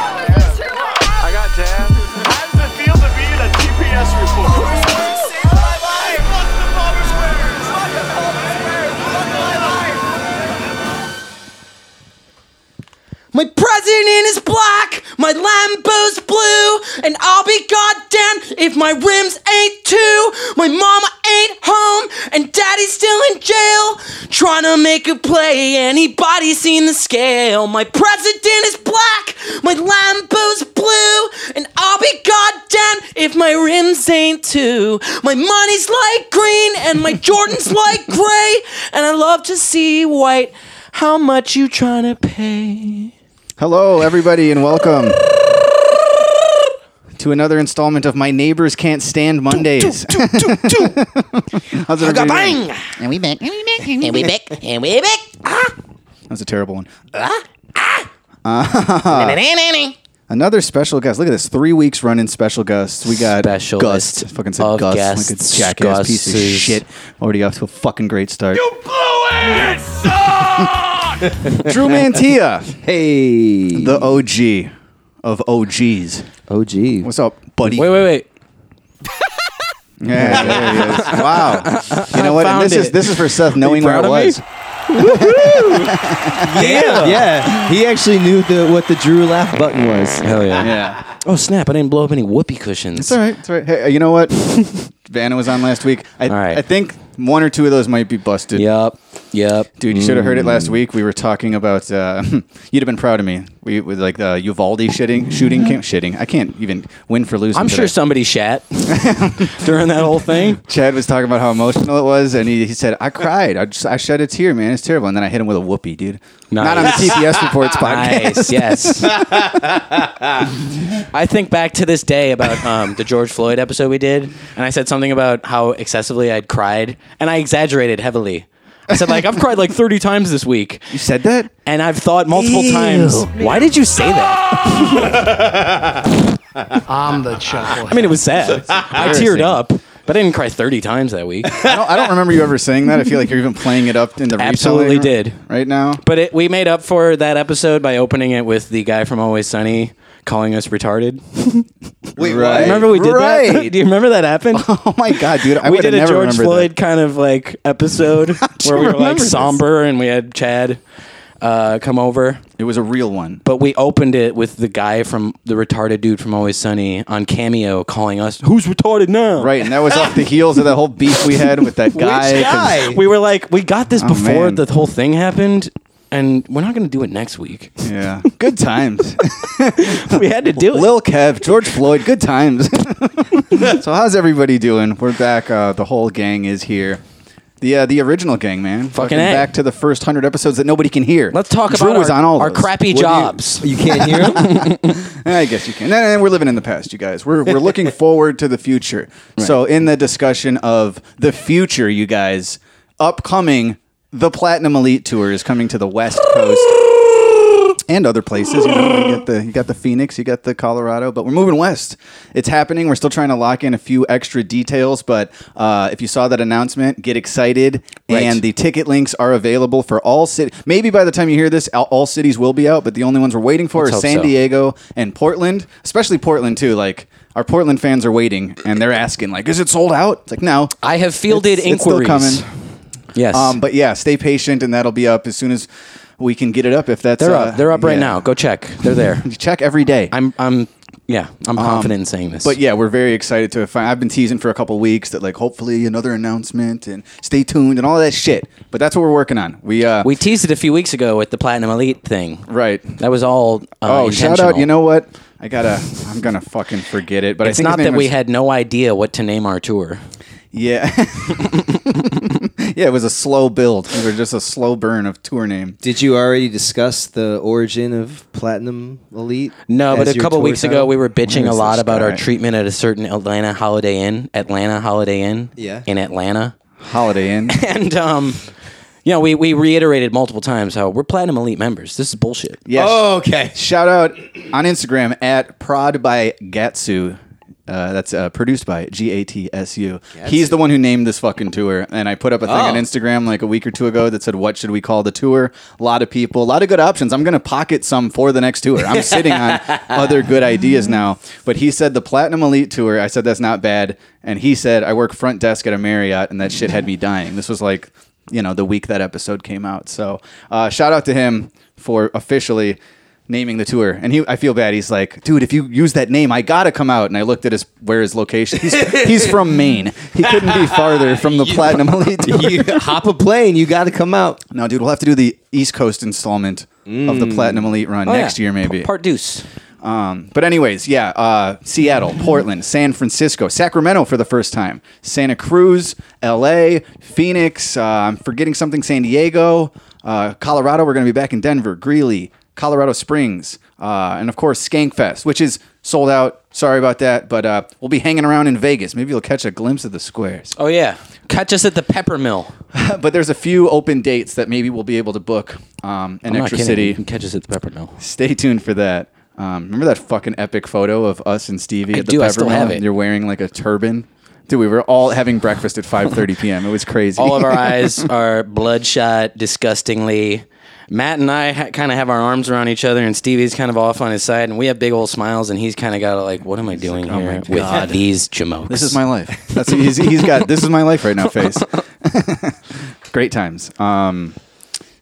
I got tabs. How does it feel to be in a GPS report? My president is black, my Lambo's blue, and I'll be goddamn if my rims ain't two. My mama ain't home, and daddy's still in jail, trying to make a play. Anybody seen the scale? My president is black, my Lambo's blue, and I'll be goddamn if my rims ain't two. My money's light green, and my Jordan's light gray, and I love to see white. How much you trying to pay? Hello, everybody, and welcome to another installment of My Neighbors Can't Stand Mondays. How's everybody doing? Bang! And we back. And we back. And we back. And we back. That was a terrible one. Another special guest. Look at this. Three weeks running special guests. We got Specialist Gust. I fucking said of Gust. like guests, a jackass piece of Gusts. shit. Already off to a fucking great start. Drew Mantia. hey. The OG of OGs. Oh, gee. What's up, buddy? Wait, wait, wait. Yeah, there he is. Wow. You know what? And this is it. this is for Seth knowing where proud I of me? was. Yeah. Yeah, he actually knew the, what the Drew laugh button was. Hell yeah. Yeah. Oh, snap. I didn't blow up any whoopee cushions. It's all right. It's all right. Hey, you know what? Vanna was on last week. I, All right. I think one or two of those might be busted. Yep. Yep. Dude, you should have heard it Mm. last week. We were talking about. Uh, you'd have been proud of me. We with like the Uvalde shitting, shooting, camp, shitting. I can't even win for losing. I'm today. sure somebody shat during that whole thing. Chad was talking about how emotional it was, and he, he said, "I cried. I just I shed a tear, man. It's terrible." And then I hit him with a whoopee, dude. Not on the Nice. TPS reports podcast. Nice. Yes. I think back to this day about um, the George Floyd episode we did, and I said something about how excessively I'd cried, and I exaggerated heavily. I said like I've cried like 30 times this week, You said that? and I've thought multiple times, why did you say that? I'm the chucklehead. I mean, it was sad. I teared up, but I didn't cry 30 times that week. I don't, I don't remember you ever saying that. I feel like you're even playing it up in the replay Absolutely did. right now. But it, we made up for that episode by opening it with the guy from Always Sunny calling us retarded. Wait, I Remember we did that? right. Do you remember that happened? Oh my god, dude! I we would did have a never George remembered Floyd kind of like episode you where we were remember like this? somber and we had Chad uh, come over, That. It was a real one. but we opened it with the guy from the retarded dude from Always Sunny on Cameo calling us, "Who's retarded now?" Right, and that was off the heels of that whole beef we had with that guy. 'cause- We were like, we got this before Oh, man. the whole thing happened. And we're not going to do it next week. Yeah, good times. We had to do it. Lil Kev, George Floyd, good times. so how's everybody doing? We're back. Uh, the whole gang is here. The uh, the original gang, man. Fucking A. back to the first hundred episodes that nobody can hear. Let's talk Drew about was our, on all our those. crappy What do you- jobs. You can't hear him? I guess you can. And we're living in the past, you guys. We're, we're looking forward to the future. So, in the discussion of the future, you guys, upcoming, the Platinum Elite Tour is coming to the West Coast and other places. You, know, you, get the, you got the Phoenix, you got the Colorado, but we're moving west. It's happening. We're still trying to lock in a few extra details, but uh, if you saw that announcement, get excited. And the ticket links are available for all cities. Maybe by the time you hear this, all, all cities will be out, but the only ones we're waiting for Let's are hope San so. Diego. Diego and Portland, especially Portland too. Like our Portland fans are waiting and they're asking, like, is it sold out? It's like no. I have fielded It's- it's still inquiries. coming. Yes. Um, but yeah, stay patient and that'll be up as soon as we can get it up. If that's they're uh, up. They're up right yeah. now. Go check. They're there. Check every day. I'm I'm yeah, I'm confident in saying this. Um, but yeah, we're very excited to find. I've been teasing for a couple weeks that like hopefully another announcement and stay tuned and all that shit. But that's what we're working on. We uh we teased it a few weeks ago with the platinum elite thing. right. That was all. Uh, oh, shout out! intentional. You know what? I gotta. I'm gonna fucking forget it. But I it's think his not name that we was- had no idea what to name our tour. Yeah. yeah, it was a slow build. It was just a slow burn of tour name. Did you already discuss the origin of Platinum Elite? No, as but a your couple tour weeks ago title? we were bitching Where a is lot this about our guy? treatment at a certain Atlanta Holiday Inn, Atlanta Holiday Inn, Yeah. in Atlanta, Holiday Inn. and um, you know, we, we reiterated multiple times how we're platinum elite members. This is bullshit. Oh, Yes. okay. Shout out on Instagram at Prod by Gatsu. Uh, that's uh, produced by G A T S U. He's the one who named this fucking tour, and I put up a thing Oh. on Instagram like a week or two ago that said, "What should we call the tour?" A lot of people, a lot of good options. I'm gonna pocket some for the next tour. I'm sitting on other good ideas now. But he said the Platinum Elite tour. I said that's not bad, and he said I work front desk at a Marriott, and that shit had me dying. This was like, you know, the week that episode came out. So uh, shout out to him for officially naming the tour and he i feel bad he's like dude if you use that name i gotta come out and i looked at his where his location he's, he's from maine he couldn't be farther from the platinum elite tour you hop a plane. You got to come out. no dude we'll have to do the east coast installment of the platinum elite run next Oh, yeah. year maybe P- Part deuce. but anyways, yeah, uh, Seattle, Portland, San Francisco, Sacramento for the first time, Santa Cruz, L.A., Phoenix. Uh, I'm forgetting something. San Diego, uh, Colorado. We're going to be back in Denver, Greeley, Colorado Springs, uh, and of course Skankfest, which is sold out. Sorry about that, but uh, we'll be hanging around in Vegas. Maybe you'll catch a glimpse of the squares. Oh yeah, catch us at the pepper mill. But there's a few open dates that maybe we'll be able to book. Um, I'm an not extra kidding. city. You can catch us at the pepper mill. Stay tuned for that. Um, remember that fucking epic photo of us and Stevie I at the do, I Peppermill? still have it. You're wearing like a turban. Dude, we were all having breakfast at 5:30 p.m. It was crazy. All of our eyes are bloodshot, disgustingly. Matt and I ha- kind of have our arms around each other, and Stevie's kind of off on his side, and we have big old smiles, and he's kind of got like, "What am I doing "Oh my here with these jamokes?" this is my life. That's he's, he's got. This is my life right now. Face. Great times. Um,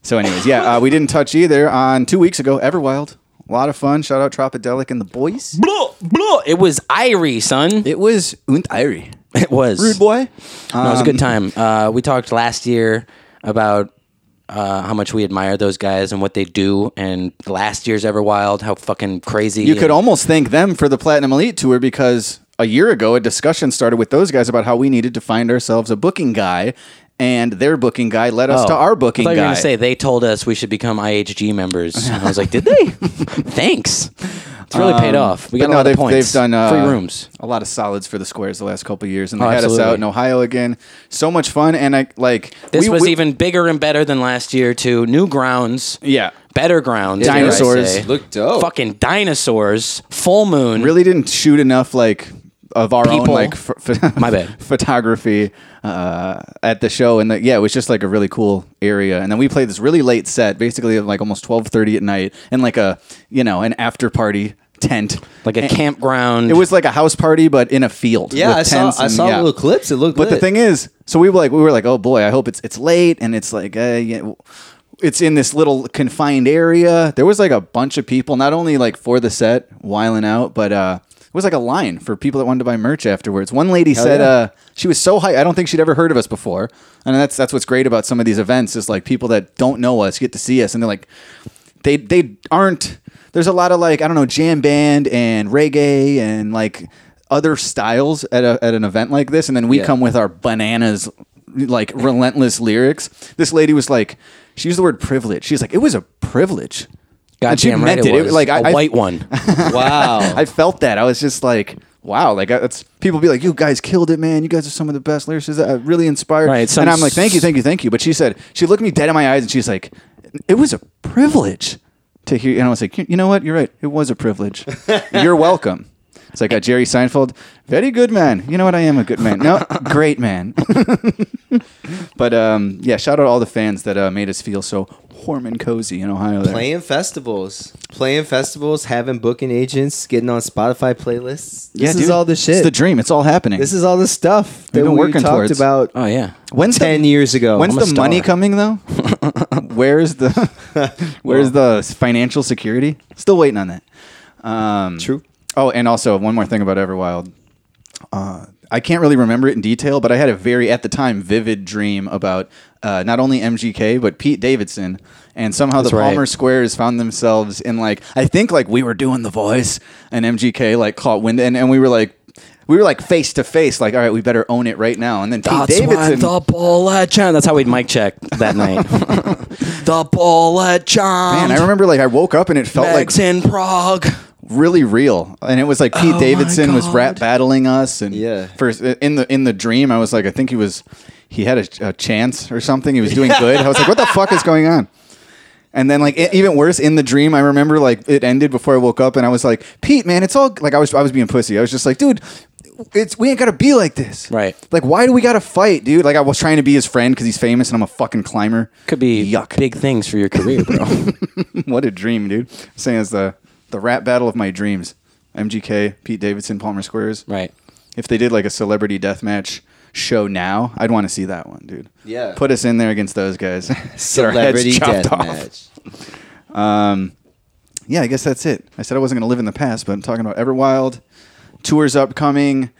so, anyways, yeah, uh, we didn't touch either on two weeks ago. Everwild, a lot of fun. Shout out Tropodelic and the boys. Blah, blah. It was Irie, son. It, It was unt irie. was Rude boy. Um, No, it was a good time. Uh, we talked last year about uh, how much we admire those guys and what they do, and last year's Everwild, how fucking crazy. You could almost thank them for the Platinum Elite Tour because a year ago, a discussion started with those guys about how we needed to find ourselves a booking guy, and their booking guy led us to our booking Oh. I thought you were guy. gonna say they told us we should become IHG members. And I was like, did they? Thanks. It's really paid off. We Um, But got a lot they've, of points. they've done uh, free rooms. a lot of solids for the squares the last couple of years, and they Oh, had us absolutely. out in Ohio again. So much fun, and I like This we- was we- even bigger and better than last year too. New grounds, yeah. better grounds, dare I Dinosaurs. say. Look dope. Fucking dinosaurs. Full Mm-hmm. moon. Really didn't shoot enough like of our own People. like ph- ph- My bad. photography uh, at the show, and the, yeah, it was just like a really cool area. And then we played this really late set, basically at like almost twelve thirty at night, in like a you know an after party tent, Like a And campground. It was like a house party, but in a field. Yeah, with I saw. tents I and- saw yeah. little clips. It looked. But the lit. thing is, so we were like, we were like, oh boy, I hope it's it's late, and it's like, uh, yeah, w- it's in this little confined area. There was like a bunch of people, not only like for the set, whiling out, but uh, it was like a line for people that wanted to buy merch afterwards. One lady said, yeah. uh, she was so high, I don't think she'd ever heard of us before, and that's that's what's great about some of these events is like people that don't know us get to see us, and they're like, they they aren't there's a lot of like i don't know jam band and reggae and like other styles at, a, at an event like this and then we Yeah. come with our bananas like relentless lyrics this lady was like she used the word privilege she's like it was a privilege and she Goddamn right meant it. It- was. like, I- a I- white one. wow. i felt that i was just like wow like I- it's people be like you guys killed it man you guys are some of the best lyricists that really inspired Right, some and i'm like thank you s- thank you thank you but she said she looked me dead in my eyes and she's like it was a privilege to hear and i was like you know what you're right it was a privilege you're welcome it's like a jerry seinfeld very good man you know what i am a good man no great man but um yeah shout out all the fans that uh, made us feel so warm and cozy in ohio there. Playing festivals, playing festivals, having booking agents, getting on Spotify playlists. This yeah, is dude. all the shit. It's the dream. It's all happening. This is all the stuff that been we working talked towards. Uh, about Oh yeah. When's ten years ago. When's I'm a the star. money coming though? where's the where's the financial security? Still waiting on that. Um, True. Oh, and also one more thing about Everwild. Uh, I can't really remember it in detail, but I had a very at the time vivid dream about uh, not only MGK but Pete Davidson, and somehow the right. Palmer Squares found themselves in like I think like we were doing The Voice, and MGK like caught wind, and, and we were like. We were like face to face, like, all right, we better own it right now. And then Pete That's why Davidson, the bullet jam. That's how we'd mic check that night. the bullet jam. Man, I remember like I woke up and it felt Meg's like in Prague. really real, and it was like Pete Oh my Davidson was rap God. battling us, and uh, Yeah. first in the in the dream, I was like, I think he was he had a, a chance or something. He was doing good. I was like, what the fuck is going on? And then like e- even worse in the dream, I remember like it ended before I woke up, and I was like, Pete, man, it's all like I was I was being pussy. I was just like, dude. It's we ain't gotta be like this, Right. Like, why do we gotta fight, dude? Like, I was trying to be his friend because he's famous and I'm a fucking climber. Could be yuck. big things for your career, bro. what a dream, dude. I'm saying it's the the rap battle of my dreams. MGK, Pete Davidson, Palmer Squares. right. If they did like a celebrity death match show now, I'd want to see that one, dude. Yeah. Put us in there against those guys. Get our heads Celebrity chopped death off. Um, match. Yeah, I guess that's it. I said I wasn't going to live in the past, but I'm talking about Everwild. Tours upcoming.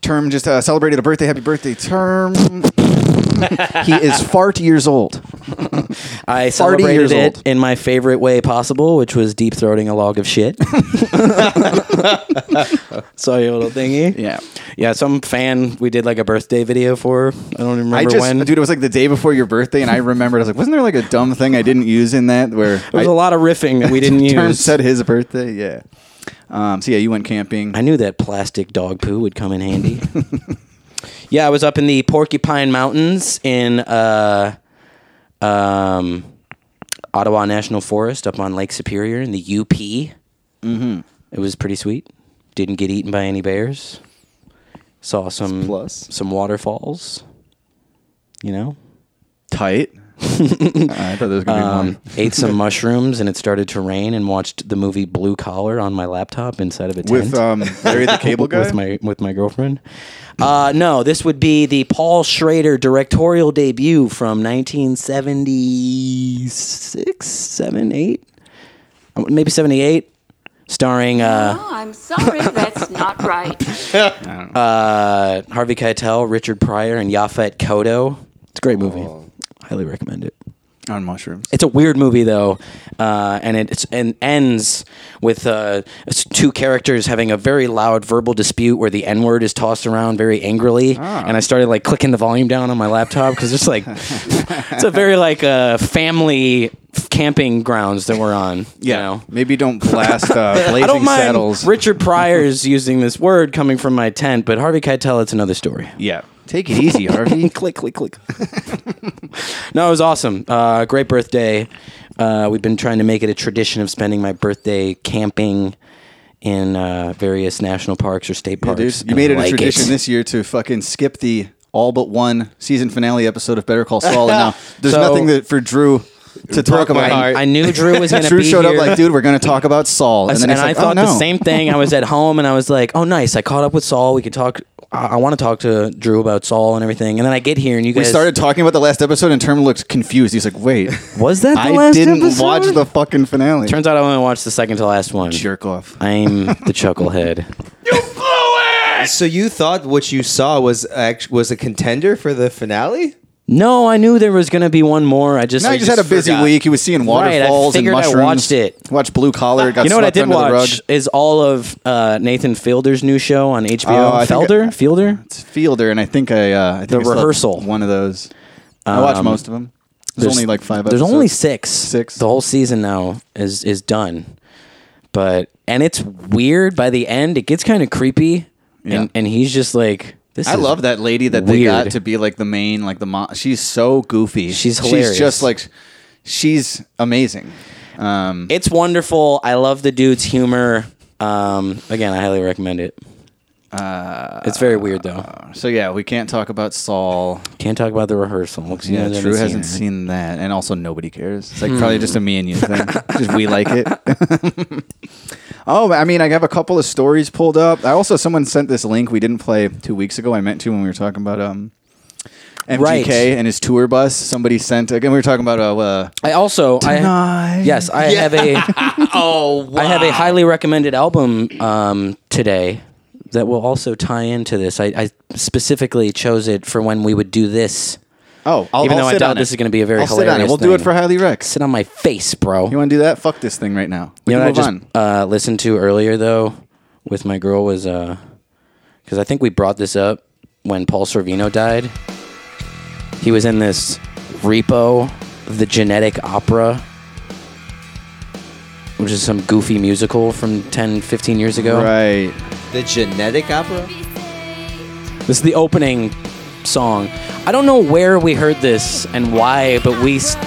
Term just uh, celebrated a birthday. Happy birthday, Term. he is fart years old. I 40 years celebrated it old. in my favorite way possible, which was deep throating a log of shit. Saw your little thingy. Yeah. Yeah, some fan we did like a birthday video for. her. I don't even remember I just, when. dude, it was like the day before your birthday, and I remembered. I was like, wasn't there like a dumb thing I didn't use in that? Where there was I- a lot of riffing that we didn't Term use. said his birthday. Yeah. Um, so yeah, you went camping. I knew that plastic dog poo would come in handy. yeah, I was up in the Porcupine Mountains in uh, um, Ottawa National Forest up on Lake Superior in the UP. Mm-hmm. It was pretty sweet. Didn't get eaten by any bears. Saw some plus. some waterfalls. You know, tight. Uh, I thought there was gonna be um, more. ate some mushrooms and it started to rain and watched the movie Blue Collar on my laptop inside of a tent with um, Larry the Cable Guy. with my with my girlfriend. Uh, no, this would be the Paul Schrader directorial debut from 1976, 7, 8, Uh, maybe 78, starring uh, Oh, I'm sorry, that's not right. uh, Harvey Keitel, Richard Pryor, and Yaphet Kotto. It's a great movie. Highly recommend it. on mushrooms. It's a weird movie though, uh, and it it's, and ends with uh, s- two characters having a very loud verbal dispute where the N word is tossed around very angrily, Ah. and I started like clicking the volume down on my laptop because it's like it's a very like uh, family f- camping grounds that we're on. yeah, you know? maybe don't blast uh, blazing I don't mind saddles. Richard Pryor's using this word coming from my tent, but Harvey Keitel, it's another story. yeah, take it easy, Harvey. click, click, click. no, it was awesome. Uh, great birthday. Uh, we've been trying to make it a tradition of spending my birthday camping in uh, various national parks or state Yeah, parks. dude, you and made I it a like tradition this year to fucking skip the all but one season finale episode of Better Call Saul. and now there's So- nothing that for Drew to talk my about. heart. I knew Drew was going to Drew be showed here. up like, dude, we're gonna talk about Saul, and and, then it's I like, oh, thought no. the same thing. I was at home and I was like, "Oh, nice! I caught up with Saul. We could talk. I, I want to talk to Drew about Saul and everything." And then I get here and you We guys started talking about the last episode, and Term looked confused. He's like, wait, Was that the I last didn't episode? watch the fucking finale. Turns out I only watched the second to last one. jerk off. I'm the chucklehead. So you thought what you saw was act- was a contender for the finale? No, I knew there was going to be one more. I just No, I he just had a busy forgot. week. He was seeing Right, I waterfalls and figured I mushrooms. watched it. Watched Blue Collar. Got You know what I swept did under the watch rug. is all of uh, Nathan Fielder's new show on HBO. Oh, I think Felder, I- Fielder. It's Fielder, and I think I, uh, I think The I slept Rehearsal. Um, One of those. I watched most of them. There's, only like five. There's episodes. only six. Six. The whole season now is is done, but and it's weird. By the end, it gets kind of creepy, Yeah. and and he's just like, this. I is love that lady that they Weird. got to be like the main, like the mom. She's so goofy. She's hilarious. She's just like, she's amazing. Um, It's wonderful. I love the dude's humor. Um, again, I highly recommend it. Uh, it's very weird though. so yeah, we can't talk about Saul. Can't talk about the rehearsal. 'cause you Yeah, guys Drew haven't seen hasn't it. seen Hmm. that, and also nobody cares. It's like probably just a me and you thing. just we like it. oh, I mean, I have a couple of stories pulled up. I also someone sent this link we didn't play two weeks ago. I meant to when we were talking about um. MGK Right. and his tour bus. Somebody sent again. We were talking about uh, uh I also I Tonight. yes I have a oh I have a highly recommended album um, today that will also tie into this. I, I specifically chose it for when we would do this. oh, I'll, Even I'll though I sit doubt on this it. is gonna be a very I'll sit on it. hilarious We'll do it thing. for highly Rex. Sit on my face, bro. You want to do that? Fuck this thing right now. We You know can what I move just on. uh, listened to earlier though with my girl was because I think we brought this up when Paul Sorvino died. He was in this repo of the Genetic Opera, which is some goofy musical from 10, 15 years ago. Right. The genetic opera? This is the opening song. I don't know where we heard this and why, but we, st-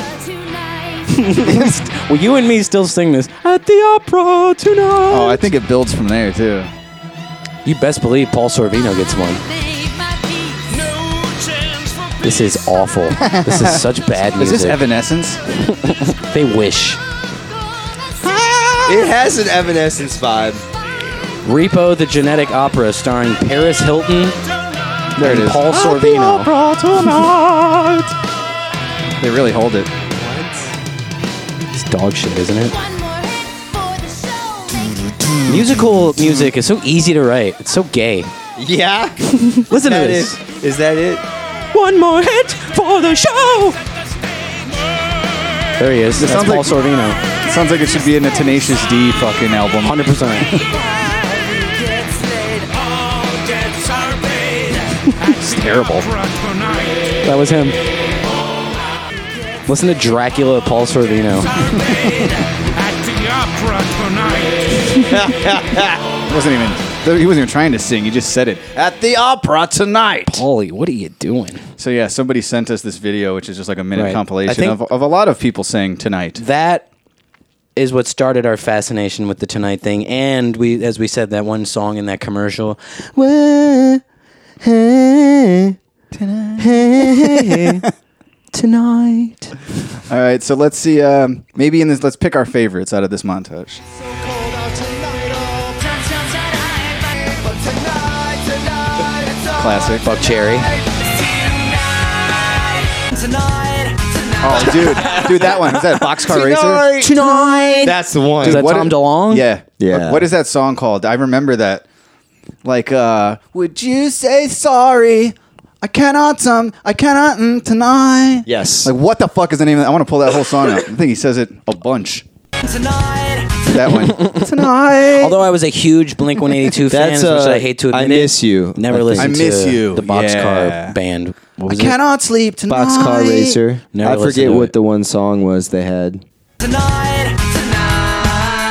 well, you and me still sing this at the opera tonight. Oh, I think it builds from there too. you best believe Paul Sorvino gets one. This is awful. this is such bad Is music. this Evanescence? they wish. It has an Evanescence vibe. Repo the Genetic Opera, starring Paris Hilton There it and is. Ah! Paul Sorvino. They really hold it. It's dog shit, isn't it? Musical music is so easy to write. It's so gay. Yeah, Listen to that this. is. Is that it? One more hit for the show. There he is. That's sounds Paul like- Sorvino. It sounds like it should be in a Tenacious D fucking album. 100%. it's terrible. That was him. Listen to Dracula Paul Sorvino. wasn't even. He wasn't even trying to sing. He just said it at the opera tonight. Paulie, what are you doing? So yeah, somebody sent us this video, which is just like a minute Right. I compilation think- of, of a lot of people saying tonight. that is what started our fascination with the Tonight thing, and we, as we said, that one song in that commercial. Well, hey, hey, Tonight. All right, so let's see. Um, maybe in this, let's pick our favorites out of this montage. Classic. Buck Cherry. Oh, dude, dude, that one is that Boxcar Racer? Tonight. That's the one. Dude, that what Tom is- DeLonge? Yeah, Yeah. What is that song called? I remember that. Like, uh, would you say sorry? I cannot um, I cannot mm, tonight. Yes. Like, what the fuck is the name of that? I want to pull that whole song up. I think he says it a bunch. That one. tonight. Although I was a huge Blink 182 fan, That's, as much as uh, I hate to I admit Miss it, You, I Never think. listened I Miss to You, the Boxcar yeah. band. What I was it? cannot sleep tonight. Boxcar Racer. Never I listened forget to what it. the one song was they had.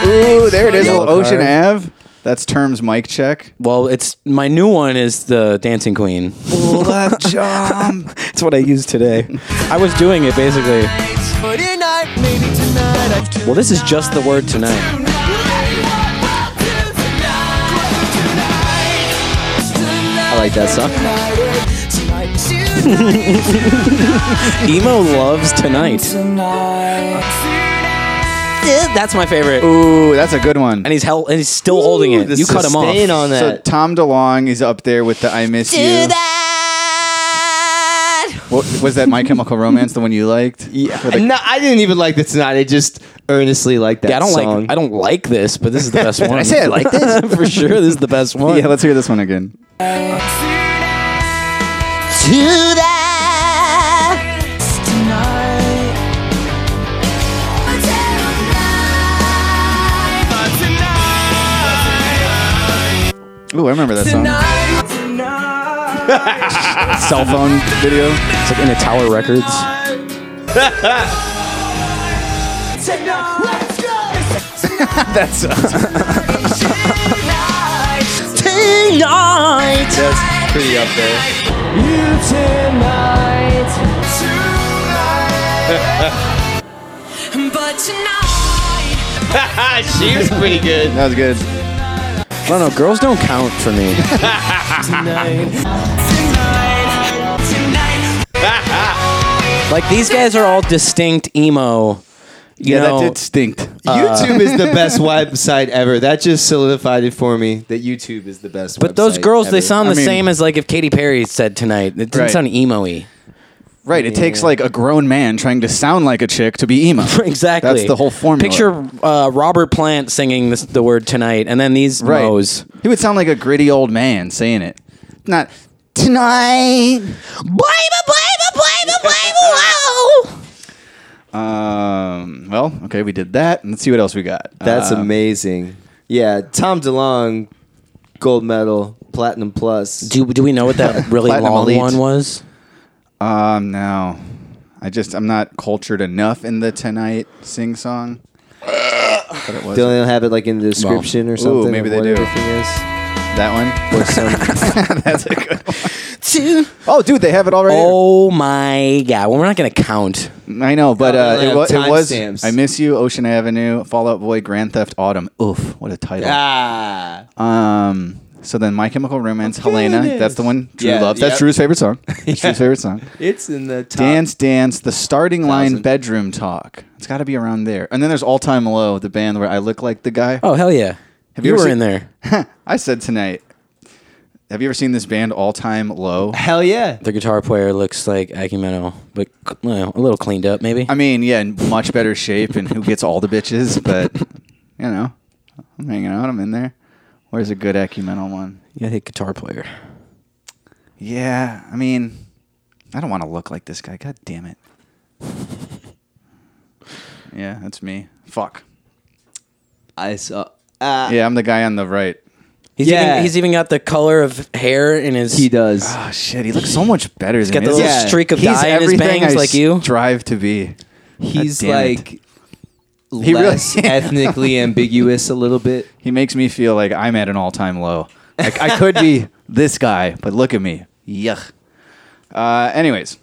Ooh, there it is. Yellow Ocean card. Ave. That's terms mic check. Well, it's my new one is the Dancing Queen. Left jump. That's what I used today. I was doing it basically. Well, this is just the word tonight. I like that song. Emo loves tonight. Eh, That's my favorite. Ooh, that's a good one. And he's held, and he's still holding it. the You cut him off. sustain on So that. Tom DeLong is up there with the I Miss You. What, was that My Chemical Romance the one you liked? yeah. Or the- no, I didn't even like that tonight. I just earnestly like that Yeah, I don't song. like. I don't like this, but this is the best one. I say I like this for sure. This is the best one. Yeah, let's hear this one again. Ooh, I remember that song. Cell phone video. It's like in a Tower Records. That's That's pretty up there. Ah, she was pretty good. that was good. I don't know. Girls don't count for me. like these guys are all distinct emo. You Yeah, know, that did Uh, stink. YouTube is the best website ever. That just solidified it for me that YouTube is the best. But those website girls, they ever. sound I the mean- same as like if Katy Perry said tonight. It didn't Right. sound emo-y. Right, it takes like a grown man trying to sound like a chick to be emo. Exactly. That's the whole formula. Picture uh, Robert Plant singing this, the word tonight, and then these right. mo's. He would sound like a gritty old man saying it. Not tonight. Um, well, okay, we did that. Let's see what else we got. That's Uh, amazing. Yeah, Tom DeLong, gold medal, platinum plus. Do, do we know what that really Platinum long Elite. one was? Um, no, I just I'm not cultured enough in the tonight sing song. But it was. they only have it like in the description or something. maybe of they what do. Everything is. That one. Or some- That's a good one. Two. Oh, dude, they have it already. oh my god! Well, we're not gonna count. I know, but uh, Probably it, have was, it was. timestamps. I miss you, Ocean Avenue, Fallout Boy, Grand Theft Autumn. Oof, what a title. Ah. Um. So then, My Chemical Romance, Helena. That's the one. Drew Yeah, loves. That's yep. Drew's favorite song. That's Drew's favorite song. It's in the top. Dance, dance. The starting line, Thousand. bedroom talk. It's got to be around there. And then there's All Time Low, the band where I look like the guy. Oh hell yeah! Have you you, ever were seen- in there. I said tonight. Have you ever seen this band, All Time Low? Hell yeah. The guitar player looks like Akimeno, but you know, a little cleaned up maybe. I mean, yeah, in much better shape, and who gets all the bitches? But you know, I'm hanging out. I'm in there. Where's a good ecumenal one? yeah, I think guitar player. Yeah, I mean, I don't want to look like this guy. God damn it. Yeah, that's me. Fuck. I saw. Uh, Ah. Yeah, I'm the guy on the right. He's Yeah. even, he's even got the color of hair in his. He does. Oh shit, he looks so much better than got me. the This little is- Yeah. streak of He's dye in his everything bangs I like you. Strive to be. He's God damn it. like He really- less ethnically ambiguous a little bit. He makes me feel like I'm at an all time low. Like I could be this guy, but look at me. Yuck. Uh, anyways,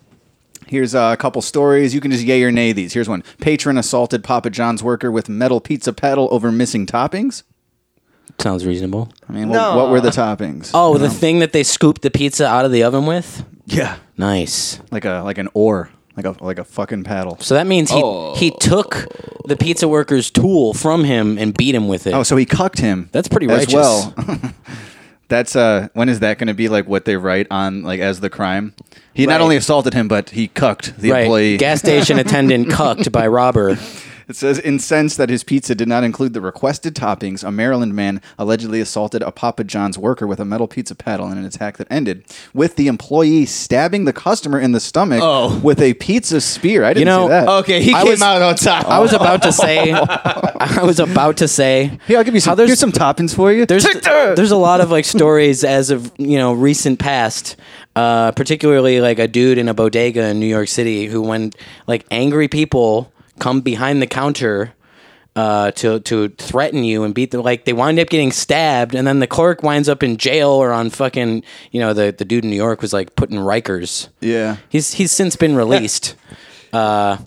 here's uh, a couple stories. You can just yay or nay these. Here's one Patron assaulted Papa John's worker with metal pizza paddle over missing toppings. Sounds reasonable. I mean, what, what were the toppings? Oh, the thing that they scooped the pizza out of the oven with. yeah. Nice. Like a like an oar, like a like a fucking paddle. So that means he Oh. he took the pizza worker's tool from him and beat him with it. Oh, so he cucked him. That's pretty as righteous. well. That's uh when is that going to be like what they write on like as the crime? He Right. not only assaulted him but he cucked the right. employee. Gas station attendant cucked by robber. It says, incensed that his pizza did not include the requested toppings, a Maryland man allegedly assaulted a Papa John's worker with a metal pizza paddle in an attack that ended with the employee stabbing the customer in the stomach Oh. with a pizza spear. I didn't You know, see that. Okay, he I came was- out on top. I was about to say. I was about to say. Here, I'll give you some. how there's- Here's some toppings for you. there's Take that! there's a lot of like stories as of you know recent past uh, particularly like a dude in a bodega in new york city who when like angry people come behind the counter uh, to to threaten you and beat them like they wind up getting stabbed and then the clerk winds up in jail or on fucking you know the, the dude in new york was like put in rikers yeah. He's he's since been released, uh,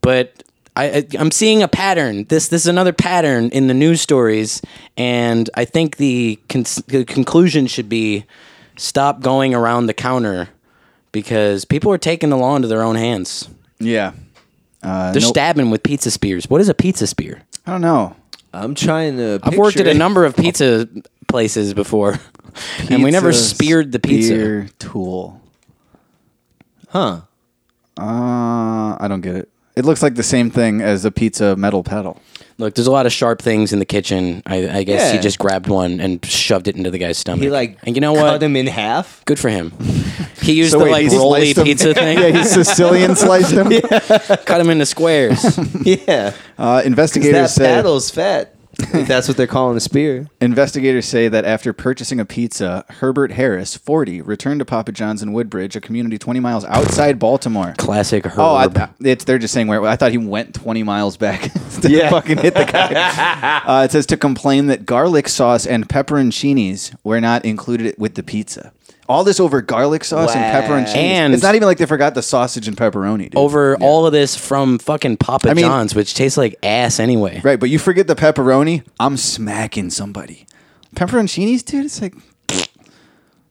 but I, I I'm seeing a pattern. This this is another pattern in the news stories, and I think the, con- the conclusion should be stop going around the counter because people are taking the law into their own hands. Yeah. Uh, They're no- stabbing with pizza spears. What is a pizza spear? I don't know. I'm trying to. I've worked at picture a it. number of pizza places before, and we never Pizza speared the pizza. spear tool. Huh. Uh, I don't get it. It looks like the same thing as a pizza metal paddle. Look, there's a lot of sharp things in the kitchen. I, I guess he Yeah. just grabbed one and shoved it into the guy's stomach. He like and you know cut what? him in half. Good for him. He used So the wait, like he rolly sliced him- pizza thing, Yeah, he Sicilian sliced him. cut him into squares. Yeah. Uh, That investigators say paddle's fat. If that's what they're calling a spear. Investigators say that after purchasing a pizza, Herbert Harris, 40, returned to Papa John's in Woodbridge, a community 20 miles outside Baltimore. Classic herb. Oh, I, it's, they're just saying where. I thought he went 20 miles back to Yeah. fucking hit the guy. uh, it says to complain that garlic sauce and pepperoncinis were not included with the pizza. All this over garlic sauce Wow. and pepperoncinis. And- it's not even like they forgot the sausage and pepperoni. Dude. over all of this from fucking Papa I mean- John's, which tastes like ass anyway. Right, but you forget the pepperoni, I'm smacking somebody. Pepperoncinis, dude, it's like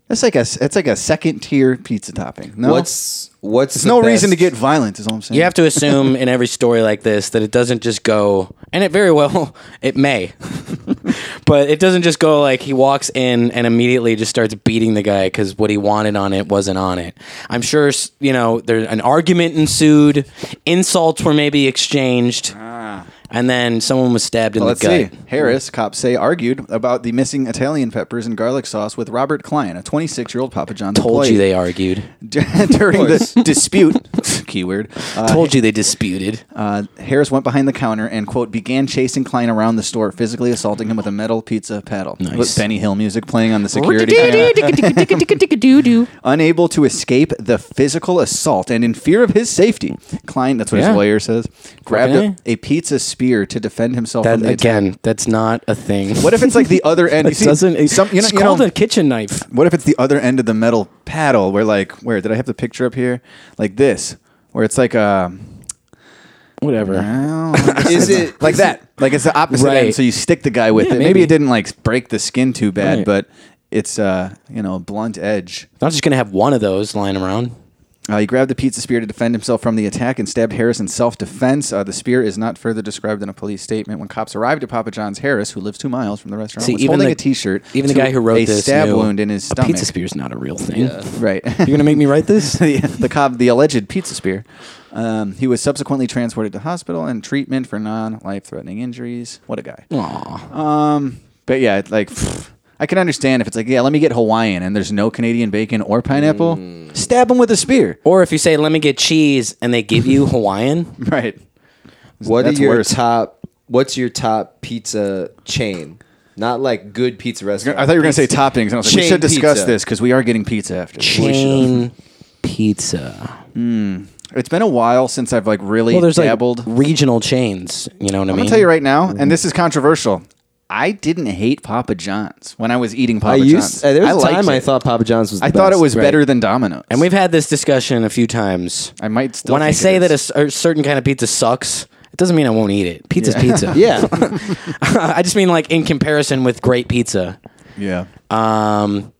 that's like a it's like a second tier pizza topping. No, What's what's there's the no best- reason to get violent. Is all I'm saying. You have to assume in every story like this that it doesn't just go, and it very well it may, but it doesn't just go like he walks in and immediately just starts beating the guy because what he wanted on it wasn't on it. I'm sure s- you know there an argument ensued, insults were maybe exchanged, and then someone was stabbed in Ah. Well, let's the gut. see. Harris, cops say, argued about the missing Italian peppers and garlic sauce with Robert Klein, a 26 year old Papa John's Told employee. you they argued. during the dispute. keyword. Uh, Told you they disputed. uh, Harris went behind the counter and quote began chasing Klein around the store, physically assaulting him with a metal pizza paddle. Nice. With Benny Hill music playing on the security camera. Unable to escape the physical assault and in fear of his safety, Klein, that's what Yeah. his lawyer says, grabbed Okay. a, a pizza spear to defend himself That from the attack. again, that's not a thing. What if it's like the other end? It You see, doesn't. some- you know- it's you know- called a kitchen knife. What if it's the other end of the metal paddle where like where did I have the picture up here? Like this. Where it's like uh Whatever. Is it like is that. Like it's the opposite Right. end, so you stick the guy with Yeah, it. Maybe. maybe. it didn't like break the skin too bad, Right. but it's uh, you know, blunt edge. Not just gonna have one of those lying around. Uh, he grabbed the pizza spear to defend himself from the attack and stabbed Harris in self defense. Uh, the spear is not further described in a police statement. When cops arrived at Papa John's, Harris, who lives two miles from the restaurant, See, was even holding the- a T-shirt. Even the to guy who wrote a this stab knew wound in his A stomach. pizza spear's not a real thing. Right. You're gonna make me write this? the, the cob, the alleged pizza spear. Um, he was subsequently transported to hospital and treatment for non-life-threatening injuries. What a guy! Aw. Um, but yeah, it's like pfft, I can understand if it's like, yeah, let me get Hawaiian and there's no Canadian bacon or pineapple. Mm. Stab him with a spear. Or if you say, "Let me get cheese," and they give you Hawaiian, Right. What That's are your worse. top? What's your top pizza chain? Not like good pizza restaurant. I thought you were gonna say toppings, and I was like, we Chain should discuss pizza. this because we are getting pizza after. this. We should. chain pizza. It's been a while since I've like really Well, there's dabbled. like regional chains. You know what I mean? I'm gonna tell you right now, and this is controversial. I didn't hate Papa John's when I was eating I Papa used. uh, John's. There was a liked time I it. thought Papa John's was. The I thought it best. was Right. better than Domino's. And we've had this discussion a few times. I might still when I think it say that a, s- is. a certain kind of pizza sucks, it doesn't mean I won't eat it. Pizza's pizza. Yeah, I just mean like in comparison with great pizza. yeah. Um,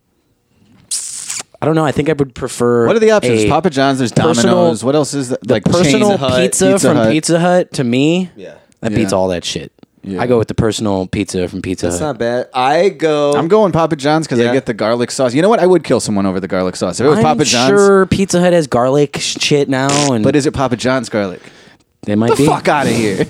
I don't know. I think I would prefer. What are the options? a Papa John's. There's personal- Domino's. What else is that? The like personal Pizza Hut, pizza, from Hut. Pizza Hut to me. Yeah. that Yeah. beats all that shit. I go with the personal pizza from Pizza it's Hut. not bad. I go. I'm going Papa John's because Yeah. I get the garlic sauce. You know what? I would kill someone over the garlic sauce if it was I'm Papa John's. sure Pizza Hut has garlic sh- shit now, and But is it Papa John's garlic? they might be. Fuck out of here.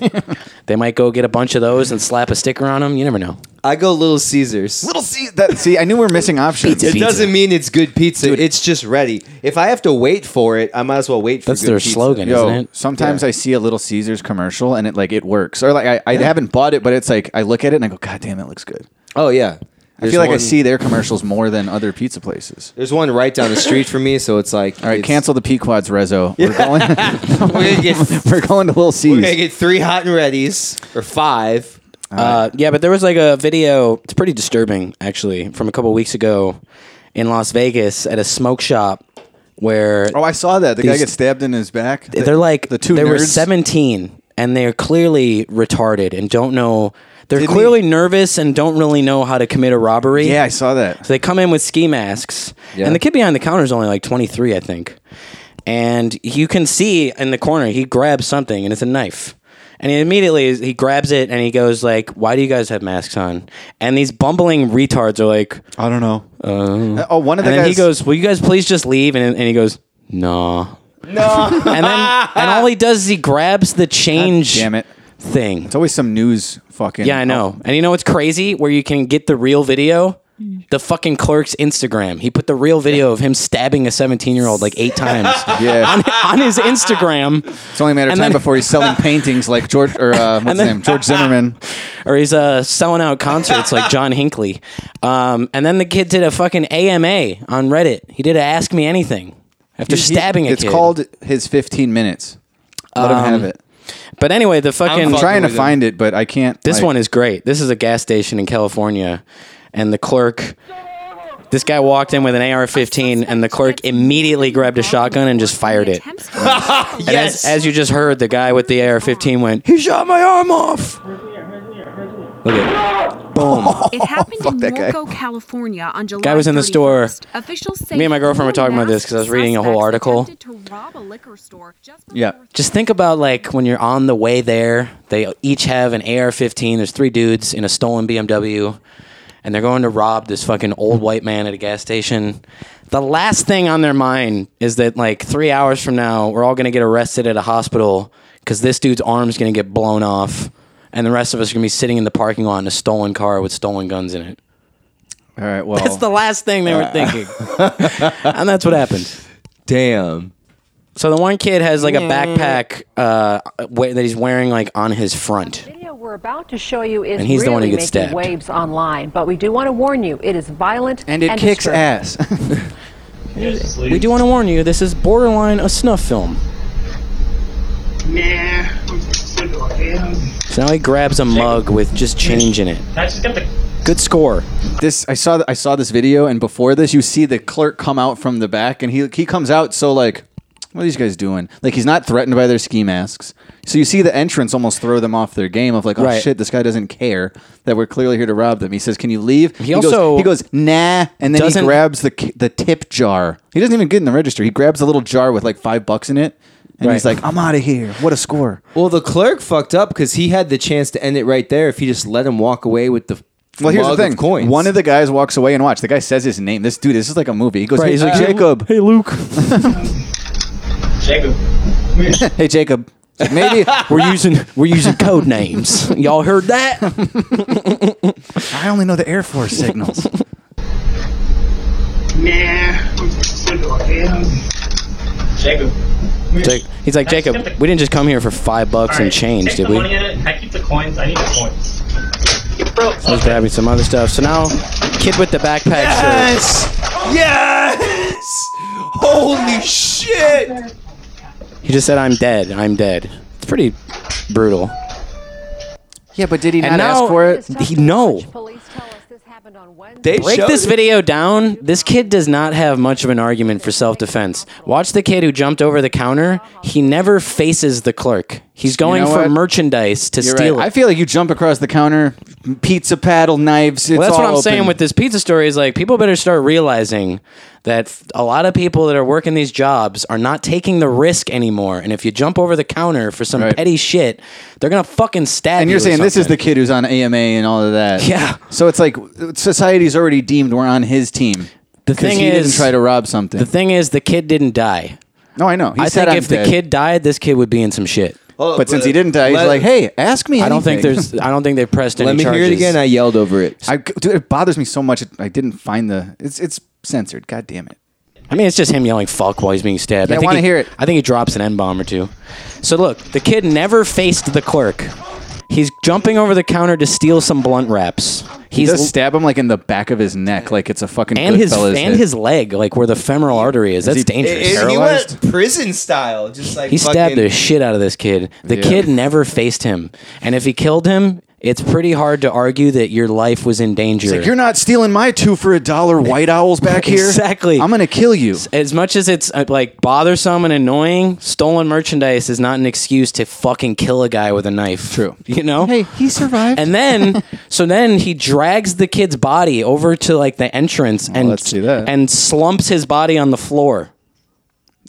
They might go get a bunch of those and slap a sticker on them. You never know. I go Little Caesars. Little see that. See, I knew we were missing options. Pizza. It doesn't mean it's good pizza. It's just ready. If I have to wait for it, I might as well wait for. That's good their pizza. slogan, Yo, isn't it? sometimes I see a Little Caesars commercial and it like it works, or like I, I haven't bought it, but it's like I look at it and I go, God damn, it looks good. Oh yeah. I feel like I see their commercials more than other pizza places. There's one right down the street from me, so it's like. All right, it's- cancel the Pequod's Rezo. We're going. We're gonna get. we're going to Little we're gonna C's. get three hot and ready's or five. Uh, yeah, but there was like a video. It's pretty disturbing, actually, from a couple weeks ago in Las Vegas at a smoke shop where Oh, I saw that. The guy These- gets stabbed in his back. they're like the two They were nerds. seventeen, and they're clearly retarded and don't know. They're Didn't clearly nervous and don't really know how to commit a robbery. Yeah, I saw that. So they come in with ski masks, Yeah. and the kid behind the counter is only like 23, I think. And you can see in the corner he grabs something, and it's a knife. And he immediately is- he grabs it and he goes like, "Why do you guys have masks on?" And these bumbling retards are like, I don't know. Uh, oh, one of and the then he guys. goes, "Will you guys please just leave?" And, and he goes, "No." No. and then and all he does is he grabs the change Damn it! thing. It's always some news. Fucking. Yeah, I know. And you know what's crazy? Where you can get the real video, the fucking clerk's Instagram. He put the real video of him stabbing a 17 year old like eight times Oh, Yeah. on, on his Instagram. It's only a matter of And time then- before he's selling paintings like George or uh, then- what's his name? George Zimmerman. Or he's uh, selling out concerts like John Hinckley. Um, and then the kid did a fucking AMA on Reddit. He did a Ask Me Anything after stabbing a It's kid. Um, called his 15 minutes. Let him have it. But anyway, the fucking. I'm trying to with him. find it, but I can't. This like- one is great. This is a gas station in California, and the clerk. This guy walked in with an AR-15, and the clerk immediately grabbed a shotgun and just fired it. And as, as you just heard, the guy with the AR-15 went, "He shot my arm off." Look at It happened Oh, in that guy. Morco, California on July. Guy was in the store. 31st. Officials say Me and my girlfriend were talking about this 'cause I was reading a whole suspects article. attempted to rob a liquor store just Yeah. before Just think about like when you're on the way there. They each have an AR-15. There's three dudes in a stolen BMW, and they're going to rob this fucking old white man at a gas station. The last thing on their mind is that like three hours from now, we're all gonna get arrested at a hospital because this dude's arm's gonna get blown off, and the rest of us are gonna be sitting in the parking lot in a stolen car with stolen guns in it. All right. Well, That's the last thing they were thinking, and that's what happened. Damn. So the one kid has like a backpack uh, wa- that he's wearing like on his front. video we're about to show you is And he's the really one who gets making stabbed. waves online, but we do want to warn you, it is violent and it kicks disturbing. ass. We do want to warn you, this is borderline a snuff film. Nah, I'm sleeping like that. So now he grabs a mug with just change in it. I just got the. Good score. this I saw. th- I saw this video, and before this, you see the clerk come out from the back, and he he comes out. So like, what are these guys doing? Like he's not threatened by their ski masks. So you see the entrance almost throw them off their game of like, oh Right. shit, this guy doesn't care that we're clearly here to rob them. He says, "Can you leave?" He, also goes, he goes, "Nah," and then he doesn't- grabs the ki- the tip jar. He doesn't even get in the register. He grabs a little jar with like five bucks in it, and he's Right. like, "I'm out of here." What a score! Well, the clerk fucked up because he had the chance to end it right there if he just let him walk away with the Well, here's the mug of thing. coins. One of the guys walks away and watch. The guy says his name. This dude, this is like a movie. He goes, Right, hey, he's like, uh, "Hey, Jacob. Hey, Luke. Jacob. hey, Jacob. It's like, Maybe We're using we're using code names. Y'all heard that? I only know the Air Force signals. Nah, I'm sleeping like that. Jacob. Jake- He's like Jacob. We didn't just come here for five bucks and change, take did the we? Money in it. I keep the coins. I need the coins. Bro, I was grabbing some other stuff. So now, kid with the backpack says, Yes! Holy shit! he just said, "I'm dead. I'm dead." It's pretty brutal. yeah, but did he And not now- ask for It it? is tough He- to no. watch. Police tell us this happened on Wednesday. They Break showed this it. video down. This kid does not have much of an argument for self-defense. Watch the kid who jumped over the counter. He never faces the clerk. He's going know for what? merchandise to You're steal right. it. I feel like you jump across the counter, pizza paddle, knives. It's Well, that's all what I'm open. saying with this pizza story is like people better start realizing that f- a lot of people that are working these jobs are not taking the risk anymore. And if you jump over the counter for some Right. petty shit, they're gonna fucking stab And you. you're or saying this is the something. kid who's on AMA and all of that. Yeah. So it's like society's already deemed we're on his team. The 'Cause thing he is- didn't try to rob something. The thing is, the kid didn't die. no, I know. He I said think I'm if dead. the kid died, this kid would be in some shit. Oh, but since he didn't die, he's let- like, "Hey, ask me." I don't think anything." there's. I don't think they've pressed any Let me charges. hear it again. I yelled over it. I, dude, it bothers me so much. I didn't find the. It's it's censored. God damn it. I mean, it's just him yelling "fuck" while he's being stabbed. Yeah, I think wanna he- hear it. I think he drops an n bomb or two. So look, the kid never faced the clerk. He's jumping over the counter to steal some blunt wraps. He He's does stab him like in the back of his neck, like it's a fucking and his Goodfellas and hit. his leg, like where the femoral artery is. That's he- dangerous. Is he paralyzed? went prison style, just like he stabbed fucking- the shit out of this kid. The Yeah. kid never faced him, and if he killed him, it's pretty hard to argue that your life was in danger. Like, you're not stealing my two for a dollar white owls back here. Exactly. I'm gonna kill you. as much as it's uh, like bothersome and annoying, stolen merchandise is not an excuse to fucking kill a guy with a knife. True. You know? Hey, he survived. And then, so then he drags the kid's body over to like the entrance and let's see that. and slumps his body on the floor.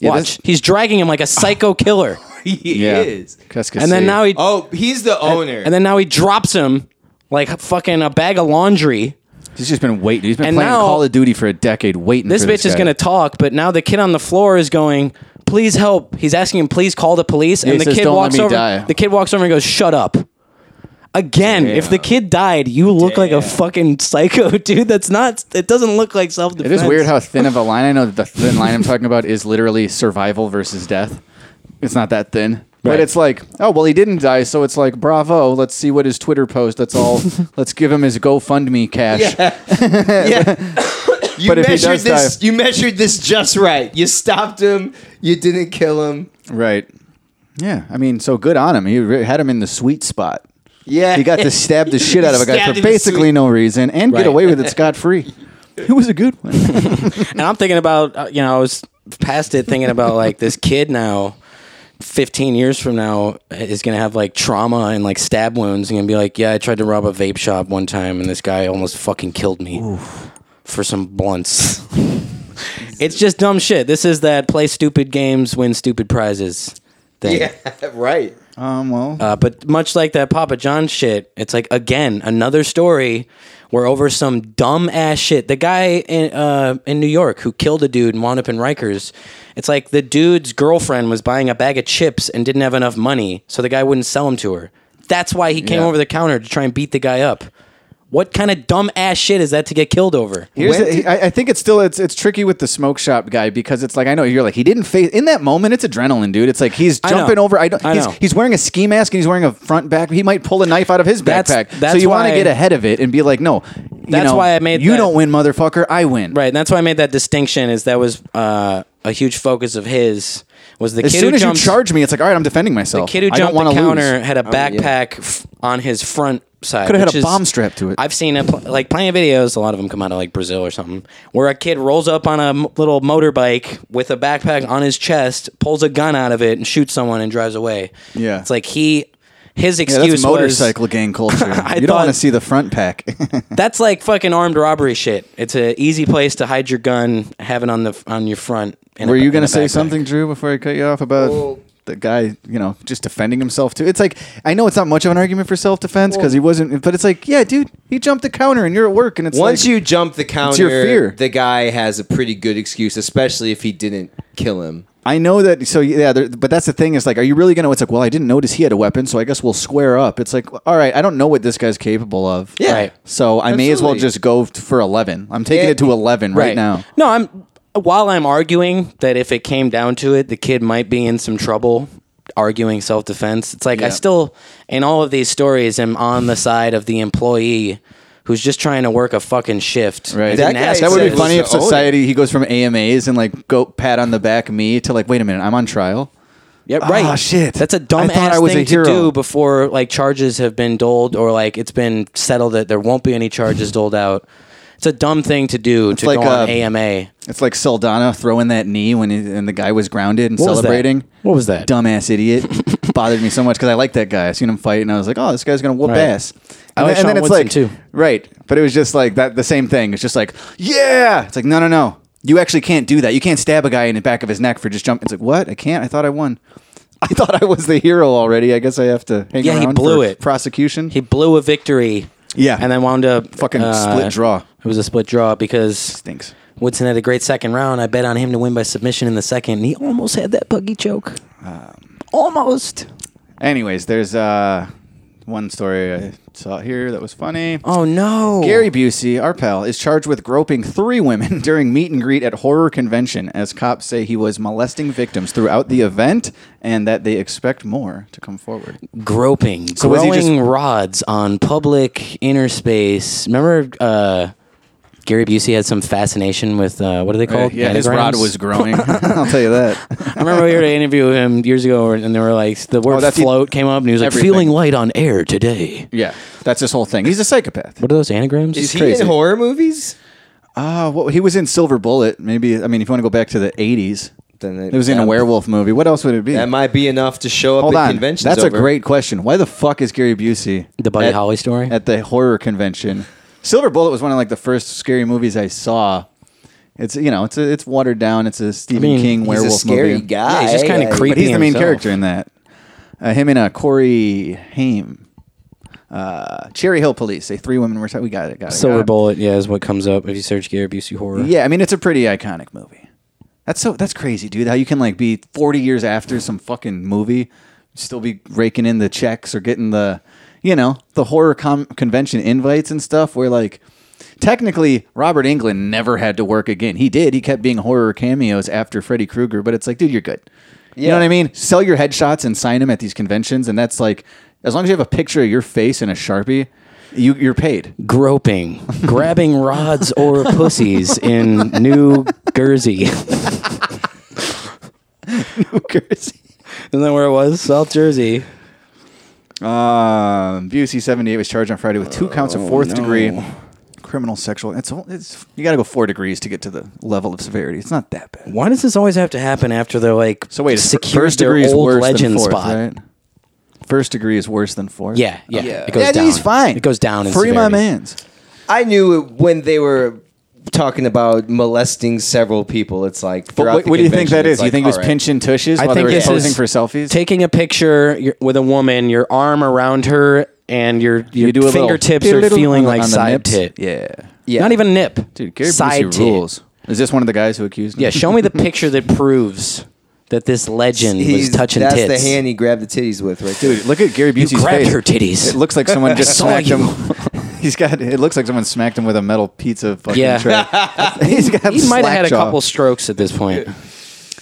Watch, that's- he's dragging him like a Ah. psycho killer, He yeah. is. and then now he Oh, he's the owner. and then now he drops him like fucking a bag of laundry. he's just been waiting. He's been And playing now- Call of Duty for a decade, waiting. this for bitch this is guy. gonna talk, but now the kid on the floor is going, "Please help!" He's asking him, "Please call the police." And he the says, kid "Don't let walks me over. die." The kid walks over and goes, "Shut up." Again, if the kid died, you look like a fucking psycho, dude. That's not. It doesn't look like self It defense. is weird how thin of a line. I know that the thin line I'm talking about is literally survival versus death. It's not that thin. But Right. it's like, oh well, he didn't die, so it's like, bravo. Let's see what his Twitter post. That's all. let's give him his GoFundMe cash. you but if he measured does this. die- You measured this just right. You stopped him. You didn't kill him. Right. Yeah. I mean, so good on him. He re- had him in the sweet spot. Yeah. He got to stab the shit out of a guy Stabbed for in the basically sweet- no reason and Right. get away with it scot free. It was a good one. And I'm thinking about, uh, you know, I was past it thinking about like this kid now, 15 years from now, is going to have like trauma and like stab wounds and gonna be like, yeah, I tried to rob a vape shop one time and this guy almost fucking killed me for some blunts. it's just dumb shit. This is that play stupid games, win stupid prizes thing. Yeah. Right. Um, well, Uh, but much like that Papa John shit, it's like again another story where over some dumb ass shit, the guy in uh, in New York who killed a dude and wound up in Rikers, it's like the dude's girlfriend was buying a bag of chips and didn't have enough money, so the guy wouldn't sell them to her. That's why he came Yeah. over the counter to try and beat the guy up. What kind of dumb ass shit is that to get killed over? Here's When the- did- I, I think it's still it's it's tricky with the smoke shop guy because it's like I know you're like he didn't face in that moment it's adrenaline dude it's like he's I know. jumping over I don't I he's, know. he's wearing a ski mask and he's wearing a front back he might pull a knife out of his That's- backpack so that's you want to why- get ahead of it and be like no you That's know, why I made you that- don't win motherfucker I win Right, and that's why I made that distinction. Is that was uh, a huge focus of his was the as kid soon who as jumped you charge me it's like all right I'm defending myself the kid who Oh, I don't jumped wanna the lose. counter had a yeah. backpack f- on his front side. Coulda had which a is- bomb strapped to it. I've seen it, pl- like plenty of videos. A lot of them come out of like Brazil or something, where a kid rolls up on a m- little motorbike with a backpack on his chest, pulls a gun out of it, and shoots someone and drives away. Yeah. it's like he. His yeah excuse that's was- motorcycle gang culture you don't thought- want to see the front pack that's like fucking armed robbery shit. It's an easy place to hide your gun, have it on the on your front. in a Were ba- you in going a to say backpack. something, Drew, before I cut you off about the guy, you know, just defending himself too? It's like I know it's not much of an argument for self defense because he wasn't, but it's like, yeah, dude, he jumped the counter and you're at work, and it's Once like, you jump the counter, your fear. the guy has a pretty good excuse, especially if he didn't kill him. I know that. So yeah, there, but that's the thing is like, are you really going to? It's like, well, I didn't notice he had a weapon, so I guess we'll square up. It's like, all right, I don't know what this guy's capable of. Yeah. Right. So I may as well Absolutely. just go t- for eleven. I'm taking Yeah. it to eleven right, now. No, I'm while I'm arguing that if it came down to it, the kid might be in some trouble arguing self defense. It's like I Yeah. still in all of these stories am on the side of the employee who's just trying to work a fucking shift. Right. I That didn't guy ask That for would said be this. was funny to if own it. society he goes from AMAs and like go pat on the back me to like wait a minute I'm on trial. Yeah, right. Ah, shit. That's a I dumb thought ass I was thing a hero. to do before like charges have been doled or like it's been settled that there won't be any charges doled out. It's a dumb thing to do to like, go on uh, AMA. It's like Saldana throwing that knee when he, and the guy was grounded and What was that? celebrating. What was that? Dumbass idiot. Bothered me so much because I like that guy. I seen him fight and I was like, oh, this guy's gonna whoop Right. ass. I And, like then- Sean and then it's Woodson, like, too. right? But it was just like that. The same thing. It's just like, yeah. It's like, no, no, no. You actually can't do that. You can't stab a guy in the back of his neck for just jumping. It's like, what? I can't. I thought I won. I thought I was the hero already. I guess I have to hang Yeah, around he blew for it. prosecution. He blew a victory. Yeah. And then uh, wound up Fucking split draw. It was a split draw because stinks. Woodson had a great second round. I bet on him to win by submission in the second. and He almost had that buggy choke. Um, almost. Anyways, there's uh, one story I saw here that was funny. Oh no. Gary Busey, our pal, is charged with groping three women during meet and greet at horror convention, as cops say he was molesting victims throughout the event and that they expect more to come forward. groping, was he growing just- rods on public inner space. Remember, uh, Gary Busey had some fascination with uh, what are they called? yeah, his rod Anagrams? was growing. I'll tell you that. I remember we were to interview him years ago, and they were like, the word Oh, that's the- float came up, and he was like, everything. feeling light on air today. Yeah, that's his whole thing. He's a psychopath. What are those anagrams? Is he crazy. in horror movies? Oh. Uh, well, he was in Silver Bullet. Maybe, I mean, if you want to go back to the 80s, Then it- it was in a that- werewolf movie. What else would it be? That might be enough to show up Hold at on. conventions. That's over. a great question. Why the fuck is Gary Busey The Buddy at- Holly story? at the horror convention? Silver Bullet was one of like the first scary movies I saw. It's you know it's a, it's watered down. It's a Stephen mean, King He's werewolf a scary movie. guy. Yeah, he's just kinda Like, creepy. But he's the main himself. character in that. Uh, him and uh, Corey Haim. Uh, Cherry Hill Police. They three women were. We got it. Got it. got Silver it. Bullet, yeah, is what comes up if you search Gary Busey horror. Yeah, I mean it's a pretty iconic movie. That's so that's crazy, dude. How you can like be 40 years after some fucking movie, still be raking in the checks or getting the, you know, the horror com- convention invites and stuff. Where like, technically, Robert England never had to work again. He did. He kept being horror cameos after Freddy Krueger, but it's like, dude, you're good. You know what I mean? Sell your headshots and sign them at these conventions, and that's like, as long as you have a picture of your face and a sharpie, you, you're paid. Groping, grabbing rods or pussies in New Jersey. Isn't that where it was? South Jersey. Um, Busey, 78, was charged on Friday with two counts Oh, of fourth degree criminal sexual. It's, all- it's you got to go four degrees to get to the level of severity. It's not that bad. Why does this always have to happen after they're like So wait, it's fir- secured first their degree is old worse legend than fourth, spot? right? First degree is worse than fourth. Yeah, Oh, yeah, It goes yeah, dude, down. he's fine. It goes down. In Free my severity. man's. I knew when they were talking about molesting several people. It's like, But throughout what, the what do you think convention, that is? it's like, you think he was all right. pinching tushes I while think they were this posing is for selfies? Taking a picture your- with a woman, your arm around her, and your your You do a little fingertips are diddle-diddle feeling on the- like on the side nips? tit. Yeah, Yeah. Not even nip. dude, Gary side Busey tit. rules. Is this one of the guys who accused? Him? Yeah, show me the picture that proves that this legend was He's- touching that's tits. the hand he grabbed the titties with, right? there. Dude, look at Gary You Busey's grabbed face. her titties. It looks like someone just saw smacked you. him. He's got. It looks like someone smacked him with a metal pizza fucking Yeah. tray. He's got. He might have slack had a jaw. couple strokes at this point.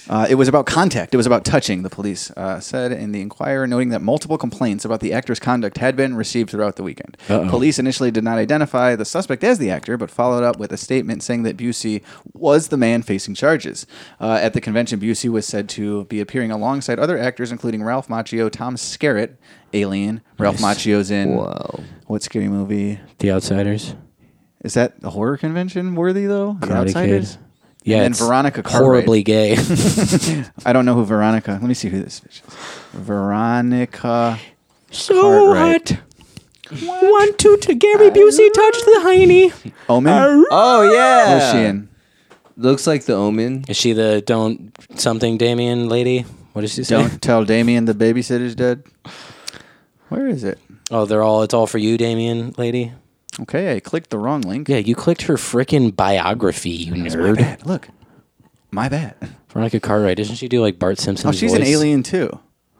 Uh, it was about contact. It was about touching. The police uh, said in the Inquirer, noting that multiple complaints about the actor's conduct had been received throughout the weekend. Police initially did not identify the suspect as the actor, but followed up with a statement saying that Busey was the man facing charges. Uh, at the convention, Busey was said to be appearing alongside other actors, including Ralph Macchio, Tom Skerritt, Alien. Ralph Macchio's in Whoa. what scary movie? The Outsiders. Is that the horror convention worthy though? The Karate Outsiders. Kid. Yeah, And it's Veronica Cartwright. horribly gay. I don't know who Veronica. Let me see who this bitch is. Veronica. So Cartwright. hot. One, two, to Gary Busey touched the hiney. Omen. Oh yeah. Who's she in? Looks like the Omen. is she the don't something Damien lady? What does she say? Don't tell Damien the babysitter's dead. Where is it? Oh, they're all. It's all for you, Damien lady. Okay, I clicked the wrong link. Yeah, you clicked her frickin' biography, you nerd. Look, my bad. Veronica Cartwright. Doesn't she do like Bart Simpson? Oh, she's an alien too.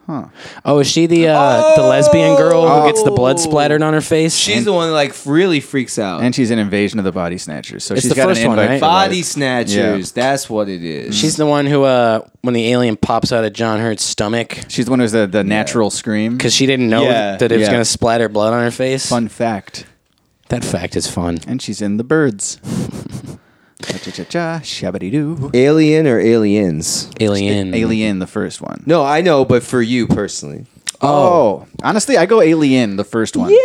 Oh, is she the uh, the lesbian girl who gets the blood splattered on her face? She's the one that like really freaks out. And she's an invasion of the body snatchers. So It's she's the got first an one, invite. right? for life. Body snatchers. That's what it is. She's the one who, uh, when the alien pops out of John Hurt's stomach, She's the one who's the, the natural scream. because she didn't know Yeah, that it was yeah. going to splatter blood on her face. Fun fact. That fact is fun. And she's in the birds. cha cha cha cha. Shabity doo. Alien or aliens? Alien. Alien, the first one. No, I know, but for you personally. Oh, honestly, I go Alien, the first one. Yeah.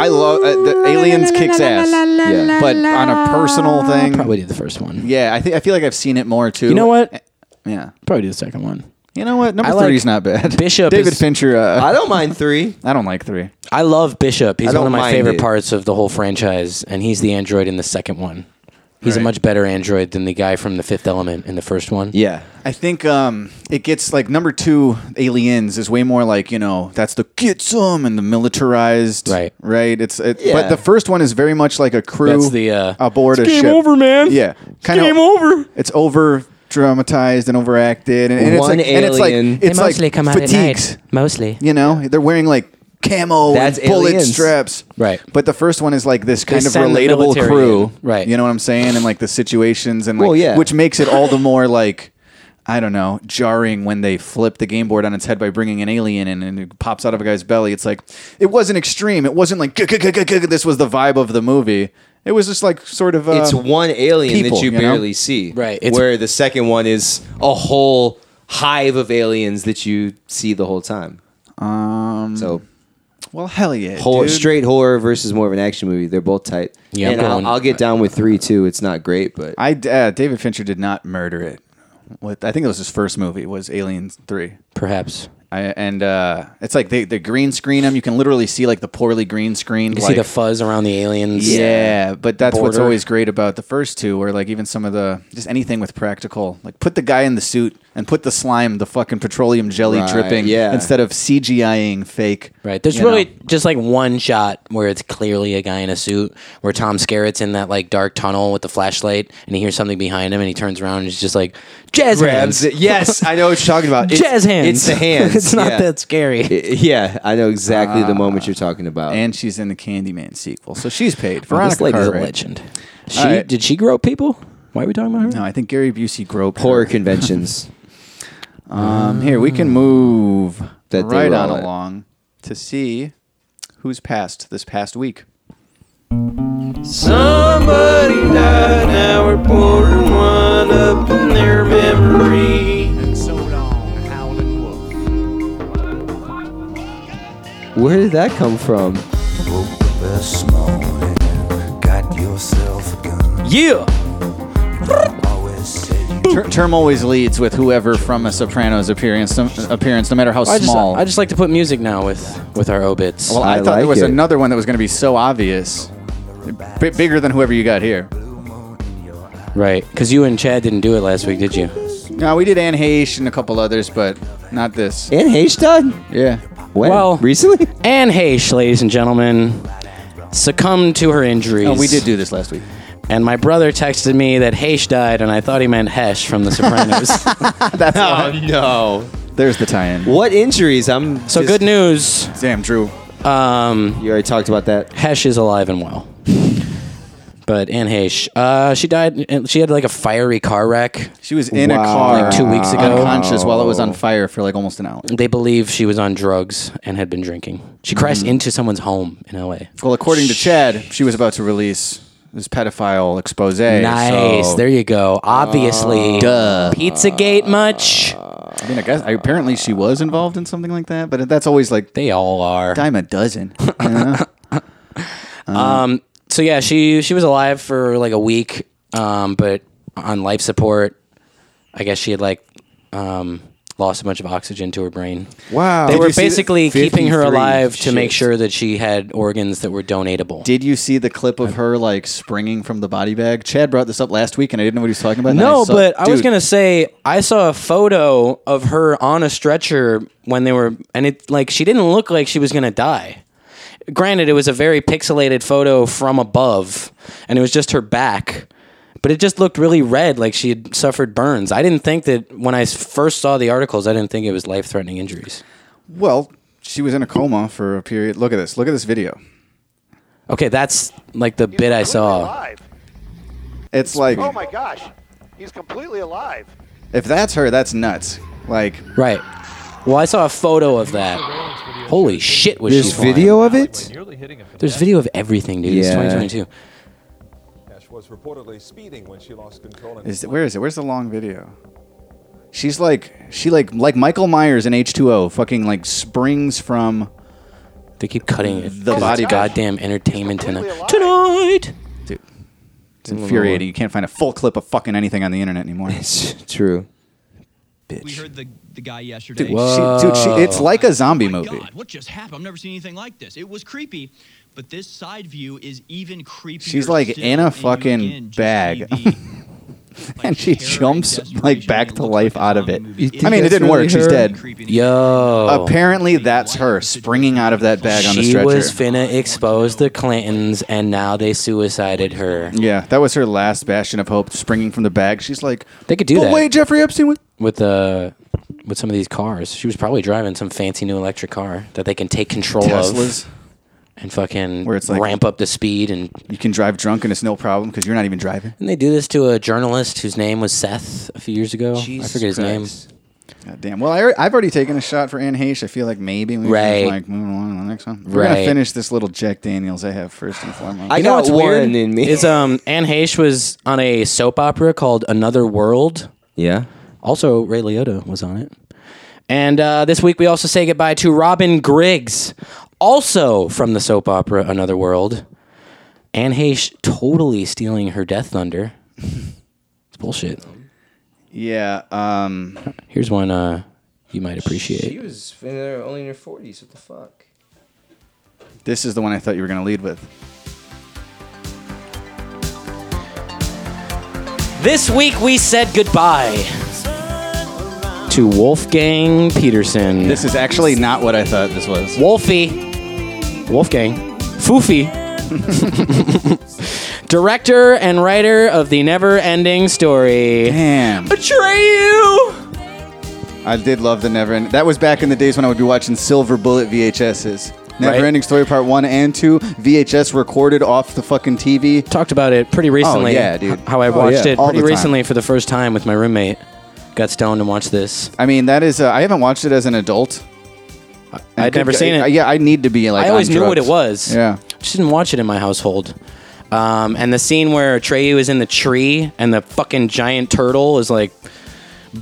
I love uh, the Aliens kicks ass, Yeah. but on a personal thing, Probably did the first one. yeah. I think I feel like I've seen it more too. You know what? Yeah. Probably do the second one. You know what? Number I like three's not bad. Bishop David is- Fincher. Uh, I don't mind three. I don't like three. I love Bishop. He's I don't one of my mind favorite it. parts of the whole franchise, and he's the android in the second one. He's a Right. much better android than the guy from the Fifth Element in the first one. Yeah. I think um, it gets like number two, Aliens is way more like you know that's the get some and the militarized, Right. Right. It's it, but Yeah. the first one is very much like a crew That's the, uh, aboard a Game ship. over, man. Yeah, kind Game over. It's over dramatized and overacted, and, and it's One like and it's like alien. it's like fatigues. Mostly. You know, they're wearing like camo That's and bullet aliens. straps. Right. But the first one is like this kind of send the relatable military crew. in. Right. You know what I'm saying? And like the situations and like Well, yeah. which makes it all the more like I don't know, jarring when they flip the game board on its head by bringing an alien in and it pops out of a guy's belly. It's like it wasn't extreme. It wasn't like "Gah, gah, gah, gah, gah," this was the vibe of the movie. It was just like sort of uh, It's one alien people, that you, you know? barely see. Right, it's- where the second one is a whole hive of aliens that you see the whole time. Um. So well, hell yeah, horror, dude. straight horror versus more of an action movie. They're both tight. Yeah, I'm and I'll, going- I'll get down with three too. It's not great, but I uh, David Fincher did not murder it. With I think it was his first movie was Alien Three. Perhaps. I, and uh, it's like they, they green screen them. You can literally see like the poorly green screen. You see the fuzz around the aliens. yeah, but that's what's border. always great about the first two, or like even some of the just anything with practical. Like put the guy in the suit and put the slime, the fucking petroleum jelly Right, dripping, yeah. instead of CGIing fake. Right. There's you really know. just like one shot where it's clearly a guy in a suit where Tom Skerritt's in that like dark tunnel with the flashlight and he hears something behind him and he turns around and he's just like jazz grabs hands. it. Yes, I know what you're talking about. It's, jazz hands. It's the hands. it's not yeah. that scary. Yeah, I know exactly the moment you're talking about. And she's in the Candyman sequel, so she's paid. Well, Veronica Oh, this lady's a Cartwright. legend. She right. did she grow people? Why are we talking about her? No, I think Gary Busey groped horror her. conventions. Um, here we can move That they right were on all at. along to see who's passed this past week. Where did that come from? Yeah. Ter- term always leads with whoever from a Sopranos appearance, no, appearance, no matter how I just small. I just like to put music now with with our obits. well, I, I thought there like was it. another one that was going to be so obvious, B- bigger than whoever you got here. right. Cuz you and Chad didn't do it last week, did you? No, we did Anne Heche and a couple others, but not this. And Haystad? Yeah, When? Well- recently? Anne Heche, ladies and gentlemen, succumbed to her injuries. no, we did do this last week. And my brother texted me that Hesh died, and I thought he meant Hesh from The Sopranos. That's Oh no! there's the tie-in. What injuries? I'm so just- good news. Damn, Drew. Um, You already talked about that. Hesh is alive and well. But Anne Hesh, uh, she died. She had like a fiery car wreck. She was in a Wow. car Like two weeks ago. unconscious while it was on fire for like almost an hour. They believe she was on drugs and had been drinking. She crashed into someone's home in L.A. Well, according to Chad, she was about to release this pedophile expose. Nice. so- There you go. Obviously. Duh. Pizzagate much? I mean, I guess I, apparently she was involved in something like that, but that's always like They all are. dime a dozen. you know? So yeah, she she was alive for like a week, um, but on life support. I guess she had like um, lost a bunch of oxygen to her brain. Wow. They Did were you see the- basically keeping her 53 alive to make shit. sure that she had organs that were donatable. Did you see the clip of her like springing from the body bag? Chad brought this up last week, and I didn't know what he was talking about. and No, saw- but I was Dude, gonna say I saw a photo of her on a stretcher when they were, and it like she didn't look like she was gonna die. Granted, it was a very pixelated photo from above, and it was just her back, but it just looked really red, like she had suffered burns. I didn't think that when I s- first saw the articles, I didn't think it was life-threatening injuries. Well, she was in a coma for a period. Look at this. Look at this video. Okay, that's like the bit I saw. Alive. It's like Oh my gosh. He's completely alive. if that's her, that's nuts. Like Right. Well, I saw a photo of that. Holy shit! Was There's she flying. video of it? Nearly hitting a fin- There's video of everything, dude. It's Yeah. 2022. Ash was reportedly speeding when she lost control. And Is it, where is it? Where's the long video? She's like she like like Michael Myers in H two O, fucking like springs from. They keep cutting it. The 'cause body it's bag. goddamn entertainment tonight. alive. Tonight. It's infuriating. You can't find a full clip of fucking anything on the internet anymore. She- True. We heard the, the guy yesterday. dude, she, oh it's like a zombie My movie. God, what just happened? I've never seen anything like this. It was creepy, but this side view is even creepier. She's like still, in a and you fucking again just bag. see the, like, And she terror jumps, desperation, like, back and it to looks life a out of zombie it. movie. You It's think I mean, it that's didn't work. really She's her? dead. creepy to Yo. Apparently, that's her springing out of that bag on the Oh. she stretcher. was finna expose the Clintons, and now they suicided her yeah, that was her last bastion of hope, springing from the bag. She's like, They could do but that. wait, Jeffrey Epstein was. with the with some of these cars. She was probably driving some fancy new electric car that they can take control Teslas. of and fucking Where it's like- ramp up the speed. And, You can drive drunk and it's no problem because you're not even driving. and they do this to a journalist whose name was Seth a few years ago. I forget his name. God damn. Well, I, alre- I've already taken a shot for Anne Heche. I feel like maybe we Right. can like move along to the next one. We're gonna Right. finish this little Jack Daniels I have first and foremost. I You know got what's one weird in me. is um Anne Heche was on a soap opera called Another World. Yeah. Also, Ray Liotta was on it. And uh, this week we also say goodbye to Robin Griggs, also from the soap opera Another World. Anne Heche totally stealing her Death Thunder. It's bullshit. yeah. Um, Here's one uh, you might appreciate. was in her, only in her 40s. What the fuck? this is the one I thought you were gonna lead with. This week we said goodbye to Wolfgang Peterson. This is actually not what I thought this was. Wolfie, Wolfgang, Foofy, director and writer of the Never Ending Story. Damn. Betray you. I did love the Never End. That was back in the days when I would be watching Silver Bullet VHSs. Never Right. Ending Story Part 1 and 2, VHS recorded off the fucking TV. Talked about it pretty recently. yeah, dude. h- How I Oh, watched yeah, it all pretty the time. recently for the first time with my roommate. Got stoned and watched this. I mean, that is, uh, I haven't watched it as an adult. I'd Could- never seen it. I- yeah, I need to be like, I always on knew what it drugs. was. Yeah. Just didn't watch it in my household. Um, and the scene where Treyu is in the tree and the fucking giant turtle is like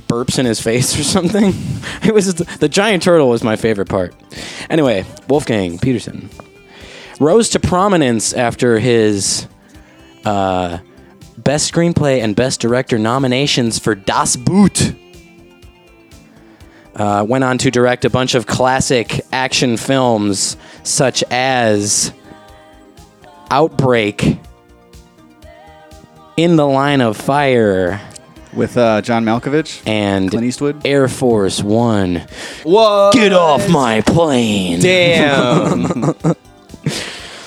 burps in his face or something. It was the, the giant turtle was my favorite part. Anyway, Wolfgang Peterson rose to prominence after his uh, best screenplay and best director nominations for Das Boot. Uh, went on to direct a bunch of classic action films such as Outbreak, In the Line of Fire, With uh, John Malkovich. and Clint Eastwood? Air Force One. Whoa. Get off my plane! Damn.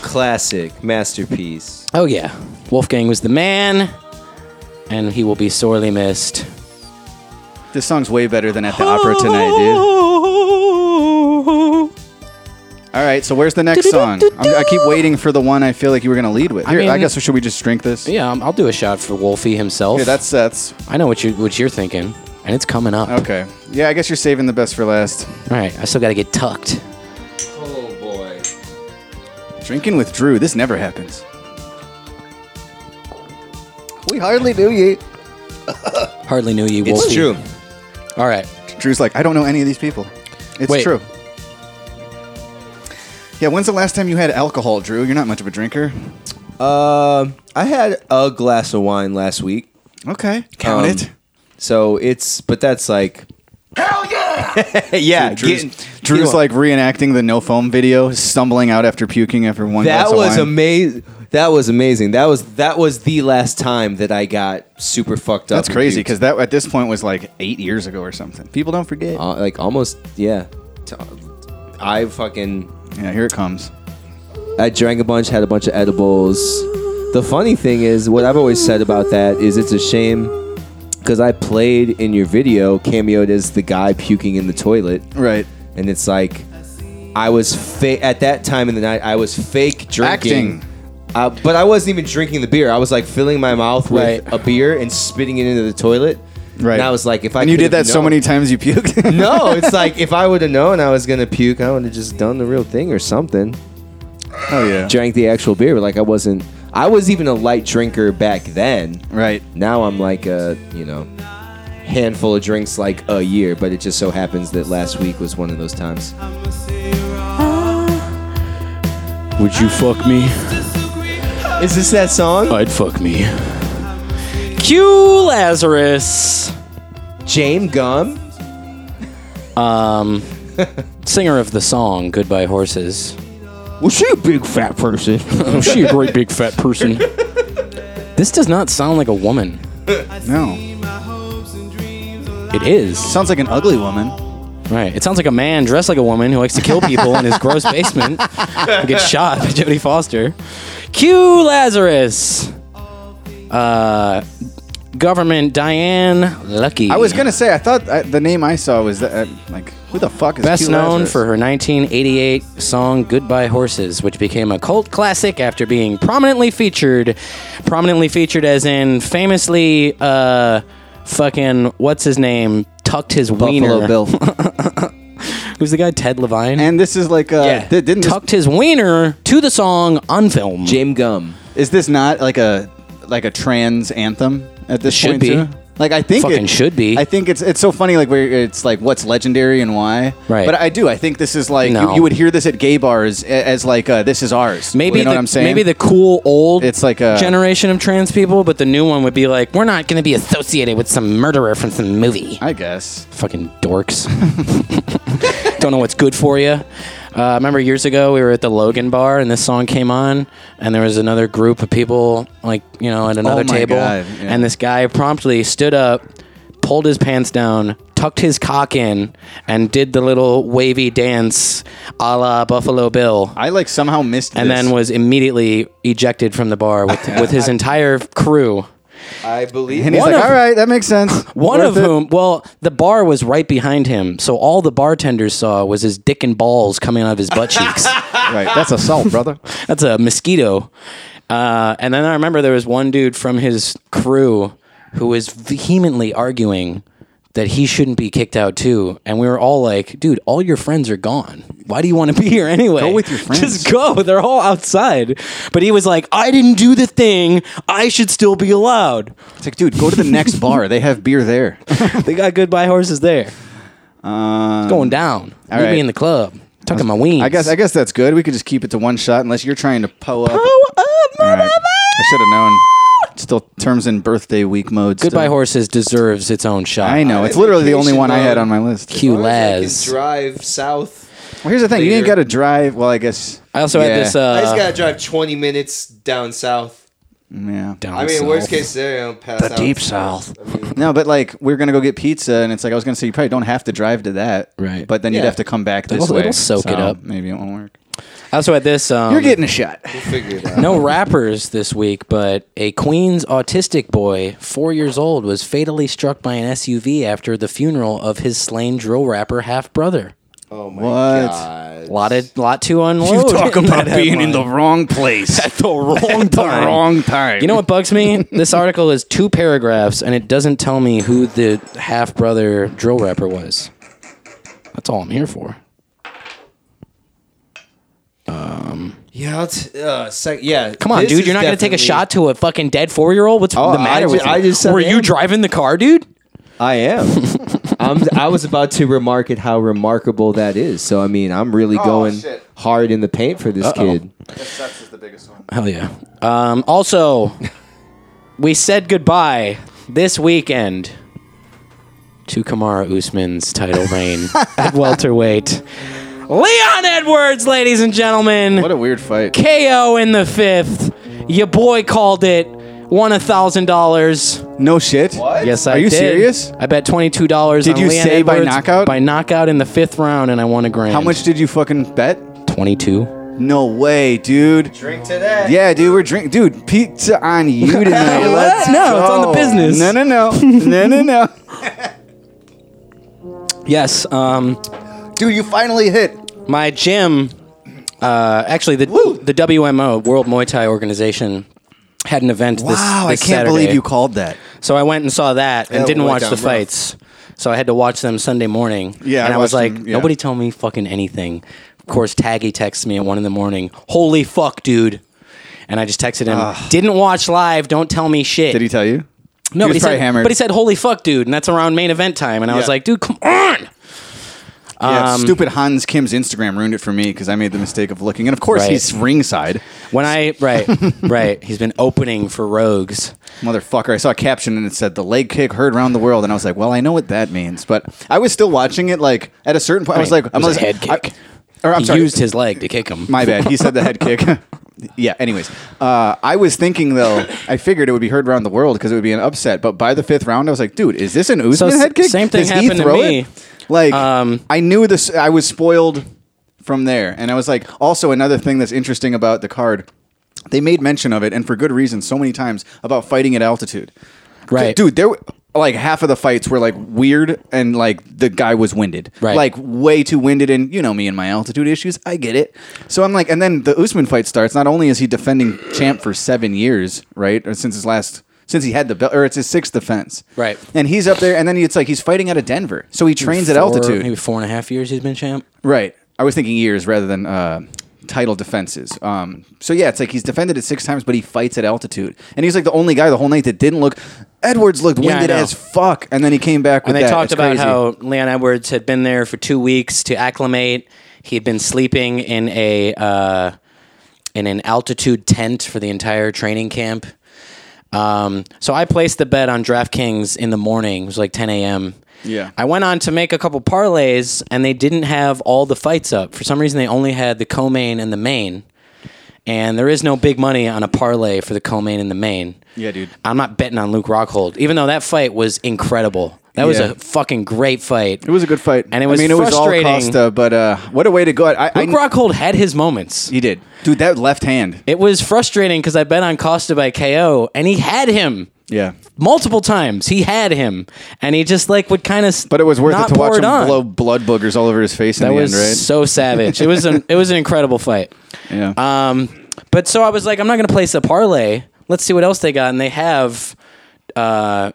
Classic masterpiece. Oh yeah, Wolfgang was the man, and he will be sorely missed. This song's way better than at the opera tonight, dude. All All right, so where's the next song? I'm, I keep waiting for the one I feel like you were gonna lead with. Here, I, mean- guess should we just drink this? Yeah, um, I'll do a shot for Wolfie himself. Here, that's that's I know what you what you're thinking, and it's coming up. okay. Yeah, I guess you're saving the best for last. All right, I still got to get tucked. Oh boy. Drinking with Drew. This never happens. We hardly knew you. Hardly knew you, Wolfie. It's true. All right, Drew's like, I don't know any of these people. It's Wait. true. Yeah, when's the last time you had alcohol, Drew? You're not much of a drinker. Um, I had a glass of wine last week. Okay, count Um, it. So it's, but that's like, hell yeah, yeah. Drew's, getting- Drew's getting- like reenacting the no foam video, stumbling out after puking after one. glass that of was wine. amazing. That was amazing. That was that was the last time that I got super fucked up. That's and crazy puked. because that at this point was like eight years ago or something. People don't forget. Uh, like almost yeah, T- I fucking Yeah, here it comes. I drank a bunch, had a bunch of edibles. The funny thing is, what I've always said about that is it's a shame because I played in your video, cameoed as the guy puking in the toilet, Right. and it's like I was fake at that time in the night. I was fake drinking. Acting. Uh, but I wasn't even drinking the beer. I was like filling my mouth with Right. a beer and spitting it into the toilet. Right. And I was like, if I and you did could've that so known- many times you puked. no, it's like if I would have known I was gonna puke, I would have just done the real thing or something. oh yeah. Drank the actual beer, but like I wasn't. I was even a light drinker back then. Right. Now I'm like a you know handful of drinks like a year, but it just so happens that last week was one of those times. would you fuck me? Is this that song? I'd fuck me. Q Lazarus, James Gum. singer of the song "Goodbye Horses." Was she a big fat person? Oh, she a great big fat person. This does not sound like a woman. No. It is. Sounds like an ugly woman. Right. It sounds like a man dressed like a woman who likes to kill people in his gross basement and gets shot by Jodie Foster. Q Lazarus. Uh, government Diane Lucky. I was gonna say I thought I, the name I saw was that uh, like who the fuck is Best Q known Lazarus? for her 1988 song "Goodbye Horses," which became a cult classic after being prominently featured, prominently featured as in famously, uh, fucking what's his name tucked his wiener. Buffalo Bill. Who's the guy? Ted Levine. And this is like uh, yeah, th- didn't this- tucked his wiener to the song on film. James Gum. is this not like a like a trans anthem at this Should point be. too? Like I think Fucking it should be. I think it's it's so funny like where it's like what's legendary and why. Right. But I do I think this is like No. you, you would hear this at gay bars a- as like uh, this is ours. Maybe you know the, what I'm saying. maybe the cool old It's like a- generation of trans people, but the new one would be like, we're not going to be associated with some murderer from some movie. I guess. fucking dorks. Don't know what's good for you. Uh, I remember years ago we were at the Logan Bar and this song came on, and there was another group of people, like you know, at another Oh my table, God, yeah. and this guy promptly stood up, pulled his pants down, tucked his cock in, and did the little wavy dance, a la Buffalo Bill. I like somehow missed and this. then was immediately ejected from the bar with, with his entire crew. I believe. and he's one like, of- all right, that makes sense. One Worth of it." whom, well, the bar was right behind him, so all the bartenders saw was his dick and balls coming out of his butt cheeks. right, that's assault, brother. That's a mosquito. Uh, and then I remember there was one dude from his crew who was vehemently arguing that he shouldn't be kicked out too. And we were all like, dude, all your friends are gone. Why do you want to be here anyway? Go with your friends." Just go. They're all outside. But he was like, I didn't do the thing. I should still be allowed. It's like, dude, go to the next bar. They have beer there. They got goodbye horses there. Um, going down. all Leave right. me in the club. Tucking my wings. I guess I guess that's good. We could just keep it to one shot unless you're trying to poe up. Oh, oh, my All right. mother! I should have known. Still terms in birthday week mode. still. Goodbye Horses deserves its own shot. I know. It's literally the only one I had on my list. Q Laz. drive south. Well, here's the thing. You ain't got Later. to drive. Well, I guess. I also Yeah. had this. Uh, I just gotta drive 20 minutes down south. Yeah. down I mean, south. worst case scenario, I'm pass out. south. No, but like we're gonna go get pizza, and it's like I was gonna say you probably don't have to drive to that, Right. But then you'd Yeah. have to come back this It'll- way. it'll soak it So up. Maybe it won't work. I also had this. Um, You're getting a shot. Figure it out. no rappers this week, but a Queens autistic boy, four years old, was fatally struck by an SUV after the funeral of his slain drill rapper half brother. Oh my What? god. Lot of lot to unload. You talk in about that being in headline. the wrong place at the wrong at the time. wrong time. You know what bugs me? this article is two paragraphs, and it doesn't tell me who the half brother drill rapper was. That's all I'm here for. Yeah, it's, uh, sec- yeah. Come on, this dude! is You're not going to take a definitely- shot to a fucking dead four year old. What's Oh, the I matter ju- with you? I just said Were I you am. driving the car, dude? I am. I'm, I was about to remark at how remarkable that is. So I mean, I'm really going shit. hard in the paint for this kid. That's the biggest one. Hell yeah. Um, also, we said goodbye this weekend to Kamara Usman's title reign at welterweight. Leon Edwards, ladies and gentlemen. What a weird fight. KO in the fifth. Your boy called it. Won a thousand dollars. No shit. What? Yes, I Are you did. serious? I bet twenty two dollars. Did on you Leon say by Edwards knockout? By knockout in the fifth round, and I won a grand. How much did you fucking bet? Twenty two. No way, dude. Drink to that. Yeah, dude, we're drink, dude. Pizza on you tonight. Let's No, it's on the go. business. No, no, no, no, no, no. Yes. Um. Dude, you finally hit. my gym, uh, actually the the WMO World Muay Thai organization had an event this, Wow, I this can't believe Saturday. you called that. So I went and saw that and Yeah, didn't Muay watch Thai, the rough. fights. So I had to watch them Sunday morning. Yeah, and I I, was watched like, them, yeah. nobody tell me fucking anything. Of course, Taggy texts me at one in the morning. Holy fuck, dude! And I just texted him. Didn't watch live. Don't tell me shit. Did he tell you? No, but He was he probably said, hammered. but he said, "Holy fuck, dude!" And that's around main event time. And I was Yeah. like, "Dude, come on!" Yeah, Um, stupid Hans Kim's Instagram ruined it for me because I made the mistake of looking, and of course Right. he's ringside, When I right, right, he's been opening for Rogues. motherfucker. I saw a caption and it said the leg kick heard around the world, and I was like, well, I know what that means, but I was still watching it. Like at a certain point, I was like, It I'm was like, a head I- kick. or I'm he sorry, used his leg to kick him. My bad. He said the head kick. yeah. Anyways, uh, I was thinking though, I figured it would be heard around the world because it would be an upset. But by the fifth round, I was like, dude, is this an Usman s- head kick? same thing Does he happened to throw me. It? Like, Um, I knew this. I was spoiled from there, and I was like, also another thing that's interesting about the card. They made mention of it, and for good reason, so many times about fighting at altitude. Right. dude. There, were- like half of the fights were like weird, and like the guy was winded, Right. Like way too winded, and you know me and my altitude issues. I get it. So I'm like, and then the Usman fight starts. Not only is he defending champ for seven years, right, or since his last. Since he had the belt, or it's his sixth defense, Right. And he's up there, and then it's like he's fighting out of Denver, so he trains at Four- altitude, Maybe four and a half years he's been champ. Right. I was thinking years rather than uh, title defenses. Um, so yeah, it's like he's defended it six times, but he fights at altitude, and he's like the only guy the whole night that didn't look. Edwards looked Yeah, I winded know. as fuck, and then he came back And with they that. talked It's about crazy. how Leon Edwards had been there for two weeks to acclimate. He had been sleeping in a uh, in an altitude tent for the entire training camp. Um, so I placed the bet on DraftKings in the morning. It was like 10 a.m. Yeah. I went on to make a couple parlays, and they didn't have all the fights up. For some reason, they only had the co-main and the main. And there is no big money on a parlay for the co-main and the main. Yeah, dude. I'm not betting on Luke Rockhold, even though that fight was incredible. That was Yeah. a fucking great fight. it was a good fight, and it was I mean, it was all frustrating. Costa, but uh, what a way to go! I, I, Luke Rockhold had his moments. he did, dude. That left hand. It was frustrating because I bet on Costa by KO, and he had him. Yeah. multiple times he had him and he just like would kind of But it was worth it to watch him blow blood boogers all over his face in that the was end, right? so savage it was an it was an incredible fight yeah. um but so i was like i'm not gonna place a parlay let's see what else they got and they have uh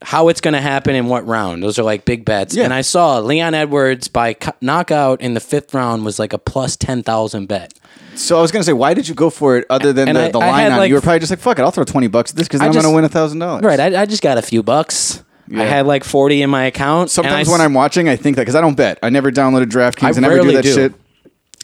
how it's going to happen in what round those are like big bets Yeah. and i saw leon edwards by co- knockout in the fifth round was like a plus 10000 bet so I was gonna say, why did you go for it other than And the, I- the I line had, on? it? like- you were probably just like, fuck it, I'll throw twenty bucks at this because I I'm just- gonna win a thousand dollars. right I, I just got a few bucks i Yeah. had like 40 in my account and I Sometimes s- when I'm watching, I think that because I don't bet. I never downloaded DraftKings. I I, never do rarely that do. shit.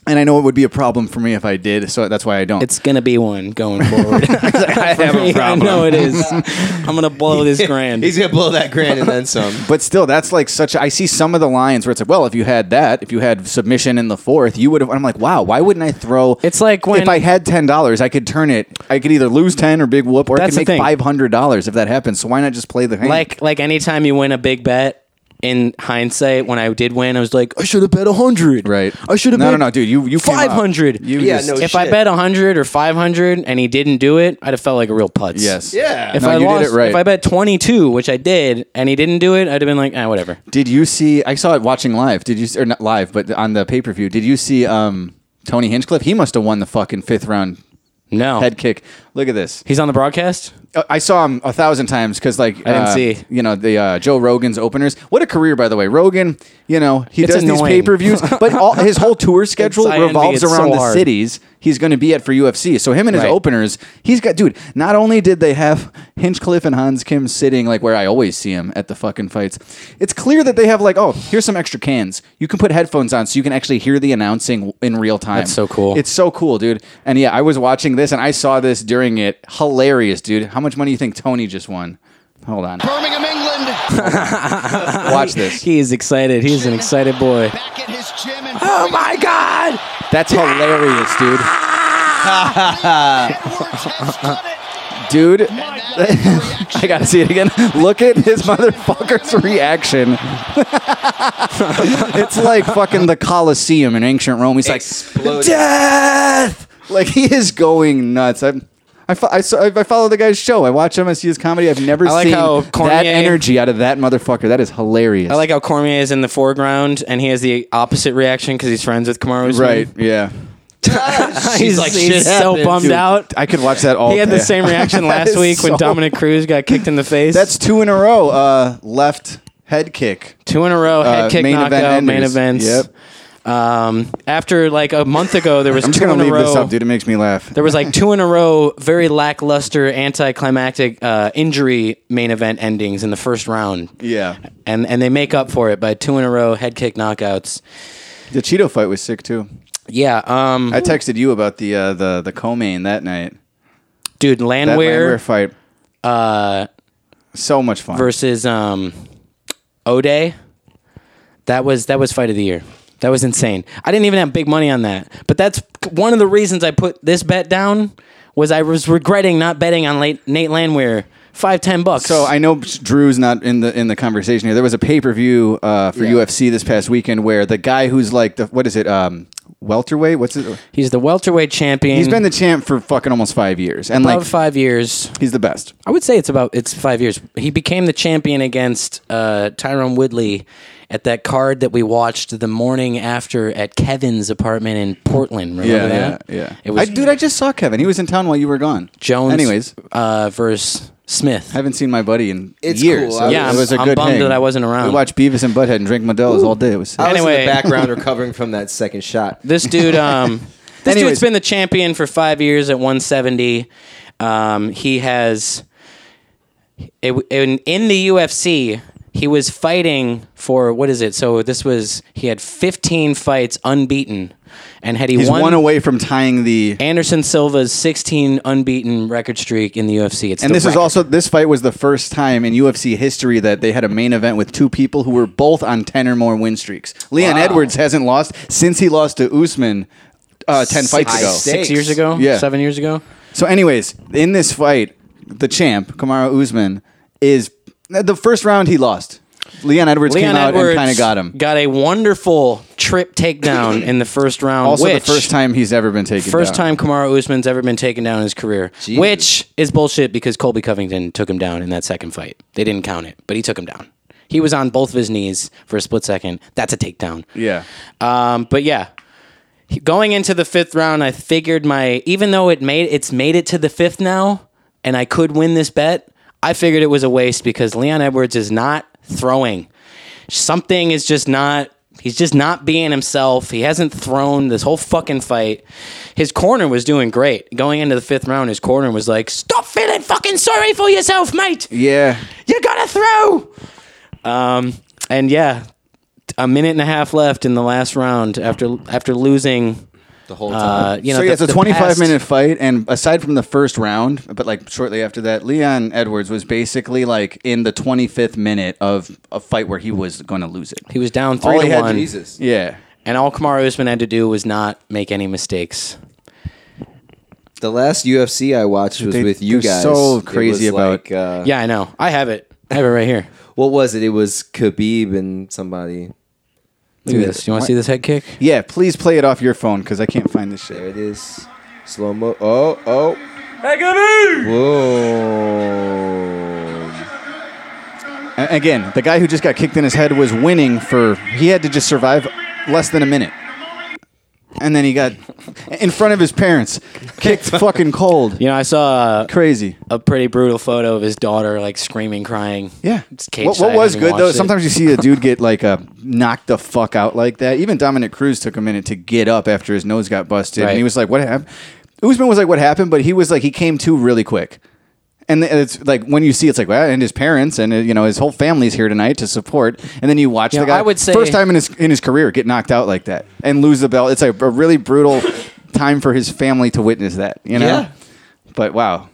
And I know it would be a problem for me if I did, so that's why I don't. It's gonna be one going forward. I have a problem. I know it is. I'm gonna blow this grand. He's gonna blow that grand and then some. but still, that's like such. A, I see some of the lines where it's like, well, if you had that, if you had submission in the fourth, you would have. I'm like, wow, why wouldn't I throw? It's like when- if I had ten dollars, I could turn it. I could either lose ten or big whoop, or That's I the could thing. make five hundred dollars if that happens. So why not just play the hand? Like like anytime you win a big bet, in hindsight, when I did win, I was like, I should have bet hundred. Right. I should have. No, bet no, no, dude, you- you came up. five hundred. You Yeah, just- no if I shit. bet hundred or five hundred and he didn't do it, I'd have felt like a real putz. Yes. Yeah. If No, I you did lost, it right. if I bet twenty two, which I did, and he didn't do it, I'd have been like, ah, whatever. Did you see? I saw it watching live. Did you or not live, but on the pay per view? Did you see um, Tony Hinchcliffe? He must have won the fucking fifth round. No head kick. Look at this. He's on the broadcast. I saw him a thousand times because, like, I didn't uh, see. You know the uh, Joe Rogan's openers. What a career, by the way. Rogan. You know he It's does these annoying. pay per views, but all, his whole tour schedule It's- I envy revolves it so around the hard. cities he's going to be at for UFC. So him and his Right. openers, he's got dude. Not only did they have Hinchcliffe and Hans Kim sitting like where I always see him at the fucking fights, it's clear that they have like, oh, here's some extra cans. You can put headphones on so you can actually hear the announcing in real time. That's so cool. It's so cool, dude. And yeah, I was watching this and I saw this during it. Hilarious, dude. How much money do you think Tony just won? Hold on. Birmingham, England. Watch this. He is excited. He is an excited boy. Oh my God! That's hilarious, dude. dude, I gotta see it again. Look at his motherfucker's reaction. it's like fucking the Colosseum in ancient Rome. He's like, Exploded. death! Like he is going nuts. I'm. I, fo- I, saw- I follow the guy's show. I watch him. I see his comedy. I've never I like seen how that Cormier- energy out of that motherfucker. That is hilarious. I like how Cormier is in the foreground and he has the opposite reaction because he's friends with Kamaru. Right? Yeah. he's like he's so bummed Dude, out. I could watch that all. He had the day. same reaction That last is week when so Dominic Cruz got kicked in the face. That's two in a row. Uh, left head kick. Two in a row, head Uh, kick, main event knockout, main enders. events. Yep. Um, after like a month ago, there was I'm just two gonna in a leave row. this up, dude. It makes me laugh. There was like two in a row, very lackluster, anticlimactic uh, injury main event endings in the first round. Yeah. and and they make up for it by two in a row head kick knockouts. The Cheeto fight was sick too. Yeah, um, I texted you about the uh, the the co-main that night, dude. that Landwehr, Landweer fight. Uh, so much fun versus um, O'Day. That was that was fight of the year. That was insane. I didn't even have big money on that, but that's one of the reasons I put this bet down. Was I was regretting not betting on late Nate Landwehr five ten bucks. So I know Drew's not in the in the conversation here. There was a pay per view uh, for UFC this past weekend where the guy who's like the what is it um, welterweight? What's it? He's the welterweight champion. He's been the champ for fucking almost five years, and Above like five years, he's the best. I would say it's about it's five years. He became the champion against uh, Tyrone Woodley at that card that we watched the morning after at Kevin's apartment in Portland. Remember that? yeah, yeah. It was I, dude, I just saw Kevin. He was in town while you were gone. Jones. Anyways, uh, versus Smith. I haven't seen my buddy in It's years. cool. so Yeah, it was a I'm- I'm good bummed hang. that I wasn't around. We watched Beavis and Butthead and drank Modelo's all day. It was sick. I was in Anyway. the background recovering from that second shot. This dude, um, this Anyways. dude's been the champion for five years at 170. Um, he has it, in in the UFC. He was fighting for what is it? So this was he had 15 fights unbeaten, and had he He's won, one away from tying the. Anderson Silva's 16 unbeaten record streak in the UFC. It's And the this is record. also this fight was the first time in UFC history that they had a main event with two people who were both on ten or more win streaks. Leon Wow. Edwards hasn't lost since he lost to Usman uh, ten fights Six- ago. six years ago, Yeah. seven years ago. So, anyways, in this fight, the champ Kamara Usman is uh, the first round he lost. Leon Edwards Leon came out Edwards and kind of got him. Got a wonderful trip takedown in the first round. Also, which- the first time he's ever been taken. First down. time Kamara Usman's ever been taken down in his career, which is bullshit because Colby Covington took him down in that second fight. They didn't count it, but he took him down. He was on both of his knees for a split second. That's a takedown. Yeah. Um, but yeah, he- going into the fifth round, I figured my even though it made it's made it to the fifth now, and I could win this bet. I figured it was a waste because Leon Edwards is not throwing. Something is just not. He's just not being himself. He hasn't thrown this whole fucking fight. His corner was doing great. Going into the fifth round, his corner was like, Stop feeling fucking sorry for yourself, mate. Yeah. You gotta throw. Um, and yeah, a minute and a half left in the last round after after losing the whole Uh, you know, so yeah, the- it's a the 25 past- minute fight, and aside from the first round, but like shortly after that, Leon Edwards was basically like in the 25th minute of a fight where he was going to lose it. He was down All three he to had- one. Jesus. Yeah. And all Kamaru Usman had to do was not make any mistakes. The last UFC I watched was They- with you they're guys. so It crazy was about- like, uh, yeah, I know. I have it. I have it right here. What was it? It was Khabib and somebody. Look at this. You want to see this head kick? Yeah, please play it off your phone because I can't find this shit. There it is. Slow mo. Oh, oh. Whoa. A- again, the guy who just got kicked in his head was winning for. He had to just survive less than a minute. And then he got in front of his parents, kicked fucking cold. You know, I saw uh, crazy a pretty brutal photo of his daughter like screaming, crying. Yeah. it's cage what, side. what I was haven't good though? watched it. Sometimes you see a dude get like uh, knocked the fuck out like that. Even Dominic Cruz took a minute to get up after his nose got busted, Right. and he was like, "What happened?" Usman was like, "What happened?" But he was like, he came to really quick. And th- it's like when you see it's like well, and his parents and uh, you know his whole family's here tonight to support, and then you watch You the know, guy I would say- first time in his in his career get knocked out like that and lose the belt. It's like a really brutal time for his family to witness that, you know. Yeah. But wow,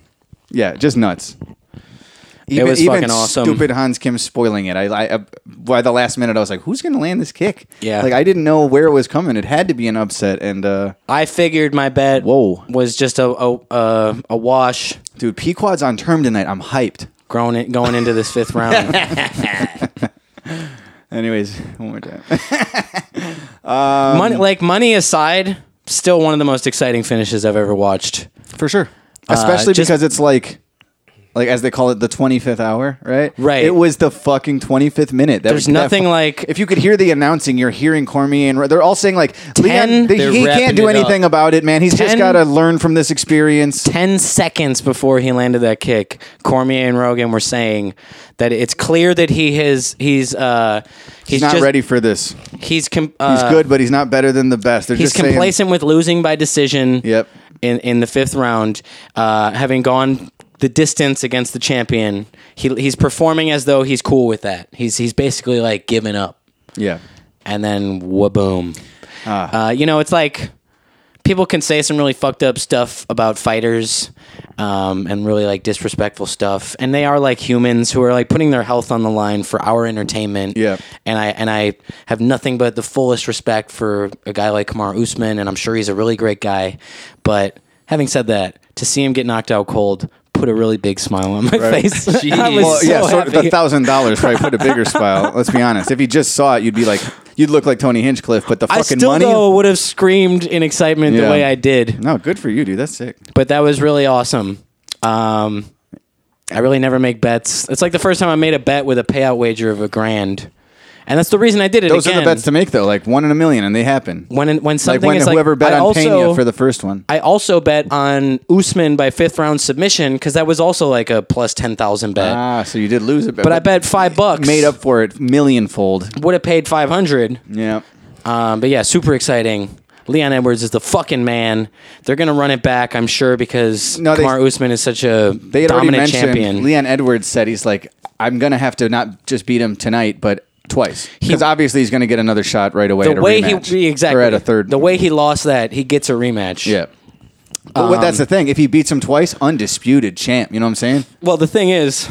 yeah, just nuts. It Even, was even fucking awesome. Stupid Hans Kim spoiling it. I, I, I by the last minute, I was like, "Who's going to land this kick?" Yeah. like I didn't know where it was coming. It had to be an upset, and uh, I figured my bet Whoa. was just a a, a, a wash dude, Pequod's on term tonight. I'm hyped. growing it, going into this fifth round. Anyways, one more time. money, like money aside, still one of the most exciting finishes I've ever watched. for sure. Especially Uh, just- because it's like, like as they call it, the 25th hour, right? Right. It was the fucking 25th minute. That There's that nothing fu- like- if you could hear the announcing, you're hearing Cormier and Ro- they're all saying like, Leon, they- They're he wrapping can't do it up. anything about it, man. He's just Ten- got to learn from this experience. 10 seconds before he landed that kick, Cormier and Rogan were saying that it's clear that he has he's uh he's, He's not just- ready for this. He's com- He's uh, good, but he's not better than the best. They're He's just saying- complacent with losing by decision. Yep. In in the fifth round, uh, having gone the distance against the champion, he he's performing as though he's cool with that. He's he's basically like giving up, yeah. and then whaboom. Ah. Uh, you know, it's like people can say some really fucked up stuff about fighters um, and really like disrespectful stuff and they are like humans who are like putting their health on the line for our entertainment Yeah. and i and i have nothing but the fullest respect for a guy like kamar usman and i'm sure he's a really great guy but having said that to see him get knocked out cold put a really big smile on my face I was Well, so yeah, sort of happy. the thousand dollars probably put a bigger smile. Let's be honest. If you just saw it, you'd be like, you'd look like Tony Hinchcliffe. But the I fucking still money. though would have screamed in excitement Yeah. the way I did, No, good for you, dude. That's sick. but that was really awesome. Um, I really never make bets. It's like the first time I made a bet with a payout wager of a grand, and that's the reason I did it. Those again. are the bets to make though, like one in a million, and they happen. when when like something when is like whoever bet I on also, Pena for the first one. I also bet on Usman by fifth round submission because that was also like a plus ten thousand bet. ah, so you did lose it, but I bet five bucks. made up for it millionfold. Would have paid five hundred. Yeah. Um, but yeah, super exciting. Leon Edwards is the fucking man. They're gonna run it back, I'm sure, because No, they- Kamar Usman is such a They had already dominant mentioned champion. Leon Edwards said he's like, I'm gonna have to not just beat him tonight, but twice because obviously he's gonna get another shot right away. the at a way rematch, he exactly or at a third. The way he lost that, he gets a rematch. Yeah. But what, Um, that's the thing. If he beats him twice, undisputed champ. You know what I'm saying? Well, the thing is,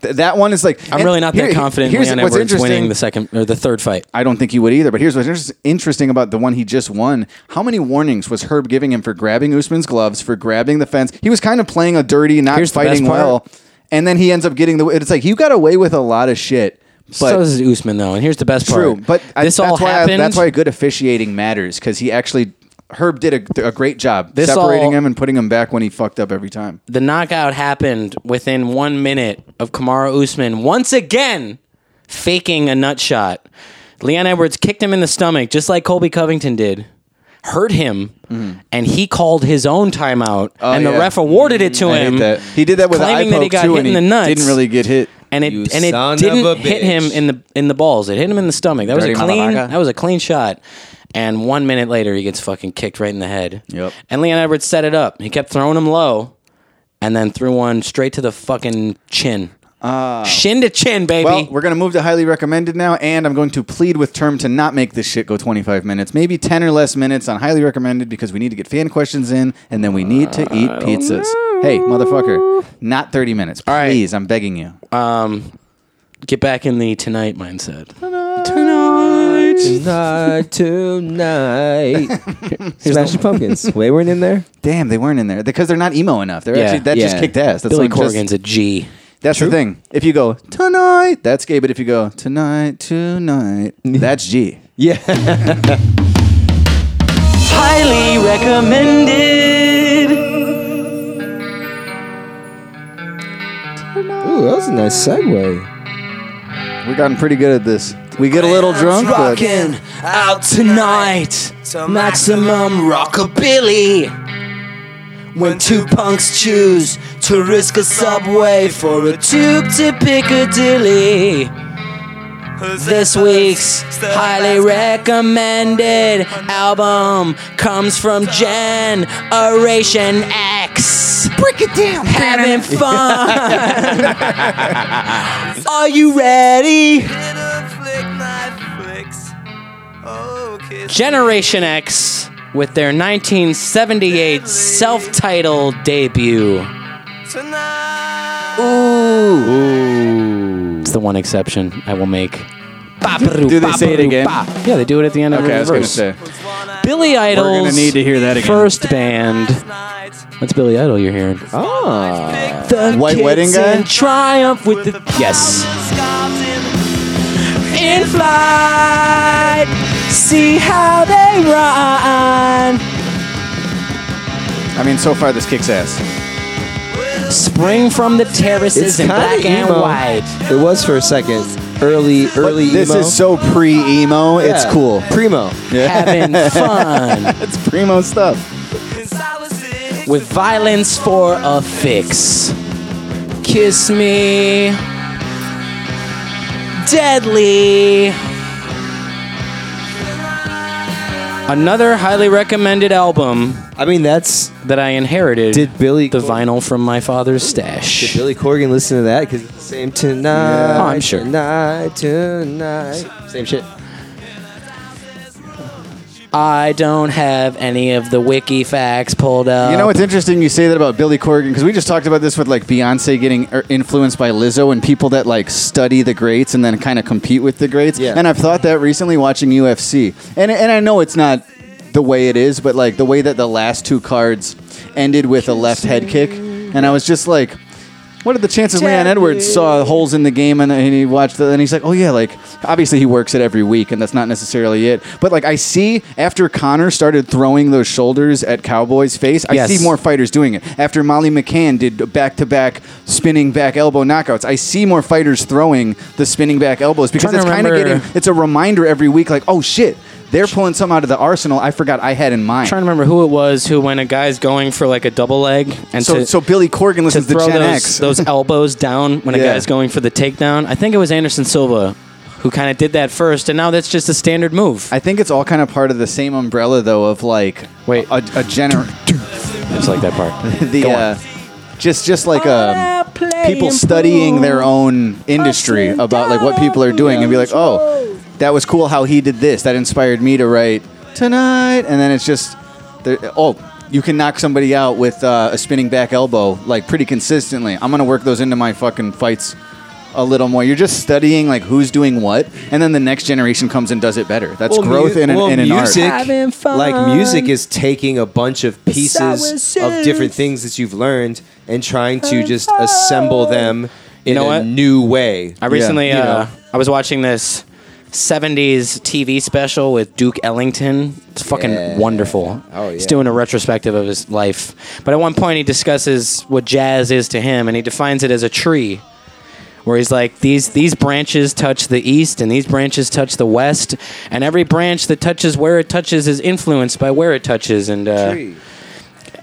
Th- that one is like I'm and really not that here- confident here's Leon what's Edwards interesting. winning the second or the third fight. I don't think he would either. But here's what's inter- interesting about the one he just won. How many warnings was Herb giving him for grabbing Usman's gloves, for grabbing the fence? He was kind of playing a dirty, not Here's the best fighting part. well, and then he ends up getting the. It's like you got away with a lot of shit. But so is Usman though, and here's the best True, part. but I- this all that's why I- happened. that's why good officiating matters because he actually Herb did a, a great job This separating all- him and putting him back when he fucked up every time. the knockout happened within one minute of Kamara Usman once again faking a nut shot. Leon Edwards kicked him in the stomach, just like Colby Covington did, hurt him, and he called his own timeout, and the Mm-hmm. Oh, yeah. Mm, ref awarded it to I hate him. that. He did that with an eye claiming that he poke got too, hit and in he the nuts. didn't really get hit. and it You and son it of didn't a hit bitch. him in the in the balls. It hit him in the stomach. That Dirty was a clean. motherfucker. That was a clean shot. And one minute later, he gets fucking kicked right in the head. Yep. And Leon Edwards set it up. He kept throwing him low, and then threw one straight to the fucking chin. Shin to chin, baby. Ah. Well, we're going to move to highly recommended now, and I'm going to plead with Term to not make this shit go 25 minutes, maybe 10 or less minutes on highly recommended because we need to get fan questions in, and then we need to eat pizzas. Hey, motherfucker, not 30 minutes. right. Please, I'm begging you. Get back in the tonight mindset. Tonight, tonight. Smashing Pumpkins. Wait, weren't in there? Damn, they weren't in there because they're not emo enough. They're Yeah. actually that just Yeah. kicked ass. That's Billy like just- Corgan's a G. That's the thing. If you go tonight, that's gay. But if you go tonight, tonight, that's G. Yeah. Highly recommended. Ooh, that was a nice segue. We're gotten pretty good at this. We get a little drunk, but Rocking out tonight to maximum rockabilly. When two punks choose to risk a subway for a tube to Piccadilly. This week's highly recommended album comes from Generation X. Break it down. Having fun. Are you ready? Generation X with their 1978 self-titled debut. Ooh. It's the one exception I will make. Do they say it again? Yeah, they do it at the end of Okay, I every was gonna verse. say. Billy Idol's We're gonna need to hear that again. first band. What's Billy Idol you're hearing? Ah. Oh. The White kids Wedding guy? in triumph with the Yes. in flight. See how they run. I mean, so far this kicks ass. Spring from the terraces in kinda black and emo. white. It was for a second. Early, early This emo. is so pre emo. It's Yeah. cool. Primo. Having fun it's primo stuff. with violence for a fix. Kiss me. Deadly. Another highly recommended album I mean, that's. that I inherited. Did Billy the vinyl from my father's stash? Did Billy Corgan listen to that? Because it's the same tonight. Oh, I'm sure. Tonight, tonight. Same shit. I don't have any of the wiki facts pulled up. You know, it's interesting you say that about Billy Corgan because we just talked about this with like Beyonce getting er, influenced by Lizzo and people that like study the greats and then kind of compete with the greats. Yeah. And I've thought that recently watching UFC. And and I know it's not the way it is, but like the way that the last two cards ended with a left head kick, and I was just like. What are the chances Leon Edwards saw holes in the game and, and he watched it and he's like, oh yeah, like obviously he works it every week and that's not necessarily it. But like I see after Connor started throwing those shoulders at Cowboy's face, I Yes. see more fighters doing it. After Molly McCann did back to back spinning back elbow knockouts, I see more fighters throwing the spinning back elbows because Trying it's to kind of remember- getting it's a reminder every week like, oh shit, they're pulling some out of the arsenal I forgot I had in mind. trying to remember who it was who when a guy's going for like a double leg and so, to, so Billy Corgan to listens to throw Gen those, X. those elbows down when a Yeah. guy's going for the takedown. I think it was Anderson Silva who kind of did that first, and now that's just a standard move. I think it's all kind of part of the same umbrella, though, of like Wait. a, a gener It's like that part. the Go on. uh, just just like um, people studying their own industry about like what people are doing and be like, oh, that was cool how he did this. That inspired me to write tonight, and then it's just there, oh. You can knock somebody out with uh, a spinning back elbow like pretty consistently. I'm gonna work those into my fucking fights a little more. You're just studying like who's doing what, and then the next generation comes and does it better. That's Well, mu- growth in an, well, in an art. music, Having fun. Like music is taking a bunch of Yes, pieces I was of different things that you've learned and trying to just assemble them in know a what? new way. I recently, You uh, know. I was watching this 70s TV special with Duke Ellington. It's fucking Yeah. wonderful. Oh, He's yeah. doing a retrospective of his life. But at one point, he discusses what jazz is to him, and he defines it as a tree. Where he's like, these these branches touch the east and these branches touch the west, and every branch that touches where it touches is influenced by where it touches. And uh,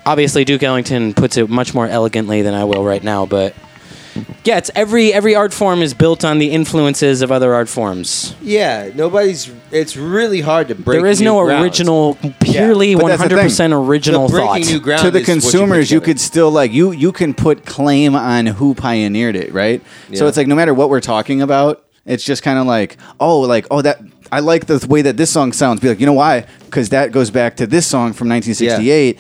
obviously Duke Ellington puts it much more elegantly than I will right now, but yeah, it's every every art form is built on the influences of other art forms. Yeah, nobody's. It's really hard to break. there is new no ground. original, purely But one that's the hundred percent The original breaking thought. new ground to the is what you put consumers, you, together. could still like you you can put claim on who pioneered it, right? So Yeah. it's like no matter what we're talking about, it's just kind of like oh, like oh that I like the way that this song sounds. Be like, you know why? Because that goes back to this song from 1968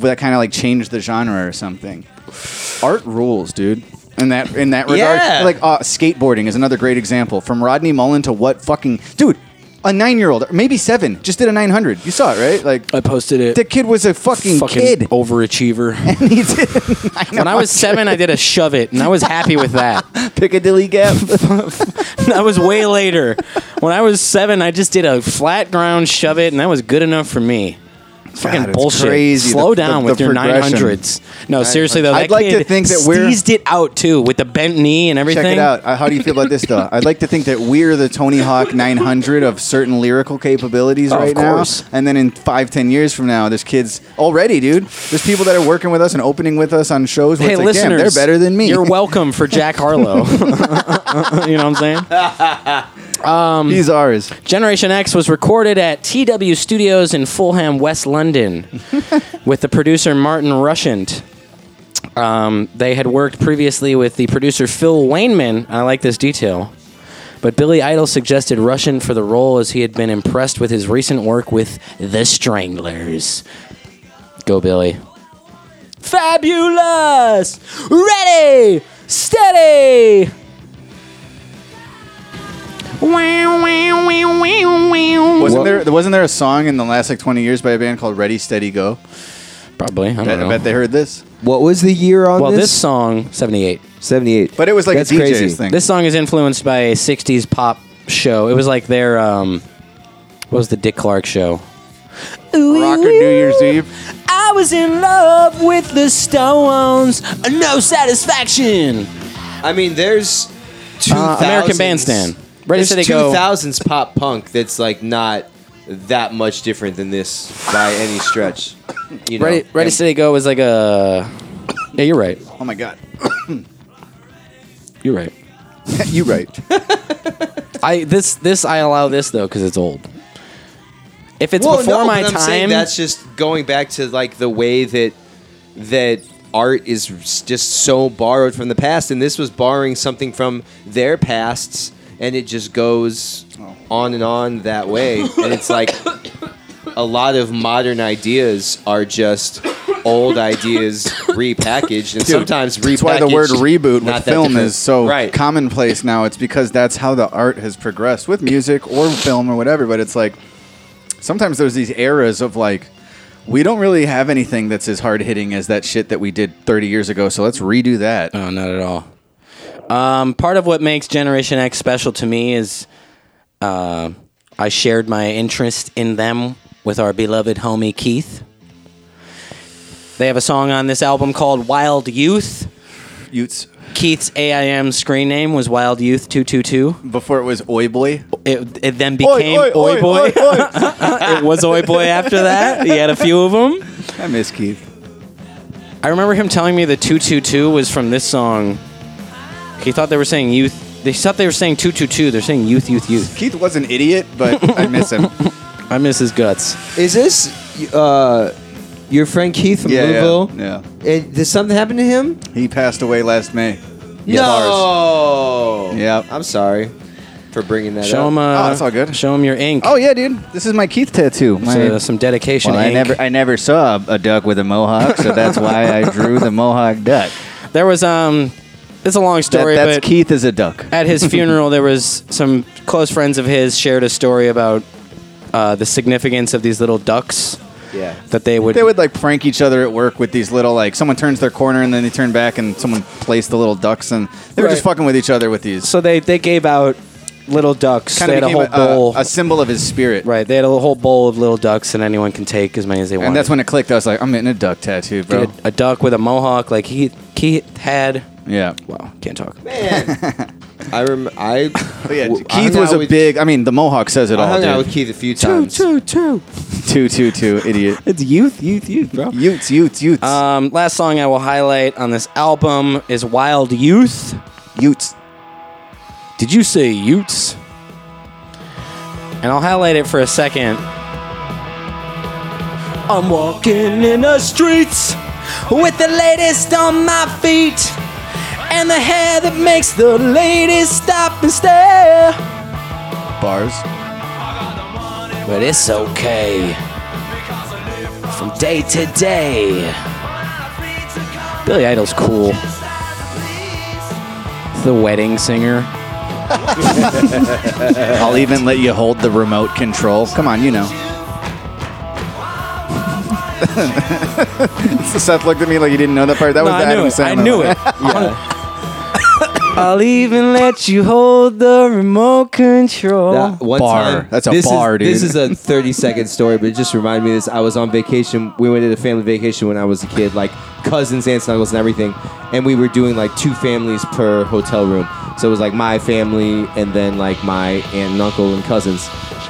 that kind of like changed the genre or something. Art rules, dude. In that in that regard, Yeah. like uh, skateboarding is another great example. From Rodney Mullen to what fucking dude. a nine year old, maybe seven, just did a 900. You saw it, right? Like I posted it. The kid was a fucking, fucking kid. overachiever. when I was seven, I did a shove it, and I was happy with that. Piccadilly Gap. that was way later. When I was seven, I just did a flat ground shove it, and that was good enough for me. It's fucking God, it's bullshit. crazy, Slow the- down the- with the your nine progression. hundreds. No, seriously though, I'd that like to kid think that we're- skeezed it out too with the bent knee and everything. Check it out. Uh, How do you feel about this, though? I'd like to think that we're the Tony Hawk 900 of certain lyrical capabilities Of right course. now. And then in five, ten years from now, there's kids already, dude. There's people that are working with us and opening with us on shows. Where Hey, it's like, listeners, Damn, they're better than me. You're welcome for Jack Harlow. you know what I'm saying? Um, He's ours. Generation X was recorded at TW Studios in Fulham, West London, with the producer Martin Rushent. Um, they had worked previously with the producer Phil Wayneman. I like this detail. But Billy Idol suggested Russian for the role as he had been impressed with his recent work with The Stranglers. Go, Billy. Fabulous! Ready! Steady! Wasn't there wasn't there a song in the last like 20 years by a band called Ready Steady Go? Probably. I don't bet, know. bet they heard this. What was the year on Well, this? this song, 78. 78. But it was like That's a DJ's crazy. thing. This song is influenced by a 60s pop show. It was like their, um, what was the Dick Clark show? Rocker New Year's Eve. I was in love with the Stones. Uh, No satisfaction. I mean, there's two Uh, American Bandstand. Ready, there's Steady, Go. 2000s pop punk that's like not that much different than this by any stretch. You know? Ready, Ready And- Steady Go was like a. Yeah, you're right. Oh my god. You're right. you right. I this this I allow this though because it's old. If it's Well, before no, my but I'm saying time, That's just going back to like the way that that art is s- just so borrowed from the past, and this was borrowing something from their pasts, and it just goes Oh. on and on that way, and it's like a lot of modern ideas are just old ideas repackaged, and Dude, sometimes repackaged. That's why the word reboot with not that film different. is so right. commonplace now. It's because that's how the art has progressed with music or film or whatever. But it's like sometimes there's these eras of like we don't really have anything that's as hard hitting as that shit that we did 30 years ago. So let's redo that. No, Uh. not at all. Um, part of what makes Generation X special to me is uh, I shared my interest in them with our beloved homie Keith. They have a song on this album called Wild Youth. Utes. Keith's AIM screen name was Wild Youth 222. Before it was Oi Boy. It, it then became Oi, Boy. it was Oi Boy after that. He had a few of them. I miss Keith. I remember him telling me the 222 was from this song. He thought they were saying youth. They thought they were saying 222. They're saying youth, youth, youth. Keith was an idiot, but I miss him. I miss his guts. Is this uh, your friend Keith from Yeah, Louisville? yeah, yeah. And did something happen to him? He passed away last May. Bars. No. Yep. I'm sorry for bringing that Show up. him. Uh, Oh, that's all good. Show him your ink. Oh yeah, dude. This is my Keith tattoo. So, My- some dedication. Well, I ink. never, I never saw a duck with a mohawk, so that's why I drew the mohawk duck. There was um. It's a long That, story, that's but Keith as a duck. at his funeral, there was some close friends of his shared a story about uh, the significance of these little ducks yeah. that they would. They would like prank each other at work with these little like someone turns their corner and then they turn back and someone placed the little ducks and they were just Right. fucking with each other with these. So they they gave out little ducks. they Kinda had a became whole bowl. a symbol of his spirit. Right, they had a whole bowl of little ducks, and anyone can take as many as they want. And that's when it clicked. I was like, I'm getting a duck tattoo, bro. Dude, a duck with a mohawk like he Keith had. Yeah. Wow, can't talk. I rem- I. But yeah, w- I Keith hung was out a with- big. I mean, the mohawk says it I all, hung out with dude. Keith a few times. two. Two, two, two, idiot. It's youth, youth, youth, bro. Utes, utes, utes, Um, last song I will highlight on this album is Wild Youth. utes. Did you say Utes? And I'll highlight it for a second. I'm walking in the streets with the latest on my feet and the hair that makes the ladies stop and stare. Bars. But it's okay. From day to day. Billy Idol's cool. The wedding singer. I'll even let you hold the remote control. Come on, you know. so Seth looked at me like he didn't know that part. That was No, Oh, the I knew Adam it. I Sandler knew one. it. I'll even let you hold the remote control. one Bar. Time, That's a this bar, is, dude. This is a 30 second story, but it just reminded me of this. I was on vacation. We went to a family vacation when I was a kid, like cousins, aunts, and uncles, and everything. And we were doing like two families per hotel room. So it was like my family and then like my aunt and uncle and cousins.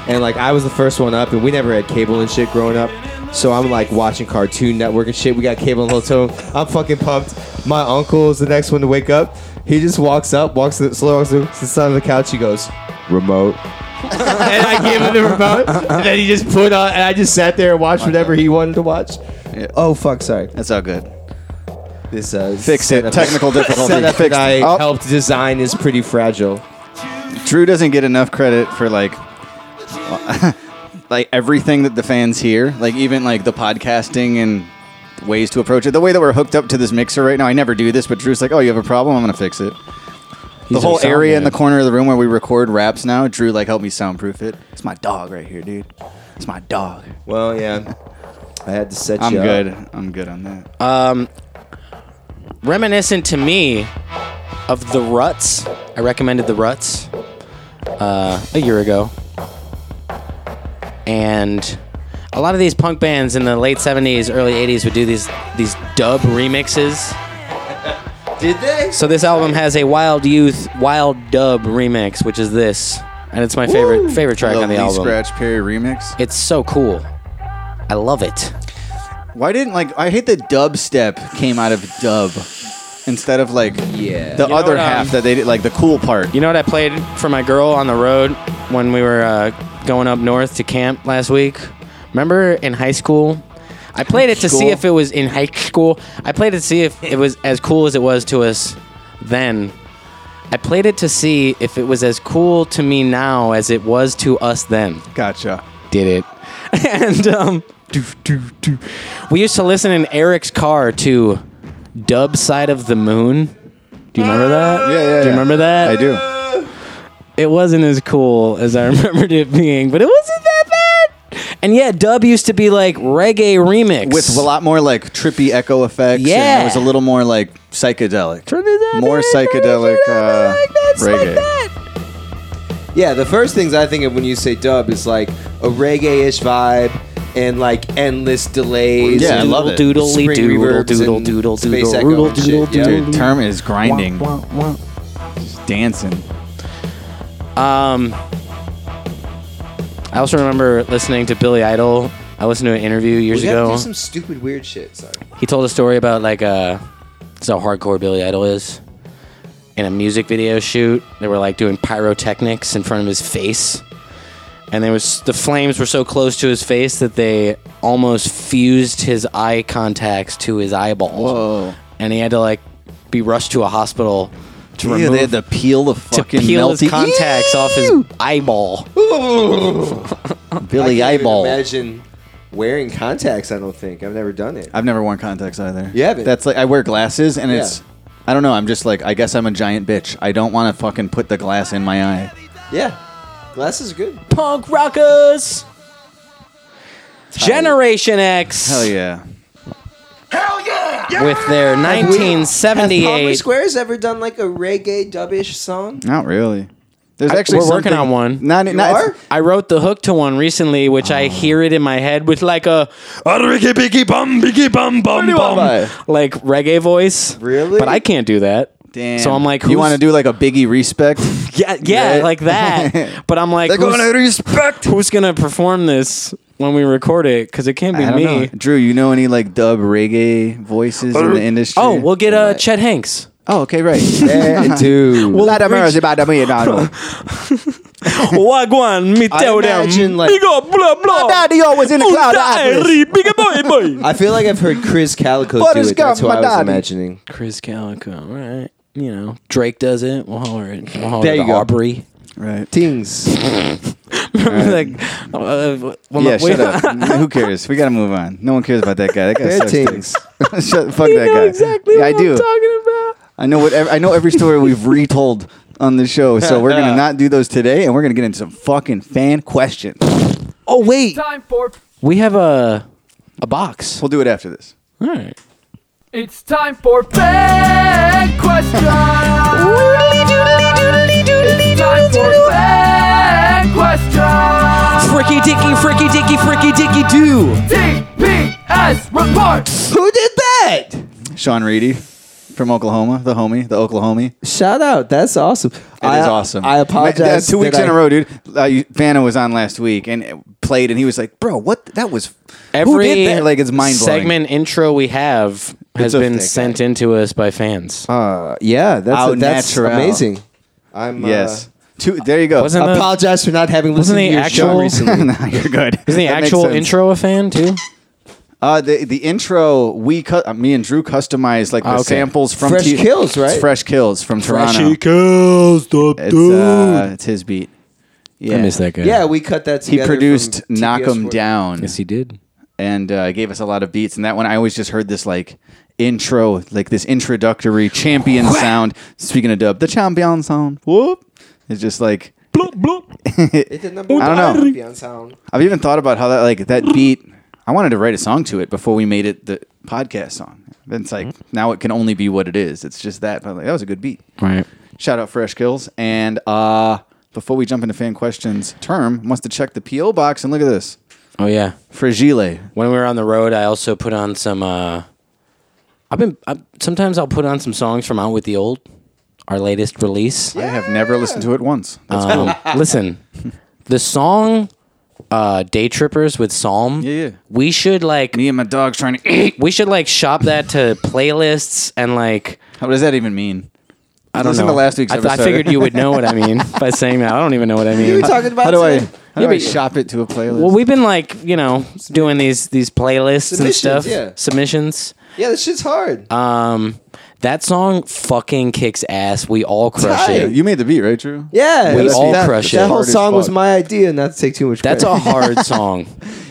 And like I was the first one up, and we never had cable and shit growing up. So I'm like watching Cartoon Network and shit. We got cable in the hotel. room. I'm fucking pumped. My uncle is the next one to wake up. He just walks up, walks to the, slow walks to the side of the couch. He goes, remote and I gave him the remote. And then he just put on, and I just sat there and watched whatever he wanted to watch. Oh fuck, sorry. That's all good. This uh, Fix it. setup- Technical difficulty. Setup Fixed. that I Oh. helped design is pretty fragile. Drew doesn't get enough credit for like like everything that the fans hear, like even like the podcasting and ways to approach it. The way that we're hooked up to this mixer right now, I never do this, but Drew's like, "Oh, you have a problem? I'm gonna fix it." He's the our whole sound area in man. the corner of the room where we record raps now, Drew like helped me soundproof it. It's my dog right here, dude. It's my dog. Well, yeah. I had to set I'm you good. up. I'm good on that. Um, reminiscent to me of the Ruts. I recommended the Ruts uh, a year ago, and a lot of these punk bands in the late '70s, early '80s would do these these dub remixes. Did they? So this album has a Wild Youth Wild Dub remix, which is this, and it's my favorite favorite track The on the Lee album. Scratch Perry remix. It's so cool. I love it. Why didn't like I hate that dubstep came out of dub instead of like yeah the You know other what, um, half that they did like the cool part. You know what I played for my girl on the road when we were uh, going up north to camp last week? Remember in high school? I played it to see School? if it was in high school. I played it to see if it was as cool as it was to us then. I played it to see if it was as cool to me now as it was to us then. Gotcha. Did it. and um, doof, doof, doof. we used to listen in Eric's car to Dub Side of the Moon. Do you remember that? Yeah, yeah. Do you remember that? I do. it wasn't as cool as I remembered it being, but it wasn't that bad. And yeah, dub used to be like reggae remix with a lot more like trippy echo effects. and Yeah. it was a little more like psychedelic, more psychedelic uh, reggae. Yeah, the first things I think of when you say dub is like a reggae-ish vibe and like endless delays. Yeah, I and love it. Doodly spring doodle reverbs doodle and doodle space doodle echo doodle and shit, doodle yeah. Dude, term is grinding, Just dancing. Um, I also remember listening to Billy Idol. I listened to an interview years We gotta ago. do some stupid weird shit. Sorry. he told a story about like uh it's how hardcore Billy Idol is. In a music video shoot, they were like doing pyrotechnics in front of his face. And there was the flames were so close to his face that they almost fused his eye contacts to his eyeballs. Whoa. And he had to like be rushed to a hospital to Yeah, remove they had to peel the to fucking peel melty- his contacts off his eyeball. Billy I can't even eyeball. Imagine wearing contacts. I don't think I've never done it. I've never worn contacts either. You haven't? That's like I wear glasses, and Yeah. it's I don't know. I'm just like I guess I'm a giant bitch. I don't want to fucking put the glass in my eye. Yeah, glasses are good. Punk rockers. Generation X. Hell yeah. With their Have Palmer 1978 Squares ever done like a reggae dubbish song? Not really. There's I- actually we're working something- on one. Not, not are? I wrote the hook to one recently, which I hear it in my head with like a "Ariggy biggy bum biggy bum bum bum" like reggae voice. Really? But I can't do that. Damn. So I'm like, you want to who's- do like a Biggie respect? Yeah, yeah, Yeah. like that. But I'm like, who's, respect. who's gonna perform this when we record it? Because it can't be I don't me. know. Drew, you know any like dub reggae voices in the industry? Oh, we'll get uh, Chet Hanks. Oh, okay, right. dude. well, that is about a million dollars. Wagwan, me I tell them. imagine, like- Big up, blah blah. My Oh. daddy always in the cloud, Uta I was. Eri, bigger boy, boy. I feel like I've heard Chris Calico do Forrest it. That's Gump, what I my was daddy. imagining. Chris Calico, all right. You know, Drake does it. We'll holler it. We'll holler There it you to go. Aubrey. Right. Things. like, uh, well, Yeah, no, wait. shut up. Who cares? We gotta move on. No one cares about that guy. That guy Fair sucks things. dicks. shut, fuck that guy. yeah, I do. talking about. I know what. ev- I know every story we've retold on the show, so we're gonna not do those today, and we're gonna get into some fucking fan questions. Oh wait. Time for. We have a a box. We'll do it after this. All right. It's time for fan questions. It's time for fan questions. Fricky dicky, fricky dicky, fricky dicky do. DPS report. Who did that? Sean Reedy from Oklahoma, the homie, the Oklahomie. Shout out. That's awesome. It is It is awesome. I apologize. Ma- that's two that weeks I- in a row, dude. Uh, you- Vanna was on last week and played, and he was like, "Bro, what? That was Every who did that? like it's mind blowing." segment intro we have has a been thick Oh, sent into us by fans. Uh, yeah, that's Au that's naturel. amazing. I'm uh, Yes. Two, there you go. Wasn't I the- apologize for not having wasn't listened the to your show actual- recently. no, you're good. Isn't the That makes actual sense. intro a fan too? Uh, the the intro we cu- uh, me and Drew customized like the Ah, okay. samples from Fresh Kills, right? It's Fresh Kills from Toronto. kills the It's, uh, it's his beat. Yeah, I miss that guy. yeah, we cut that. he together from produced "Knock 'Em TBS World. Down" Yes, he did. and uh, gave us a lot of beats. And that one, I always just heard this like intro, like this introductory champion sound. Speaking of dub, the champion sound. Whoop! It's just like It's the number I don't one know. champion sound. I've even thought about how that like that beat. I wanted to write a song to it before we made it the podcast song. Then it's like now it can only be what it is. It's just that. But I'm like, that was a good beat. Right. Shout out Fresh Kills. And uh, before we jump into fan questions, term wants to check the PO box and look at this Oh yeah. Fragile. When we were on the road, I also put on some. Uh, I've been I, sometimes I'll put on some songs from Out with the Old, our latest release. I have never listened to it once. That's Um, listen, the song uh, "Day Trippers" with Psalm. Yeah, yeah. We should like me and my dog's trying to eat. we should like shop that to playlists and like How does that even mean? I don't Listen know. to last week's I, th- I episode. figured you would know what I mean by saying that. I don't even know what I mean. What are we talking about? How do I? today? How Yeah, do I but- shop it to a playlist? Well, we've been like you know doing these these playlists and Submissions, stuff, yeah. submissions. Yeah, this shit's hard. Uh, Um, that song fucking kicks ass. We all crush Tight. it. you made the beat, right, Drew? yeah, we that's- all that, crush it. That whole Hard as song was fuck. my idea. Not to take too much. That's a credit. hard song.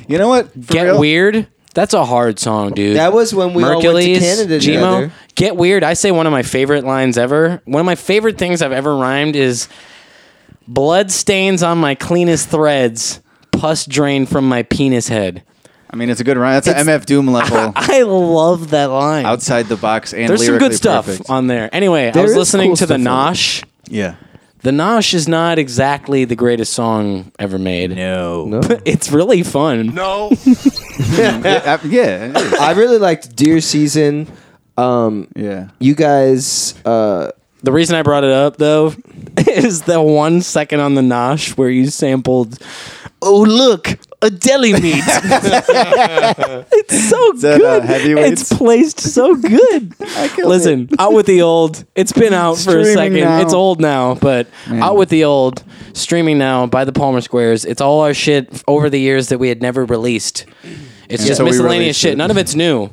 You know what? For Get real? weird. That's a hard song, dude. That was when we all went to Canada together. Get weird. I say one of my favorite lines ever. One of my favorite things I've ever rhymed is blood stains on my cleanest threads, pus drain from my penis head. I mean, it's a good rhyme. That's an MF Doom level, I love that line. outside the box, and There's some good lyrically stuff perfect. on there. Anyway, There I was is listening cool to the stuff on there. Nosh. Yeah. The Nosh is not exactly the greatest song ever made. No. But it's really fun. No. yeah. I- yeah, it is. I really liked Deer Season. Um, Yeah. you guys. Uh, The reason I brought it up though is the one second on the Nosh where you sampled Oh look, a deli meat. it's so that, uh, good. Heavyweights? it's placed so good. Listen, out with the old. It's been out for a Streaming second. now. It's old now, but out with the old. Streaming now by the Palmer Squares. It's all our shit f- over the years that we had never released. It's just so we miscellaneous released shit. it. None of it's new.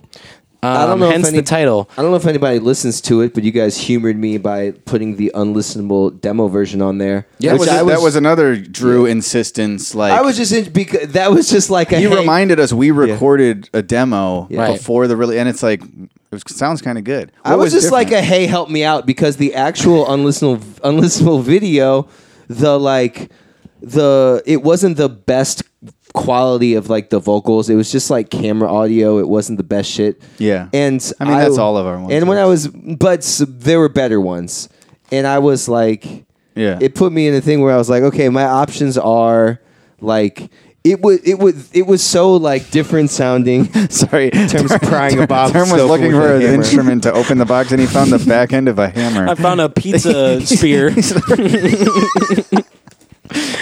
Um, I don't know. hence if any, the title. I don't know if anybody listens to it, but you guys humored me by putting the unlistenable demo version on there. That which was, I that was another Drew insistence. Like I was just in because that was just like a he hey- reminded us we recorded a demo Yeah. Right. before the really, and it's like it was, sounds kind of good. I What was, just like a different? hey, help me out because the actual unlistenable unlistenable video, the like the it wasn't the best quality of like the vocals. It was just like camera audio. It wasn't the best shit. Yeah. and I mean, that's all of our ones, And when right? I was, but s- there were better ones, and I was like, yeah. it put me in a thing where I was like, okay, my options are like it would it would it was so like different sounding. Sorry, in terms of prying a Bob Term was Stoker looking with for a an hammer. instrument to open the box, and he found the back end of a hammer. I found a pizza spear.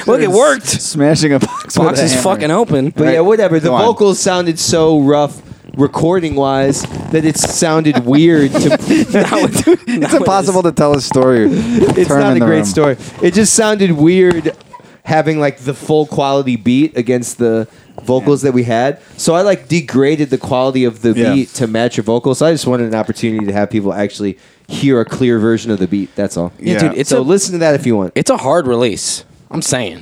Look, it worked. Smashing a box. with Box a is hammer. fucking open. But yeah, Right. whatever. The Go on. vocals sounded so rough recording wise that it sounded weird to It's impossible to tell a story. it's not a great story. It just sounded weird having like the full quality beat against the vocals that we had. So I like degraded the quality of the Yeah. beat to match your vocals. So I just wanted an opportunity to have people actually hear a clear version of the beat. That's all. Yeah, dude, it's so a- listen to that if you want. It's a hard release. I'm saying.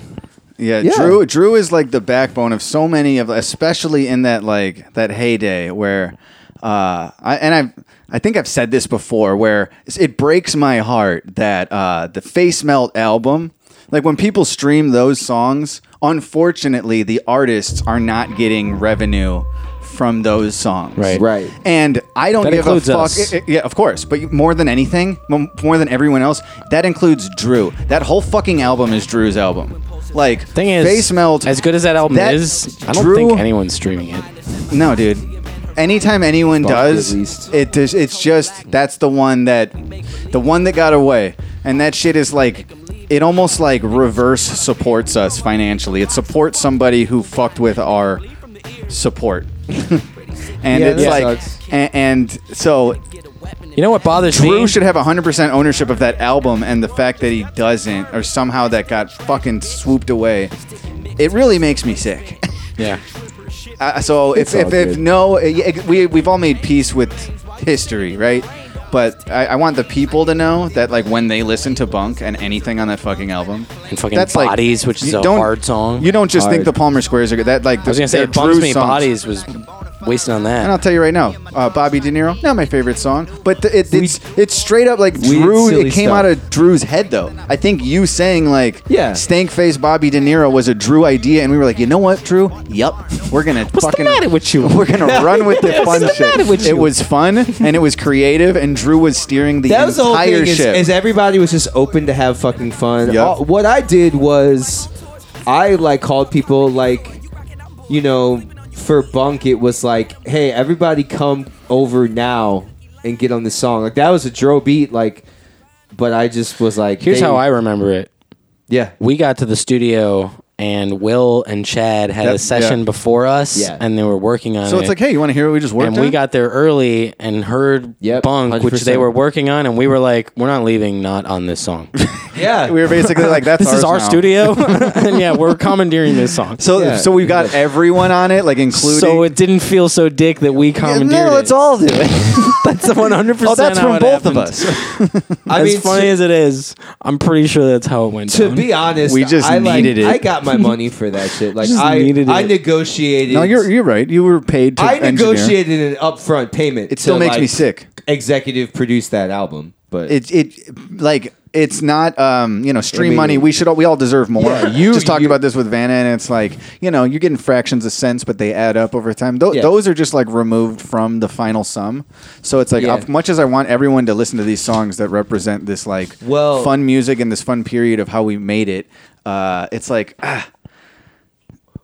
Yeah, Yeah. Drew. Drew is like the backbone of so many of, especially in that like that heyday where, uh, I and I I think I've said this before, where it breaks my heart that uh, the Face Melt album, like when people stream those songs, unfortunately, the artists are not getting revenue from those songs. Right. Right. And I don't That give a includes fuck. us. I- I- yeah, of course. But you- more than anything, m- more than everyone else, that includes Drew. That whole fucking album is Drew's album. Like, thing is, Face Melt. As good as that album is, I don't think anyone's streaming it. no, dude. Anytime anyone Bumped does, at it does, it's just that's the one that the one that got away. And that shit is like it almost like reverse supports us financially. It supports somebody who fucked with our support. and Yeah, it's that like and, and so you know what bothers Drew me? should have 100% ownership of that album and the fact that he doesn't or somehow that got fucking swooped away. It really makes me sick. Yeah. Uh, so if It's if, all if good. no, uh, yeah, we we've all made peace with history, right? But I, I want the people to know that like when they listen to Bunk and anything on that fucking album, And fucking Bodies, which is you a don't- hard song. You don't just think the Hard. Palmer Squares are good. That like I was gonna say they're it bums Drew me. songs. Bodies was wasting on And that. I'll tell you right now, uh, Bobby De Niro, not my favorite song, but th- it, it's it's straight up like did Drew. silly It came stuff. out of Drew's head though. I think you saying like, yeah, stank face Bobby De Niro was a Drew idea, and we were like, you know what, Drew? Yep, we're gonna fucking with you? We're gonna run with the What's fun the matter shit. with It you? was fun and it was creative, and Drew was steering the that was the whole entire thing is, ship. is everybody was just open to have fucking fun. Yep. All- what I did was I like called people like you know for bunk it was like hey everybody come over now and get on this song like that was a dro beat like but I just was like Here's they- how I remember it. Yeah. We got to the studio and Will and Chad had a Yep, session yeah. before us Yeah. and they were working on it. so it's like, hey, you want to hear what we just worked and on? we got there early and heard Bunk, which they 100%. were working on, and we were like, we're not leaving not on this song. yeah, we were basically like, that's this is our ours now. studio, and yeah, we're commandeering this song. So so we've got everyone on it, like including. So it didn't feel so dick that we commandeered no, it. let's all do it. that's one hundred Oh, that's from both of us. I as mean, funny to- as it is, I'm pretty sure that's how it went. to down. be honest We just I, like, needed it. I got my money for that shit like Just I needed I it. negotiated No, you're you're right. You were paid. to I engineer. negotiated an upfront payment It still to, makes me like, sick. executive produce that album but It it like it's not um you know stream mean- money. We should all, we all deserve more. Yeah, you you- just talked about this with Vanna, and it's like you know you're getting fractions of cents, but they add up over time. Tho- Yeah. Those are just like removed from the final sum. So it's like Yeah. as much as I want everyone to listen to these songs that represent this like Well- fun music and this fun period of how we made it. Uh, it's like ah.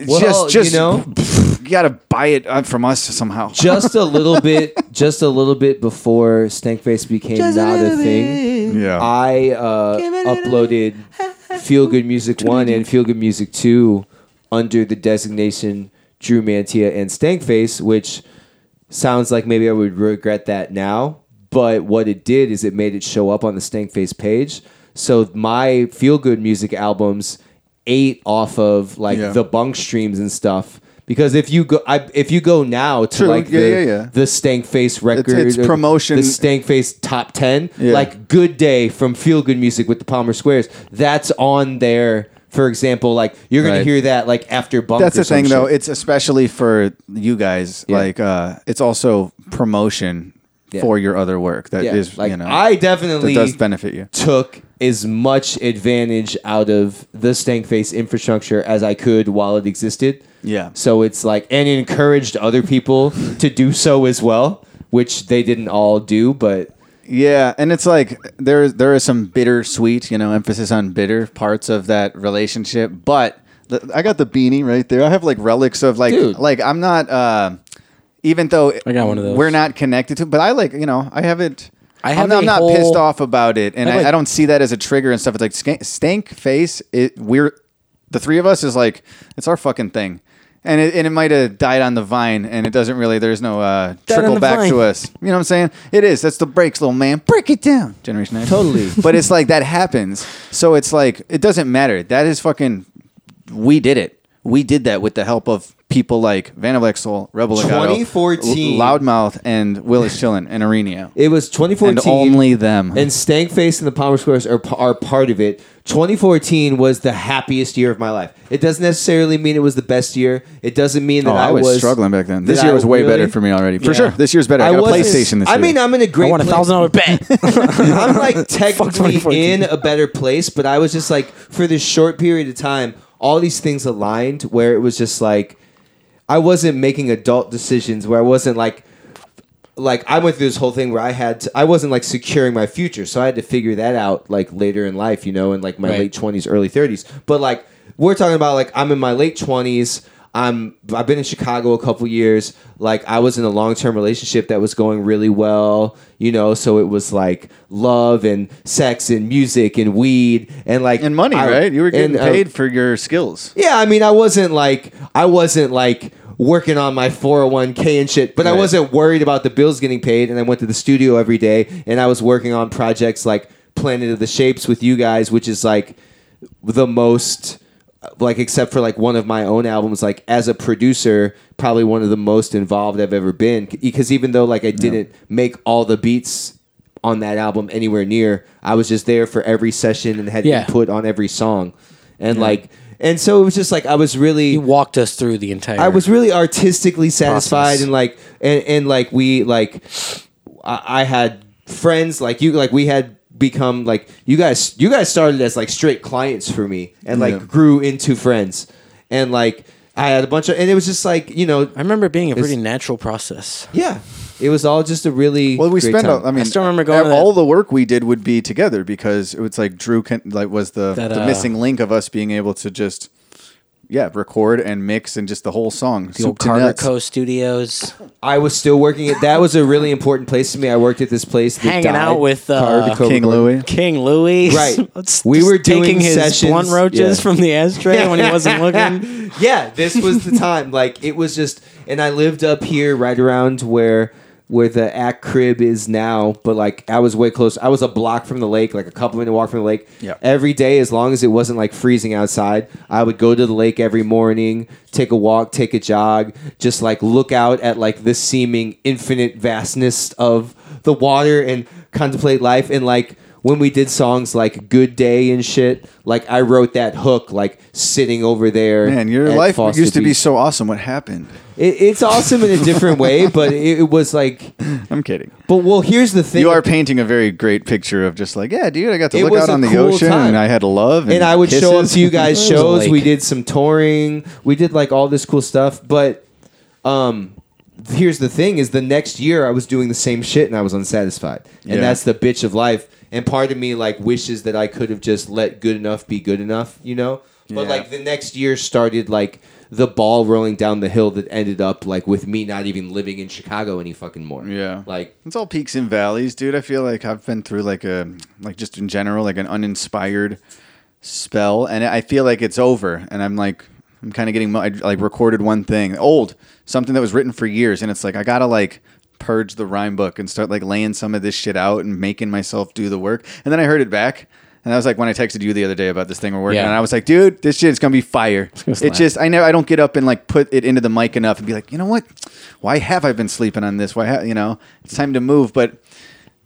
Well, just, just you know- you gotta buy it uh, from us somehow. just a little bit just a little bit before Stankface became Just a not a little thing Yeah. i uh, uploaded feel good music 1 and feel good music 2 under the designation drew mantia and Stankface, which sounds like maybe i would regret that now but what it did is it made it show up on the Stankface page so my feel good music albums ate off of like Yeah. the bunk streams and stuff because if you go I, if you go now to True, like yeah, the, yeah, yeah. the stank face record it's or promotion- the stank face top 10 Yeah. like good day from feel good music with the palmer squares that's on there for example like you're gonna Right. hear that like after bunk That's or the some thing, though. shit. It's especially for you guys. Like, uh, it's also promotion Yeah. for your other work that is, Yeah, like you know, I definitely that does benefit you. took as much advantage out of the Stankface infrastructure as I could while it existed. Yeah. So it's like and encouraged other people to do so as well, which they didn't all do, but Yeah, and it's like there there is some bittersweet, you know, emphasis on bitter parts of that relationship. But th- I got the beanie right there. I have like relics of like Dude. like I'm not. Uh, even though I got one of those. we're not connected to, but I like you know I have it. I I'm have not- a I'm not whole- pissed off about it, and I have, I, like- I don't see that as a trigger and stuff. It's like skank, stank face. It we're the three of us is like it's our fucking thing, and it and it might have died on the vine, and it doesn't really. There's no uh, Died on trickle the back vine. to us. You know what I'm saying? It is. That's the breaks, little man. Break it down, Generation X. Totally. but it's like that happens. So it's like it doesn't matter. That is fucking. We did it. We did that with the help of people like Van Vexel, Rebel Legato, 2014. L- Loudmouth, and Willis Chillin and Arena. It was 2014. And only them. And Stankface and the Palmer Squares are, p- are part of it. 2014 was the happiest year of my life. It doesn't necessarily mean it was the best year. It doesn't mean that Oh, I I, was struggling back then. This that year I was way really- better for me already. For sure. This year's better. I got a wasn't- PlayStation this I year. mean, I'm in a great. won a $1,000 bet. I'm like technically in a better place, but I was just like for this short period of time, all these things aligned where it was just like I wasn't making adult decisions where I wasn't like like I went through this whole thing where I had to, I wasn't like securing my future, so I had to figure that out like later in life, you know, in like my Right. late twenties, early thirties. But like we're talking about like I'm in my late twenties. I'm I've been in Chicago a couple years. Like I was in a long term relationship that was going really well, you know. So it was like love and sex and music and weed and like and uh, money, right? You were getting paid for your skills. yeah, I mean, I wasn't like I wasn't like working on my 401k and shit, but I Right. wasn't worried about the bills getting paid and I went to the studio every day and I was working on projects like Planet of the Shapes with you guys, which is like the most like except for like one of my own albums like as a producer probably one of the most involved I've ever been because even though like I didn't make all the beats on that album anywhere near I was just there for every session and had Yeah. input on every song and like and so it was just like I was really he walked us through the entire I was really artistically satisfied Process. and like and, and like we like I, I had friends like you like we had become like you guys you guys started as like straight clients for me and like Yeah. grew into friends and like I had a bunch of and it was just like you know I remember being a pretty natural process. yeah it was all just a really Well, we great spent. time. all- I mean, going to that- all the work we did would be together because it was like Drew can, like was the That, the uh, missing link of us being able to just yeah record and mix and just the whole song. The old soup to Carter nuts. Co. Studios. I was still working at that was a really important place to me I worked at this place that hanging died out with prior uh, to COVID. King Louis. Right. Let's- We just were taking doing his sessions- blunt roaches yeah. from the ashtray when he wasn't looking. yeah, this was the time. Like it was just, and I lived up here right around where where the act crib is now. But like I was way close. I was a block from the lake, like a couple minute walk from the lake. Yeah. Every day, as long as it wasn't like freezing outside, I would go to the lake every morning, take a walk, take a jog, just like look out at like this seeming infinite vastness of the water and contemplate life and like when we did songs like Good Day and shit, like I wrote that hook like sitting over there. Man, your at life Foster used to be Beach. so awesome. What happened? It, it's awesome in a different way, but it, it was like. I'm kidding. But well, here's the thing. You are painting a very great picture of just like yeah, dude. I got to It look was out a on the cool ocean time. and I had love. And, And, I would show up kisses. to you guys' shows. We Like, did some touring. We did like all this cool stuff. But um, here's the thing: is the next year I was doing the same shit and I was unsatisfied. And Yeah. that's the bitch of life. And part of me like wishes that I could have just let good enough be good enough, you know. But Yeah. like the next year started like the ball rolling down the hill that ended up like with me not even living in Chicago any fucking more. Yeah, like It's all peaks and valleys, dude. I feel like I've been through like a like just in general like an uninspired spell, and I feel like it's over. And I'm like, I'm kind of getting mo- I like recorded one thing old, something that was written for years, and it's like I gotta like purge the rhyme book and start like laying some of this shit out and making myself do the work. And then I heard it back. And that was like when I texted you the other day about this thing we're working Yeah. on. I was like, dude, this shit is gonna be fire. gonna It's slap. just I never I don't get up and like put it into the mic enough and be like, you know what? Why have I been sleeping on this? Why ha-? you know it's time to move. But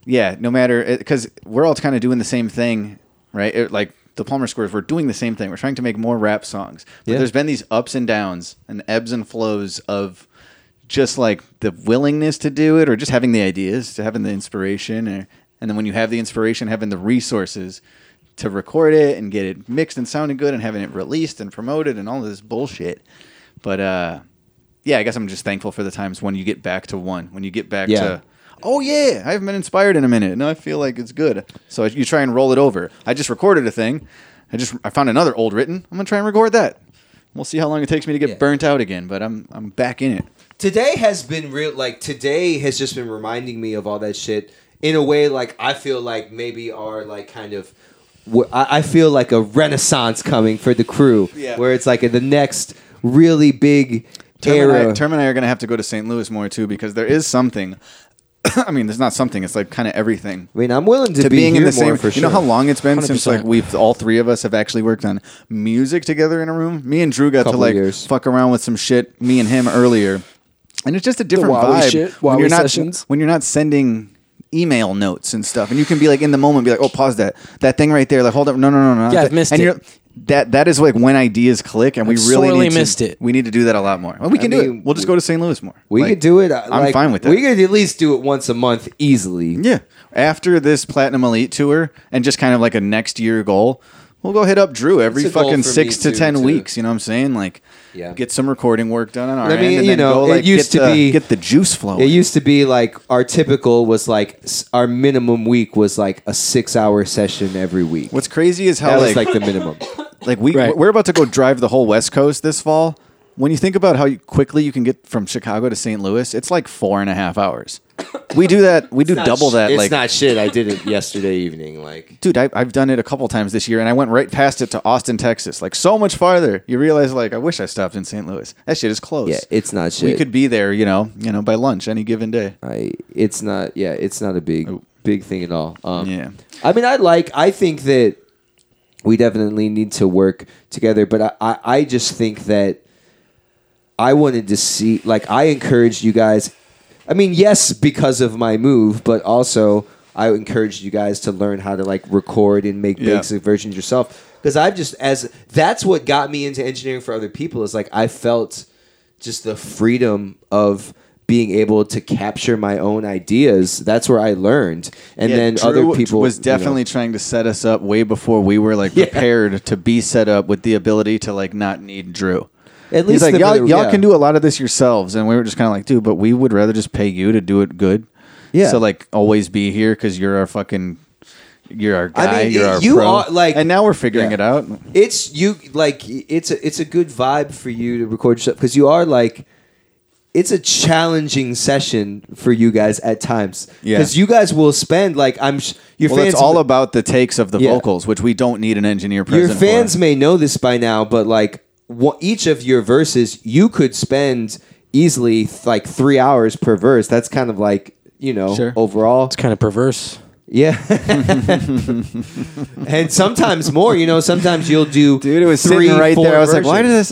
yeah, no matter because we're all kind of doing the same thing, right? It, like the Palmer Squares, we're doing the same thing. We're trying to make more rap songs. But Yeah. there's been these ups and downs and ebbs and flows of just like the willingness to do it or just having the ideas, to having the inspiration or and then when you have the inspiration, having the resources to record it and get it mixed and sounding good and having it released and promoted and all this bullshit. But uh yeah, I guess I'm just thankful for the times when you get back to one, when you get back Yeah. to oh yeah, I haven't been inspired in a minute, and I feel like it's good. So you try and roll it over. I just recorded a thing. I just I found another old written. I'm gonna try and record that. We'll see how long it takes me to get burnt out again, but I'm I'm back in it. today has been real like today has just been reminding me of all that shit in a way like i feel like maybe our like kind of wh- i I feel like a renaissance coming for the crew Yeah. where it's like the next really big Term and, I, era Term and I are going to have to go to St. Louis more too because there is something I mean, there's not something. It's like kind of everything. I mean, I'm willing to, to be being in here the same. more for You know sure. how long it's been since 100%. like we've all three of us have actually worked on music together in a room. Me and Drew got to Couple like years. fuck around with some shit. Me and him earlier, and it's just a different Huawei vibe shit, when you're Huawei not sessions. when you're not sending email notes and stuff, and you can be like in the moment, be like, oh, pause that that thing right there. Like, hold up, no, no, no, no. Yeah, that- I've missed and it. You're, that that is like when ideas click, and we I've really sorely need to- missed it. We need to do that a lot more. Well, we I can do mean, it. We'll just go to St. Louis more. We Like, could do it. uh, I'm like, fine with that. We could at least do it once a month easily. Yeah. After this Platinum Elite tour and just kind of like a next year goal, we'll go hit up Drew every That's a goal fucking for me six to too, ten too. weeks. You know what I'm saying? Like, Yeah. get some recording work done on our I mean, end. And you then know, go, it like, used get to the- be- get the juice flowing. It used to be like our typical was like s- our minimum week was like a six hour session every week. What's crazy is how that like, was like the minimum. like we we're about to go drive the whole West Coast this fall. When you think about how you, quickly you can get from Chicago to St. Louis, it's like four and a half hours. We do that. We do It's not double sh- that. It's like not shit. I did it yesterday evening. Like dude I, i've done it a couple times this year and i went right past it to austin texas like so much farther you realize like i wish i stopped in st louis that shit is close Yeah, it's not we shit. Uh, could be there you know you know by lunch any given day I it's not yeah, it's not a big Oh. big thing at all. Um, Yeah. I mean, I like I think that we definitely need to work together, but I I, I just think that I wanted to see like I encouraged you guys. I mean, yes, because of my move, but also I encouraged you guys to learn how to like record and make Yeah. basic versions yourself. Because I've just as that's what got me into engineering for other people is like I felt just the freedom of being able to capture my own ideas. That's where I learned, and Yeah, then Drew other people was you know. definitely trying to set us up way before we were like prepared to be set up with the ability to like not need drew He's At least like the y'all, middle- y'all yeah. can do a lot of this yourselves and we were just kind of like dude but we would rather just pay you to do it good Yeah. so like always be here because you're our fucking you're our I guy mean, you're our you pro are, like- and now we're figuring Yeah. it out It's you like it's a it's a good vibe for you to record yourself because you are like it's a challenging session for you guys at times Yeah. because you guys will spend like I'm sh- your well, fans it's all about the takes of the Yeah. vocals, which we don't need an engineer your present. fans for. may know this by now, but like wha- each of your verses, you could spend easily th- like three hours per verse. That's kind of like you know Sure. overall, it's kind of perverse. Yeah, and sometimes more. You know, sometimes you'll do. Dude, it was sitting three, right four there. I was like, versions. why does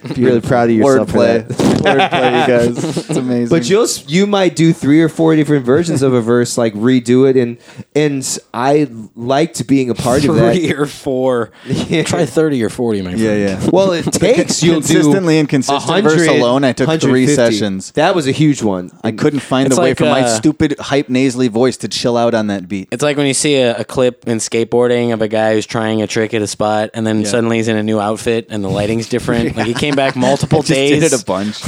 this? Oh, really proud of yourself. for Wordplay, that. wordplay, you guys. It's amazing. But you'll s- you might do three or four different versions of a verse, like redo it, and and I liked being a part of that. Three or four. Try thirty or forty, my friend. yeah, yeah. Well, it takes you consistently inconsistent verse alone. I took three sessions. That was a huge one. I couldn't find It's the way like, for my uh, stupid hype nasally voice to chill out on that beat. It's like when you see a, a clip in skateboarding of a guy who's trying a trick at a spot, and then Yeah. suddenly he's in a new outfit and the lighting's different. Like he came back multiple Just days. did it a bunch,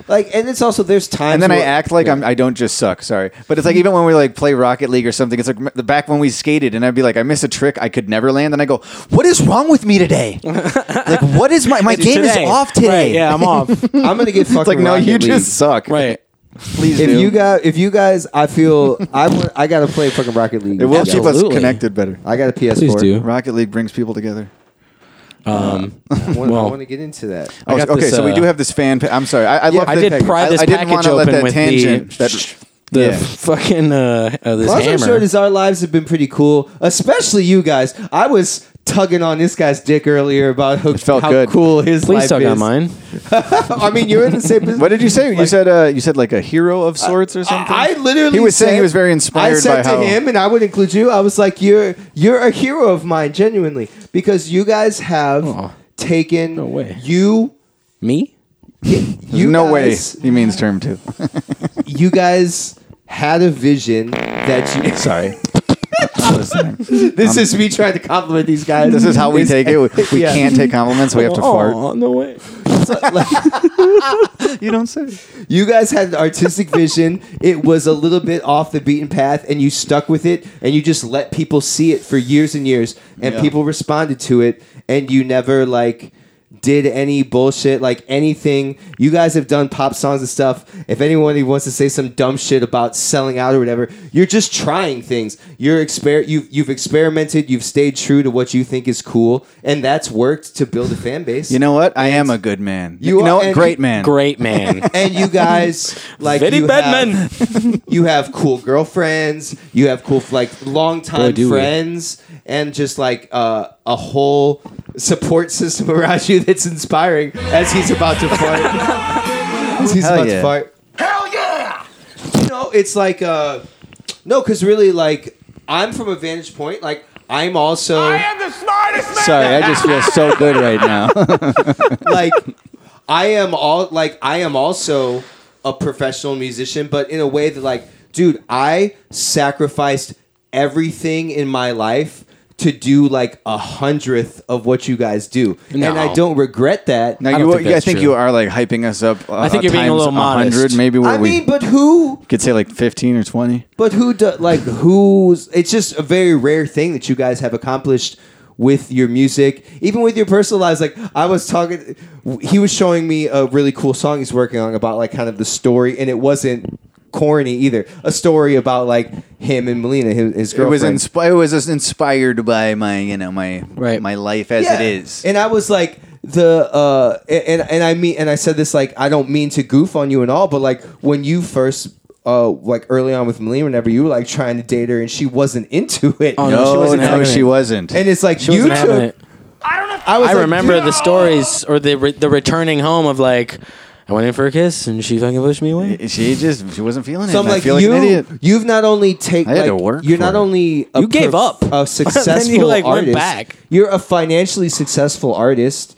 Like, and it's also there's times. and then I where- act like I'm, I don't just suck. Sorry, but it's like even when we like play Rocket League or something, it's like m- the back when we skated, and I'd be like, I miss a trick I could never land, and I go, What is wrong with me today? like, what is my my Dude, game today. is off today? Right, yeah, I'm off. I'm gonna get fucking. It's like, no, Rocket you League. just suck. right. Please If do. you guys, if you guys, I feel I want, I gotta play fucking Rocket League. It will with you keep guys. us Absolutely. connected better. I got a PS4. Please do. Rocket League brings people together. Um, I want, Well- I want to get into that. I Oh, got okay, this, so we uh, do have this fan. Pa- I'm sorry, I, I love. I that did package. pry this I, I didn't want package to let open that with tangent. the, that, the yeah. fucking uh, uh, this Well, I'm hammer. sure is our lives have been pretty cool, especially you guys. I was tugging on this guy's dick earlier about how, felt how good. cool his Please life tug is. on mine. I mean, you're in the same. what did you say? you said uh, you said like a hero of sorts or something. I literally He was saying said- he was very inspired I said by to how- him, and I would include you. I was like, "You're you're a hero of mine, genuinely, because you guys have taken no way. you Me? There's you no guys, way he means term two. you guys had a vision that you sorry. this is me trying to compliment these guys. Um, This is how we take it. We, we Yeah. can't take compliments. We have to fart. Oh, no way. You don't say. You guys had an artistic vision. It was a little bit off the beaten path, and you stuck with it, and you just let people see it for years and years, and Yeah. people responded to it, and you never like did any bullshit, like anything. You guys have done pop songs and stuff. If anyone wants to say some dumb shit about selling out or whatever, you're just trying things. You're exper- you've, you've experimented. You've stayed true to what you think is cool, and that's worked to build a fan base. You know what? I am a good man. You, know what? and- Great man. and you guys like Vinny you Have, you have cool girlfriends. You have cool like Boy, longtime do we. friends, and just like uh, a whole support system around you that's inspiring. As he's about to fart, as he's Hell about yeah. to fart. Hell yeah! You know, it's like uh, no, because really, like I'm from a vantage point. Like I'm also. Sorry, I just feel so good right now. like I am all like I am also a professional musician, but in a way that like, dude, I sacrificed everything in my life to do like a hundredth of what you guys do, and I No. don't regret that. now you, I think, you are like hyping us up. Uh, I think you're being a times little modest. 100, Maybe where I we mean, but who? could say like fifteen or twenty. But who do, like who's it's just a very rare thing that you guys have accomplished with your music, even with your personal lives. Like I was talking he was showing me a really cool song he's working on about like kind of the story and it wasn't corny either. A story about like him and Melina, his, his It was girlfriend. inspi- it was just inspired by my you know my my life as it Yeah. is. And I was like the uh a- and and I mean and I said this like I don't mean to goof on you and all, but like when you first uh like early on with Melina, whenever you were like trying to date her and she wasn't into it. Oh, no, she wasn't no, having she it. wasn't. And it's like She you wasn't took having it. I was I like, remember dude, the stories or the re- the returning home of like I went in for a kiss and she fucking pushed me away. She just she wasn't feeling So I'm like, you, you've not only taken, I had like, to work you're for not it. only a You gave up. a successful Then you, like, went artist. back. You're a financially successful artist.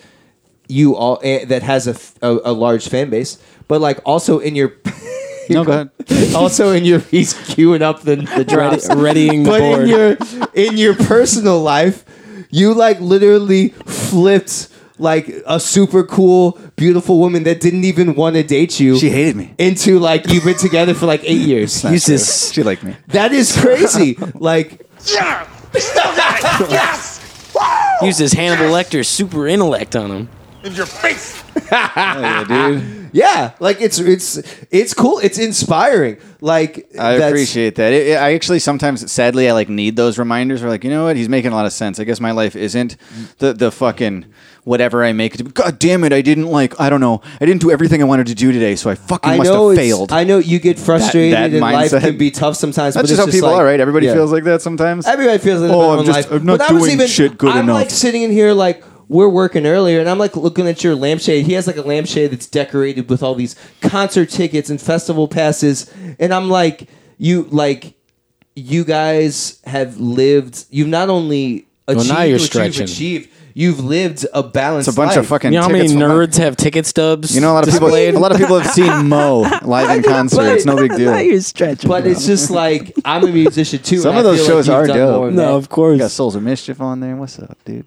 You all eh, that has a, f- a- a large fan base, but like also in your no go ahead. also in your he's queuing up the the drops readying the but board. in your in your personal life you like literally flipped like a super cool beautiful woman that didn't even want to date you She hated me. into like you've been together for like eight years Not true. She liked me. that is crazy like Yeah! Still got it! Yes! Used his Hannibal Lecter super intellect on him. In your face! Oh, yeah, dude. Yeah, like it's it's it's cool. It's inspiring. Like I that's- appreciate that. It, it- I actually sometimes, sadly, I like need those reminders. Where like, you know what? He's making a lot of sense. I guess my life isn't the the fucking whatever I make. it to be. God damn it! I didn't like. I don't know. I didn't do everything I wanted to do today, so I fucking I must know have it's- failed. I know you get frustrated that and life mindset. can be tough sometimes. but That's just it's how people like- are, right? Everybody yeah. feels like that sometimes. Everybody feels like Oh, that I'm in just. life. I'm not But I was doing even- shit good I'm enough. like sitting in here like we're working earlier, and I'm like looking at your lampshade. He has like a lampshade that's decorated with all these concert tickets and festival passes, and I'm like, you like, you guys have lived. You've not only Well, achieved now you're what stretching. you've achieved. You've lived a balanced. It's a bunch of life. fucking You know how many tickets for nerds have ticket stubs? You know, a lot of people. displayed? A lot of people have seen Mo live in concert. It's no big deal. stretching. But it's just like I'm a musician too. Some and of I those feel shows like are you've done more dope. of that. course. Got Souls of Mischief on there. What's up, dude?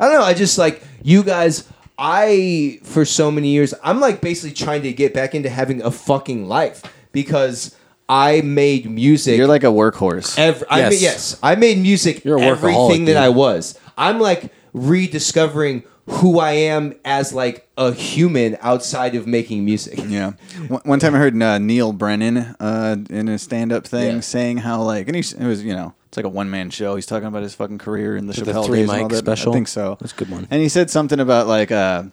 I don't know. I just like you guys. I for so many years, I'm like basically trying to get back into having a fucking life because I made music. You're like a workhorse. Every, yes. I Yes. made, yes, I made music. a workaholic, everything that dude. I was. I'm like rediscovering who I am as like a human outside of making music. Yeah. One, one time I heard uh, Neil Brennan uh, in a stand-up thing saying how like, and he's it was you know it's like a one-man show. He's talking about his fucking career in the To the Chappelle three days and mic all that. special? I think so. That's a good one. And he said something about like uh,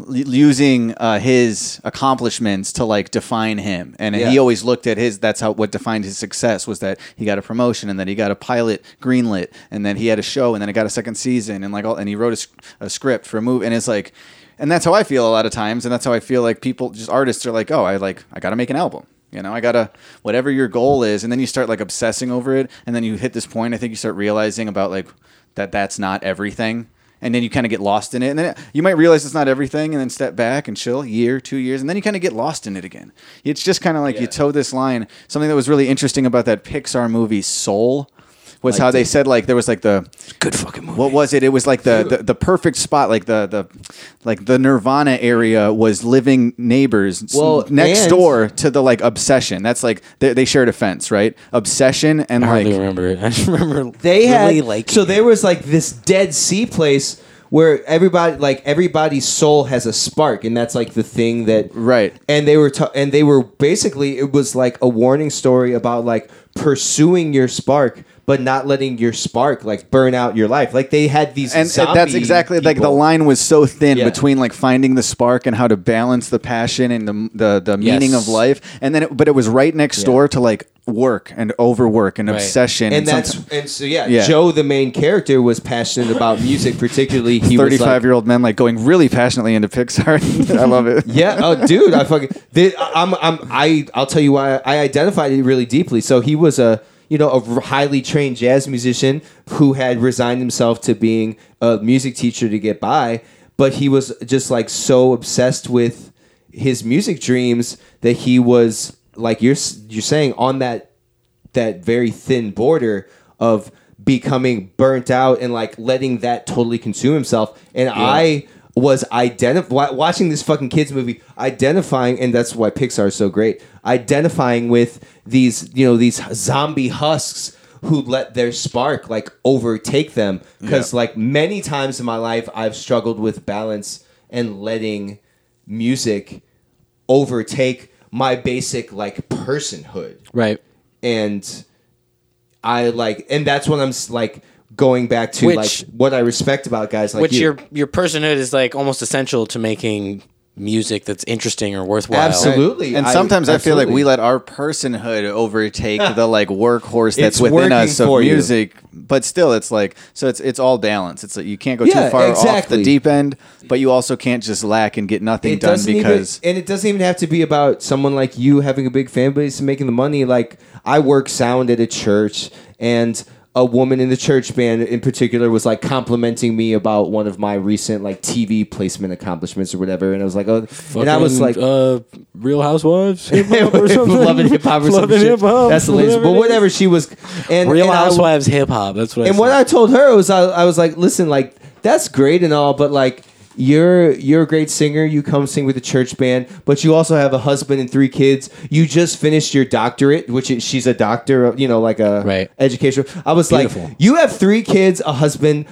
l- using uh, his accomplishments to like define him, and Yeah. he always looked at his. That's how what defined his success was that he got a promotion, and then he got a pilot greenlit, and then he had a show, and then it got a second season, and like all, and he wrote a, sc- a script for a movie, and it's like. And that's how I feel a lot of times, and that's how I feel like people, just artists, are like, oh, I like, I gotta make an album, you know, I gotta whatever your goal is, and then you start like obsessing over it, and then you hit this point. I think you start realizing about like that that's not everything, and then you kind of get lost in it and then you might realize it's not everything and then step back and chill year two years and then you kind of get lost in it again it's just kind of like you toe this line something that was really interesting about that pixar movie soul was Liked how they it. said like there was like the good fucking movie. What was it? It was like the, the the perfect spot, like the the like the Nirvana area was living neighbors s- Well, next and- door to the like obsession. That's like they, they shared a fence, right? Obsession and I like hardly remember it. I just remember they really had like so there was like this Dead Sea place where everybody like everybody's soul has a spark and that's like the thing that right and they were ta- and they were basically it was like a warning story about like pursuing your spark but not letting your spark like burn out your life like they had these and zombie that's exactly like the people. line was so thin Yeah. between like finding the spark and how to balance the passion and the the, the Yes. meaning of life, and then it, but it was right next door to like work and overwork and Right. obsession, and, that's sometime- and so yeah, Yeah. Joe, the main character, was passionate about music, particularly he was like, thirty-five-year-old men like going really passionately into Pixar. I love it. yeah, oh, dude, I fucking, they, I'm, I'm, I, I'll tell you why I identified it really deeply. So he was a, you know, a highly trained jazz musician who had resigned himself to being a music teacher to get by, but he was just like so obsessed with his music dreams that he was like you're s- you're saying on that that very thin border of becoming burnt out and like letting that totally consume himself. And I was identifying watching this fucking kids movie, identifying, and that's why Pixar is so great. Identifying with these, you know, these zombie husks who let their spark like overtake them. Because Yeah. like many times in my life, I've struggled with balance and letting music overtake my basic like personhood Right. and I like, and that's when I'm s- like going back to Which- like what I respect about guys like Which you. your your personhood is like almost essential to making music that's interesting or worthwhile. And sometimes I, feel like we let our personhood overtake the like workhorse that's It's within working us of for you. music. But still, it's like so it's it's all balance. It's like you can't go Yeah, too far off exactly. the deep end, but you also can't just lack and get nothing it done doesn't because even, and it doesn't even have to be about someone like you having a big fan base and making the money. Like I work sound at a church, and a woman in the church band in particular was like complimenting me about one of my recent like TV placement accomplishments or whatever, and I was like, oh, and I was like, uh, Real Housewives, hip hop or something. loving hip hop or some Loving shit. hip hop, That's the latest. But whatever it whatever she was, and Real and I- Housewives hip hop. That's what. I and what said. I told her was, I, I was like, listen, like that's great and all, but like you're you're a great singer. You come sing with a church band, but you also have a husband and three kids. You just finished your doctorate, which is, she's a doctor, you know, like a right. educational. I was Beautiful. like, you have three kids, a husband.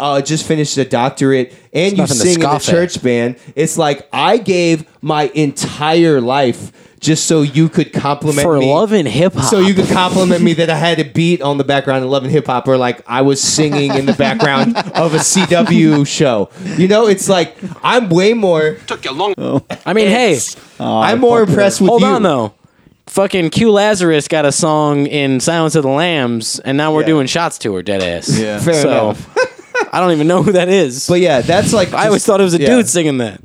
Uh, just finished a doctorate It's and you nothing to sing in the scoff at. church band. It's like I gave my entire life just so you could compliment For me love and hip hop. So you could compliment me that I had a beat on the background of Love and Hip Hop, or like I was singing in the background of a CW show. You know, it's like I'm way more. Took you long. I mean, hey, I'm more impressed with Hold you. on though. Fucking Q Lazarus got a song in Silence of the Lambs, and now we're doing shots to her dead ass. Yeah. Fair so, enough. I don't even know who that is. But yeah, that's like I always just- thought it was a yeah. dude singing that.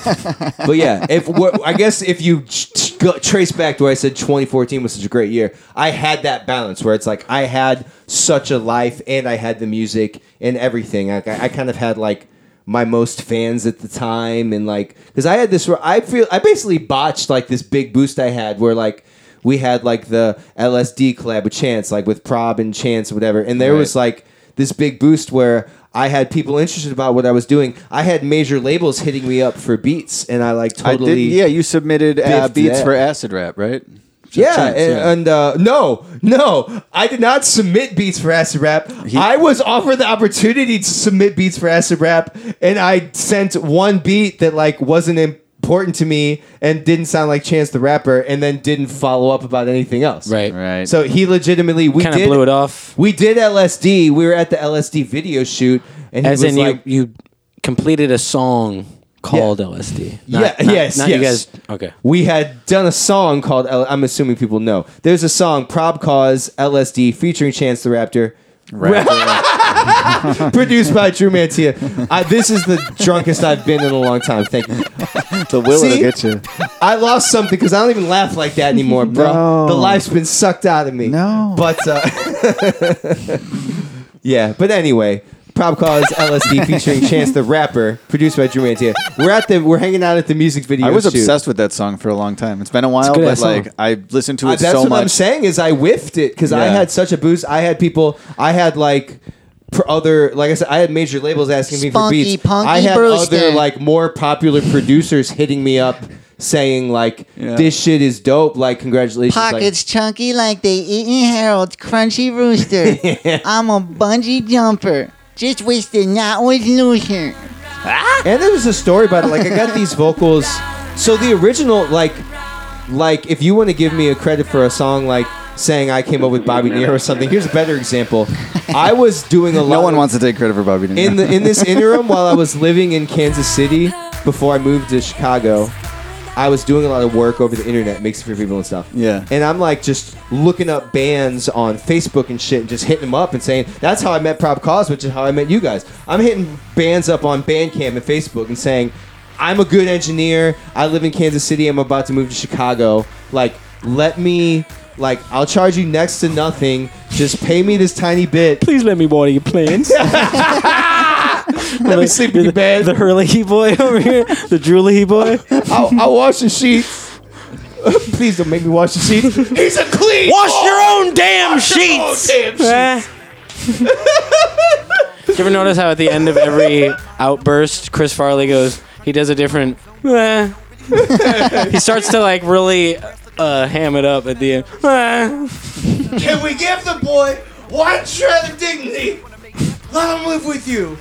But yeah, if what, I guess if you ch- ch- go, trace back to where I said 2014 was such a great year, I had that balance where it's like I had such a life and I had the music and everything. Like, I, I kind of had like my most fans at the time and like because I had this where I feel I basically botched like this big boost I had where like we had like the LSD collab with Chance like with Prob and Chance and whatever, and there Right. was like this big boost where I had people interested about what I was doing. I had major labels hitting me up for beats, and I like I totally. did. Yeah, you submitted uh, biffed beats that. for acid rap, right? Yeah, Chance, and, yeah. and, uh, no, no, I did not submit beats for acid rap. I was offered the opportunity to submit beats for acid rap, and I sent one beat that like wasn't important to me and didn't sound like Chance the Rapper, and then didn't follow up about anything else. Right. Right. So he legitimately we Kinda did- blew it off. We did LSD. We were at the LSD video shoot, and he As was in, like, you you completed a song called LSD. Not- yeah, not- yes, not yes. you guys. Okay. We had done a song called, L- I'm assuming people know. There's a song, Prob Cause LSD, featuring Chance the Raptor. Produced by Drew Mantia. I, this is the drunkest I've been in a long time. Thank you. The will it'll get you. I lost something because I don't even laugh like that anymore, bro. No. The life's been sucked out of me. No. But, uh, yeah, but anyway. Prob Cause LSD featuring Chance the Rapper, produced by Drew Mantia. We're at the we're hanging out at the music video. I was shoot. obsessed with that song for a long time. It's been a while, good but ass song. like I listened to Uh, it that's so what much. I'm saying is I whiffed it because I Yeah. had such a boost. I had people. I had like pr- other like I said. I had major labels asking me for Spunky beats. Punky I had Brewster. other like more popular producers hitting me up saying like this shit is dope. Like congratulations. like- Pockets chunky like they eating Harold Crunchy Rooster. I'm a bungee jumper. Just wasting that was loser. And there's a story about it. Like I got these vocals. So the original, like, like if you want to give me a credit for a song, like saying I came up with Bobby De Niro or something. Here's a better example. I was doing a lot. No one wants to take credit for Bobby De Niro. in the in this interim while I was living in Kansas City before I moved to Chicago. I was doing a lot of work over the internet, mixing for people and stuff. Yeah. And I'm like just looking up bands on Facebook and shit and just hitting them up and saying, that's how I met Prop Cause, which is how I met you guys. I'm hitting bands up on Bandcamp and Facebook and saying, I'm a good engineer. I live in Kansas City. I'm about to move to Chicago. Like, let me, like, I'll charge you next to nothing. Just pay me this tiny bit. Please let me water your plants. Let me sleep in your bed. The Hurley boy over here, the Drooly boy. I'll, I'll wash the sheets. Please don't make me wash the sheets. He's a clean. Wash your own damn sheets. damn Eh. Do you ever notice how at the end of every outburst, Chris Farley goes, he does a different. eh. he starts to like really uh, ham it up at the end. Eh. Can we give the boy one shred of dignity? Let him live with you.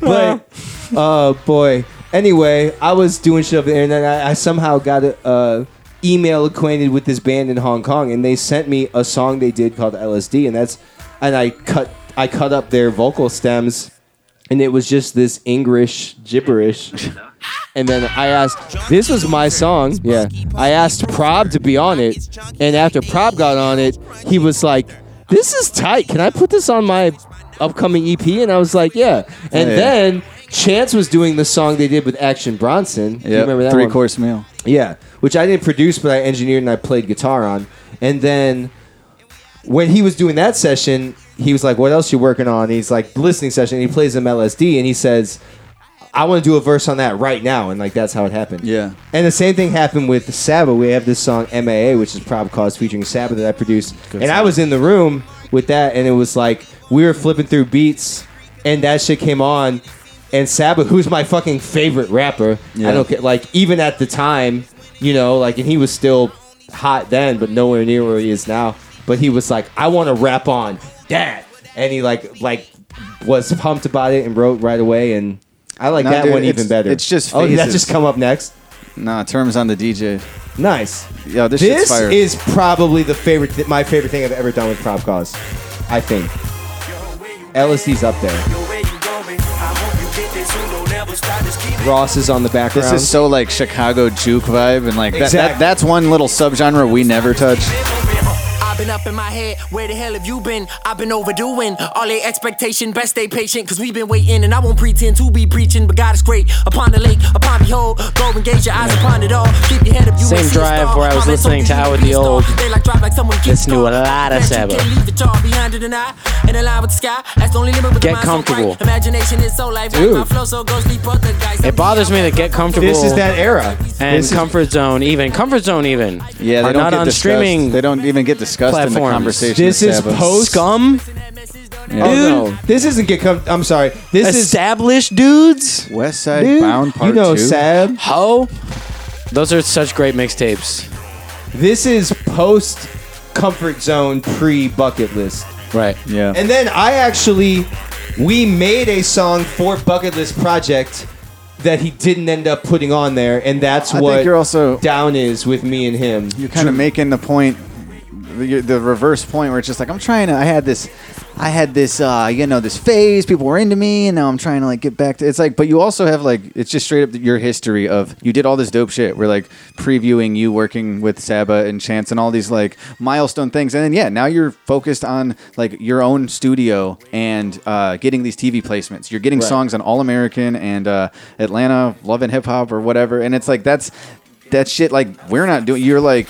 But oh boy. Anyway, I was doing shit over the internet. I, I somehow got a, uh email acquainted with this band in Hong Kong, and they sent me a song they did called LSD, and that's and I cut I cut up their vocal stems, and it was just this English gibberish. And then I asked, this was my song. Yeah. I asked Prob to be on it. And after Prob got on it, he was like, this is tight. Can I put this on my upcoming EP? And I was like, yeah. And Yeah. then Chance was doing the song they did with Action Bronson. You Yep, remember that three one? course meal. Yeah, which I didn't produce, but I engineered and I played guitar on. And then when he was doing that session, he was like, "What else you working on?" he's like, "Listening session." And he plays him LSD, and he says, "I want to do a verse on that right now." And like that's how it happened. Yeah. And the same thing happened with Sabbath. We have this song MAA, which is Prob Cause featuring Sabbath that I produced. and I was in the room with that, and it was like we were flipping through beats, and that shit came on. And Sabbath, who's my fucking favorite rapper, Yeah. I don't get like even at the time, you know, like and he was still hot then, but nowhere near where he is now. But he was like, I want to rap on that, and he like like was pumped about it and wrote right away. And I like No, that dude, one even it's- better. It's just oh, phases. did that just come up next. Nah, terms on the DJ. Nice. Yeah, this, shit's this fire. is probably the favorite, th- my favorite thing I've ever done with Prop Cause. I think LSD's up there. Ross is on the background. This is so like Chicago juke vibe, and like that, that, Exactly. that's one little subgenre we never touch. I've been up in my head, where the hell have you been? I've been overdoing all their expectation, best stay patient, cause we've been waiting, and I won't pretend to be preaching, but God is great. Upon the lake, upon behold, go engage your eyes upon it all. Keep your head up, you Same drive where I was listening to Howard the Old. They like drive like someone keeps Listen to a lot of That you can't Sabbath. leave the tar behind it and I and allow it to sky. That's the only limit with the Get mind so bright. comfortable. Imagination is so light, Dude. my flow so goes deep, other guys. It bothers me to get comfortable. This is that era. And This is- comfort zone, even comfort zone, even. Yeah, they are don't not get on discussed. streaming. They don't even get discussed in the platforms. conversation. This with is Sabbath. post scum. Yeah. Oh, no. This isn't get com- I'm sorry. This is established dudes. West Side Dude, Bound Part you know Two. Sab. Ho. Those are such great mixtapes. This is post comfort zone pre bucket list. Right. Yeah. And then I actually, we made a song for Bucket List Project that he didn't end up putting on there, and that's I think what you're also down is with me and him. You're kind of making the point, the, the reverse point where it's just like I'm trying to. I had this, I had this, uh, you know, this phase. People were into me, and now I'm trying to like get back to. It's like, but you also have like, it's just straight up your history of you did all this dope shit. We're like previewing you working with Saba and Chance and all these like milestone things, and then yeah, now you're focused on like your own studio and uh, getting these TV placements. You're getting Right. songs on All American and uh, Atlanta Love and Hip Hop or whatever, and it's like that's. That shit, like, we're not doing. You're like,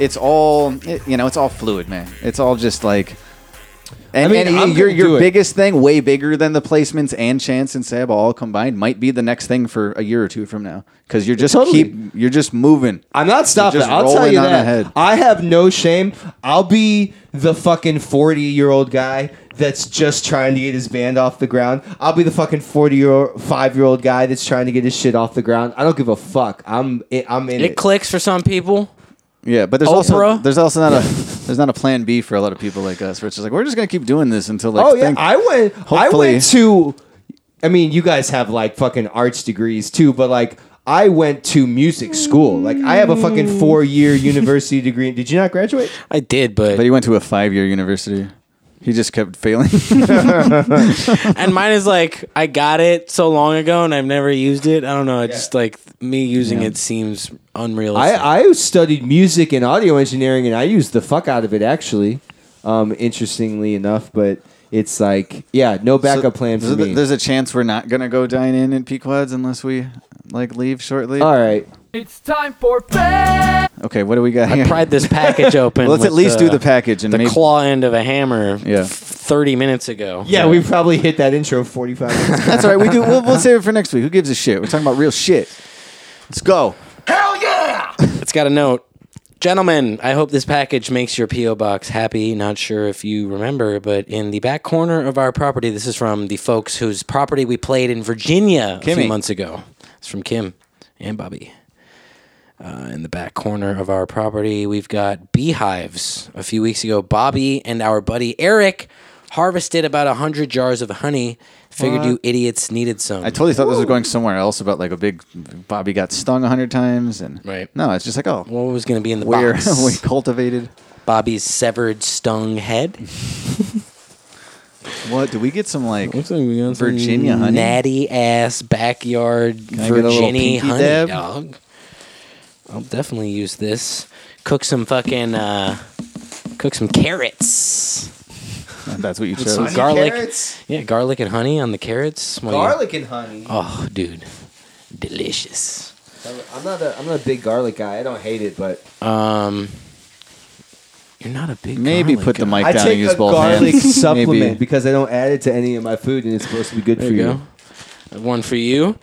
it's all it- you know it's all fluid man it's all just like and, I mean, and I'm your gonna do your it. biggest thing way bigger than the placements and chance and sab all combined might be the next thing for a year or two from now because you're just Totally. keep you're just moving I'm not stopping. just I'll tell rolling you on that. ahead. I have no shame. I'll be the fucking 40 year old guy that's just trying to get his band off the ground. I'll be the fucking 40 year five year old guy that's trying to get his shit off the ground. I don't give a fuck. I'm in, I'm in It it. clicks for some people. yeah but there's Oprah? also there's also not a There's not a plan B for a lot of people like us, where it's just like we're just gonna keep doing this until like. oh yeah, thank- I went. I Hopefully- went to. I mean, you guys have like fucking arts degrees too, but like I went to music school. Like I have a fucking four year university degree. Did you not graduate? I did, but but he went to a five year university. He just kept failing. and mine is like I got it so long ago and I've never used it. I don't know. It's just like me using it seems unrealistic. I, I studied music and audio engineering, and I used the fuck out of it actually. Um, interestingly enough, but it's like yeah, no backup plan for there's, me. A, there's a chance we're not gonna go dine in in Pequod's unless we like leave shortly. All right. It's time for bed. Okay, what do we got? I, here? pried this package open. Let's at with least do the package and the maybe- claw end of a hammer. Yeah. f- thirty minutes ago. yeah, we probably hit that intro forty five. minutes. That's all right. We do. We'll, we'll save it for next week. Who gives a shit? We're talking about real shit. Let's go. It's got a note. Gentlemen, I hope this package makes your P.O. box happy. Not sure if you remember, but in the back corner of our property, this is from the folks whose property we played in Virginia a Kimmy. few months ago. It's from Kim and Bobby. Uh, in the back corner of our property, we've got beehives. A few weeks ago, Bobby and our buddy Eric harvested about 100 jars of honey. Figured What? you idiots needed some. I totally thought this was going somewhere else about like a big Bobby got stung a hundred times and Right. No, it's just like oh, what was going to be in the where box? we cultivated. Bobby's severed, stung head. What do we get? Some like some Virginia honey. Natty ass backyard I get a little Virginia pinky honey dab? dog. I'll definitely use this. Cook some fucking uh, cook some carrots. uh, That's what you With chose. Some Honey garlic. carrots? Yeah, garlic and honey on the carrots. while you- Garlic and honey. Oh, dude. Delicious. I'm not a I'm not a big garlic guy. I don't hate it, but Um You're not a big Maybe garlic put the guy. mic I down take and use a both garlic hands. supplement Maybe. because I don't add it to any of my food, and it's supposed to be good There for you you. go. One for you.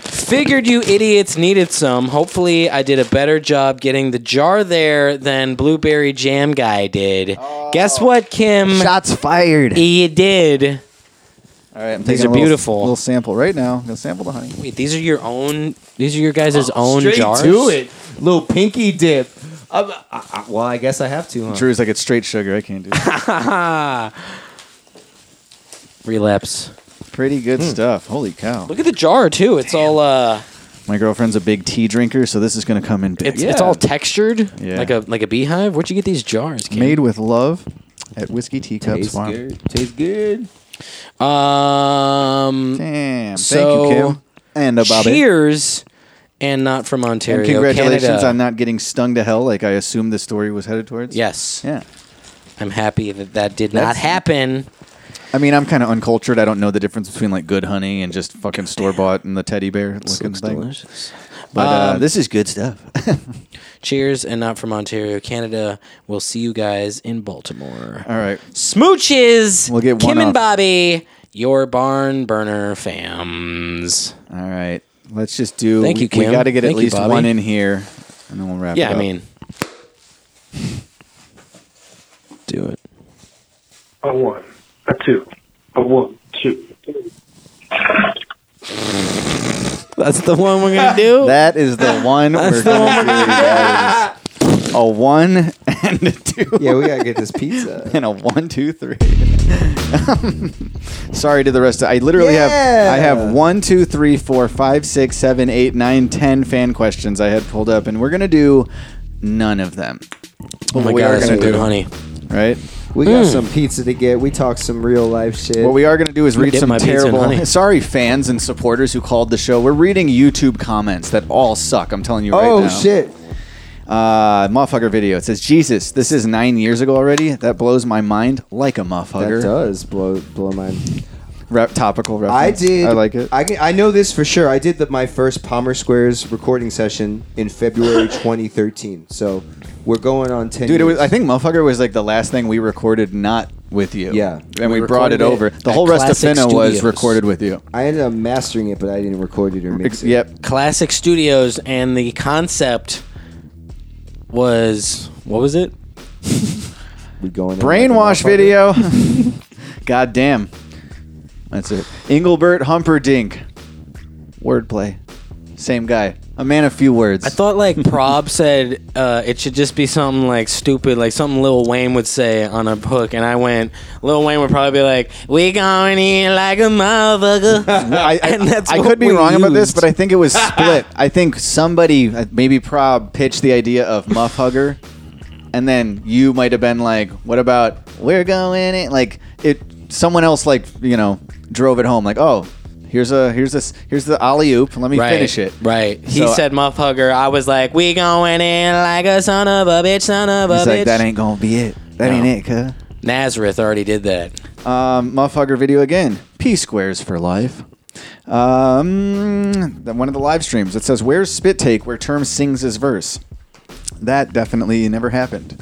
Figured you idiots needed some. Hopefully, I did a better job getting the jar there than Blueberry Jam Guy did. Oh. Guess what, Kim? Shots fired. You did. All right, I'm These taking are a little- beautiful. Little sample right now. I'm gonna sample the honey. Wait, these are your own. These are your guys' own Oh, Straight jars. to it, little pinky dip. Um, I- I- well, I guess I have to. Huh? Drew's like it's straight sugar. I can't do. it. Relapse. Pretty good Hmm. stuff. Holy cow! Look at the jar too. It's all uh, My girlfriend's a big tea drinker, so this is gonna come in big. it's it's all textured, Yeah. like a like a beehive. Where'd you get these jars? Kim? made with love at whiskey teacups. Tastes Wow. good. Tastes good. Um. Damn. So, Thank you, Kim. And uh, Bobby. Cheers, and not from Ontario. And congratulations Canada. on not getting stung to hell like I assumed the story was headed towards. Yes. Yeah. I'm happy that that did not That's- happen. I mean, I'm kind of uncultured. I don't know the difference between like good honey and just fucking store bought and the teddy bear looking looks thing. delicious. But uh, Um, this is good stuff. Cheers, and not from Ontario, Canada. We'll see you guys in Baltimore. All right. Smooches. We'll get Kim one and off. Bobby, your barn burner fams. All right. Let's just do. Thank you, we- Kim. We got to get Thank at you, least Bobby. one in here, and then we'll wrap. Yeah, it I up. mean, do it. A one, a two, a one, two. That's the one we're gonna do. that is the one we're going to do. guys. A one and a two. Yeah, we gotta get this pizza. and a one, two, three. Sorry to the rest. Of, I literally have I have Yeah. one, two, three, four, five, six, seven, eight, nine, ten fan questions I had pulled up, and we're gonna do none of them. oh my we god, are that's some gonna good do- honey. Right. We got some pizza to get. We talked some real life shit. What we are going to do is read Dip some my pizza in honey. terrible. Sorry, fans and supporters who called the show. We're reading YouTube comments that all suck. I'm telling you right oh now. shit! Uh, motherfucker video. It says, Jesus, this is nine years ago already. That blows my mind like a That motherfucker. does blow blow mine. Rep, topical I reference. did. I like it. I, can- I know this for sure. I did the, my first Palmer Squares recording session in February 2013. So we're going on 10. Dude, it was, years. I think Motherfucker was like the last thing we recorded not with you. Yeah. And we, We brought it recorded it over. The at whole rest of Classic Finna was Studios. recorded with you. I ended up mastering it, but I didn't record it or mix it. Yep. Classic Studios, and the concept was what was it? We going in Brainwash like a motherfucker. video. God damn. That's it. Engelbert Humperdink. Wordplay. Same guy. A man of few words. I thought like Prob said uh, it should just be something like stupid, like something Lil Wayne would say on a hook, and I went Lil Wayne would probably be like, "We going in like a motherfucker," I, I, I could be wrong about this, but I think it was split. I think somebody, uh, maybe Prob, pitched the idea of muff hugger, and then you might have been like, "What about we're going in?" Like it, someone else like you know drove it home. Like, oh, here's a here's this here's the alley oop. Let me Right, finish it. Right. uh, He So- said "muff hugger." I was like, "We going in like a son of a bitch, son of a He's bitch." like, "That ain't gonna be it. That No. ain't it, cuh." Nazareth already did that. Um, Muffhugger video again. P squares for life. Um, then one of the live streams. It says, "Where's spit take where Term sings his verse?" That definitely never happened.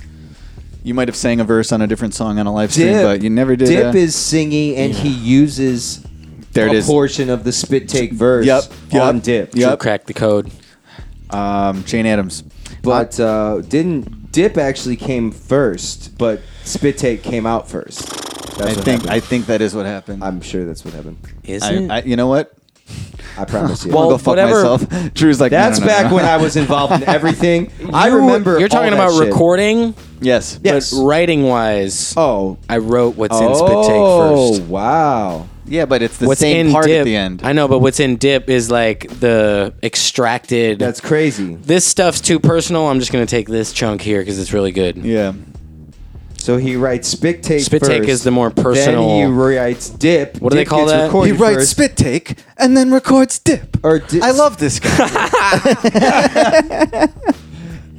You might have sang a verse on a different song on a live stream, Dip. but you never did. Dip a- is singing, and he uses There it a is. portion of the spit take verse. Yep, yep, on Dip. Yep. Drew cracked the code. Um, Jane Adams, but uh, didn't Dip actually came first, but spit take came out first. That's I what think happened. I think that is what happened. I'm sure that's what happened. Is I, it? I, you know what? I promise you. I'm gonna go fuck myself. Drew's like, "No, that's no, no, no, back no." when I was involved in everything. I You- remember. You're talking all that about shit. recording. Yes. Yes. But writing wise, oh, I wrote what's in spit Oh take first. wow! Yeah, but it's the what's same in part dip, at the end. I know, but what's in dip is like the extracted. That's crazy. This stuff's too personal. I'm just gonna take this chunk here because it's really good. Yeah. So he writes spit take. Spit first, take is the more personal- Then he writes dip. What do they Dip call gets that? recorded He writes first. spit take and then records dip. Or dip. I love this guy.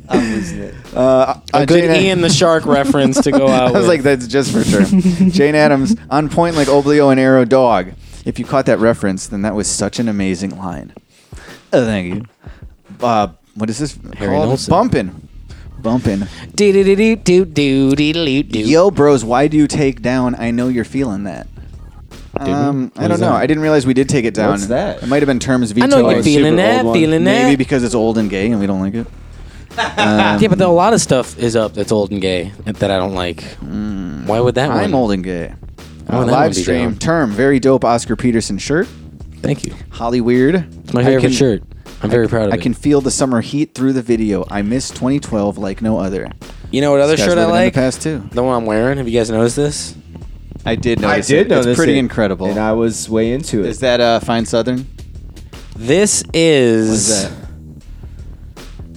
I'm losing it. Uh, A uh, good Jane- Ian the Shark reference to go out. I was with. like, that's just for sure. Jane Adams, on point like Oblio and Arrow Dog. If you caught that reference, then that was such an amazing line. Oh, thank you. Uh, what is this Harry called? Nilsson. Bumpin'. Bumpin'. do do do do do do do do do. Yo, bros, why do you take down? I know you're feeling that. we? Um, I What don't is know. that? I didn't realize we did take it down. What's that? Oh, It might have been terms veto. I know you're feeling that, feeling that. Maybe because it's old and gay and we don't like it. Um, yeah, but a lot of stuff is up that's old and gay that I don't like. Why would that? I'm one? old and gay. Oh, Uh, that would live be stream great. term very dope Oscar Peterson shirt. Thank you. Holly Weird. It's my I favorite can- shirt. I'm very proud of I it. can feel the summer heat through the video. I miss 2012 like no other. You know what other This guy's shirt I living in the like? past too. The one I'm wearing. Have you guys noticed this? I did I notice. did it. notice It's pretty it, incredible. and I was way into it. Is that uh, Fine Southern? This is.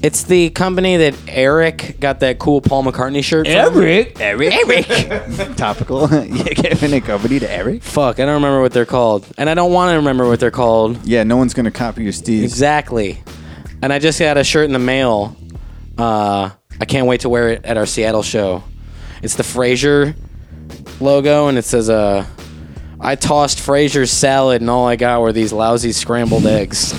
It's the company that Eric got that cool Paul McCartney shirt. from. Eric, Eric. Topical. yeah, giving a company to Eric. Fuck, I don't remember what they're called, and I don't want to remember what they're called Yeah, no one's gonna copy your steez. exactly. And I just got a shirt in the mail. Uh, I can't wait to wear it at our Seattle show. It's the Frasier logo, and it says, "Uh, I tossed Frasier's salad, and all I got were these lousy scrambled eggs."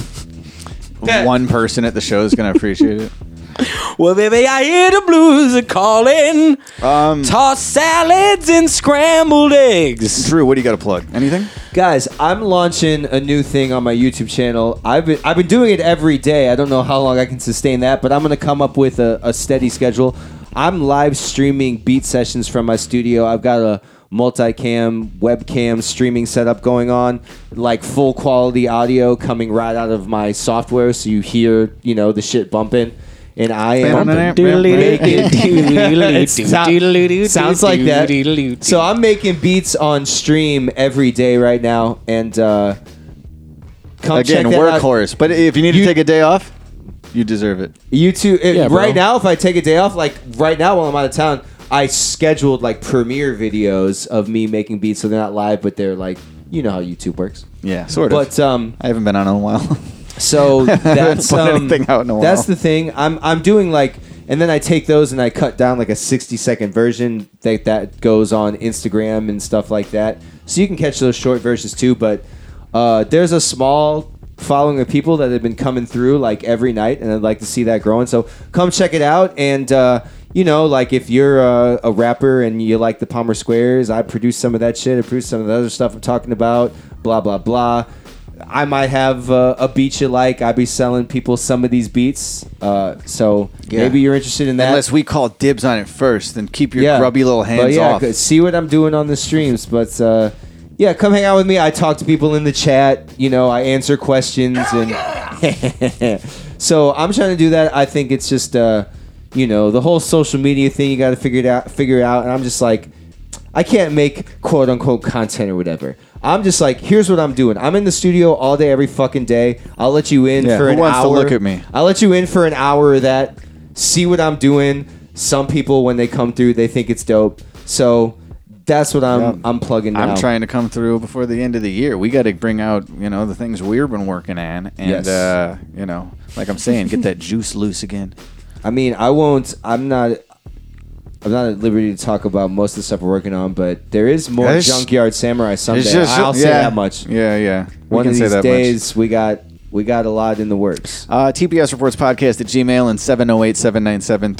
One person at the show is gonna appreciate it. Well, baby, I hear the blues are calling. Um, Toss salads and scrambled eggs. Drew, what do you got to plug? Anything? Guys, I'm launching a new thing on my YouTube channel. I've been, I've been doing it every day. I don't know how long I can sustain that, but I'm going to come up with a, a steady schedule. I'm live streaming beat sessions from my studio. I've got a multicam, webcam streaming setup going on, like full quality audio coming right out of my software so you hear, you know, the shit bumping. And I am It's not- sounds like that. So I'm making beats on stream every day right now, and uh, come Again, check that out. workhorse. But if you need You- to take a day off, you deserve it. You two, it, Yeah, bro. right now, if I take a day off, like right now while I'm out of town, I scheduled like premiere videos of me making beats, so they're not live, but they're like, you know how YouTube works. Yeah, sort of. But um, I haven't been on in a while. So that's Put um, anything out in a that's while. the thing. I'm I'm doing like, and then I take those and I cut down like a 60 second version that that goes on Instagram and stuff like that. So you can catch those short versions too. But uh, there's a small following of people that have been coming through like every night, and I'd like to see that growing. So come check it out and. Uh, you know, like if you're a, a rapper and you like the Palmer Squares, I produce some of that shit. I produce some of the other stuff I'm talking about. Blah blah blah. I might have uh, a beat you like. I'd be selling people some of these beats. Uh, so Yeah. maybe you're interested in that. Unless we call dibs on it first, then keep your Yeah. grubby little But hands yeah, off. c- See what I'm doing on the streams. But uh, yeah, come hang out with me. I talk to people in the chat. You know, I answer questions and. So I'm trying to do that. I think it's just, uh, you know, the whole social media thing. You got to figure it out. Figure it out. And I'm just like, I can't make quote unquote content or whatever. I'm just like, here's what I'm doing. I'm in the studio all day, every fucking day. I'll let you in Yeah, for who an wants to hour. look at me? I'll let you in for an hour of that. See what I'm doing. Some people, when they come through, they think it's dope. So that's what I'm. I'm plugging. Now. I'm trying to come through before the end of the year. We got to bring out, you know, the things we've been working on, and Yes. uh, you know, like I'm saying, get that juice loose again. I mean, I won't. I'm not. I'm not at liberty to talk about most of the stuff we're working on, but there is more There's- Junkyard Samurai someday. It's just- I'll say yeah. that much. Yeah, yeah. We One can of say these that much. days, we got we got a lot in the works. Uh, TPS Reports Podcast at Gmail and 708 797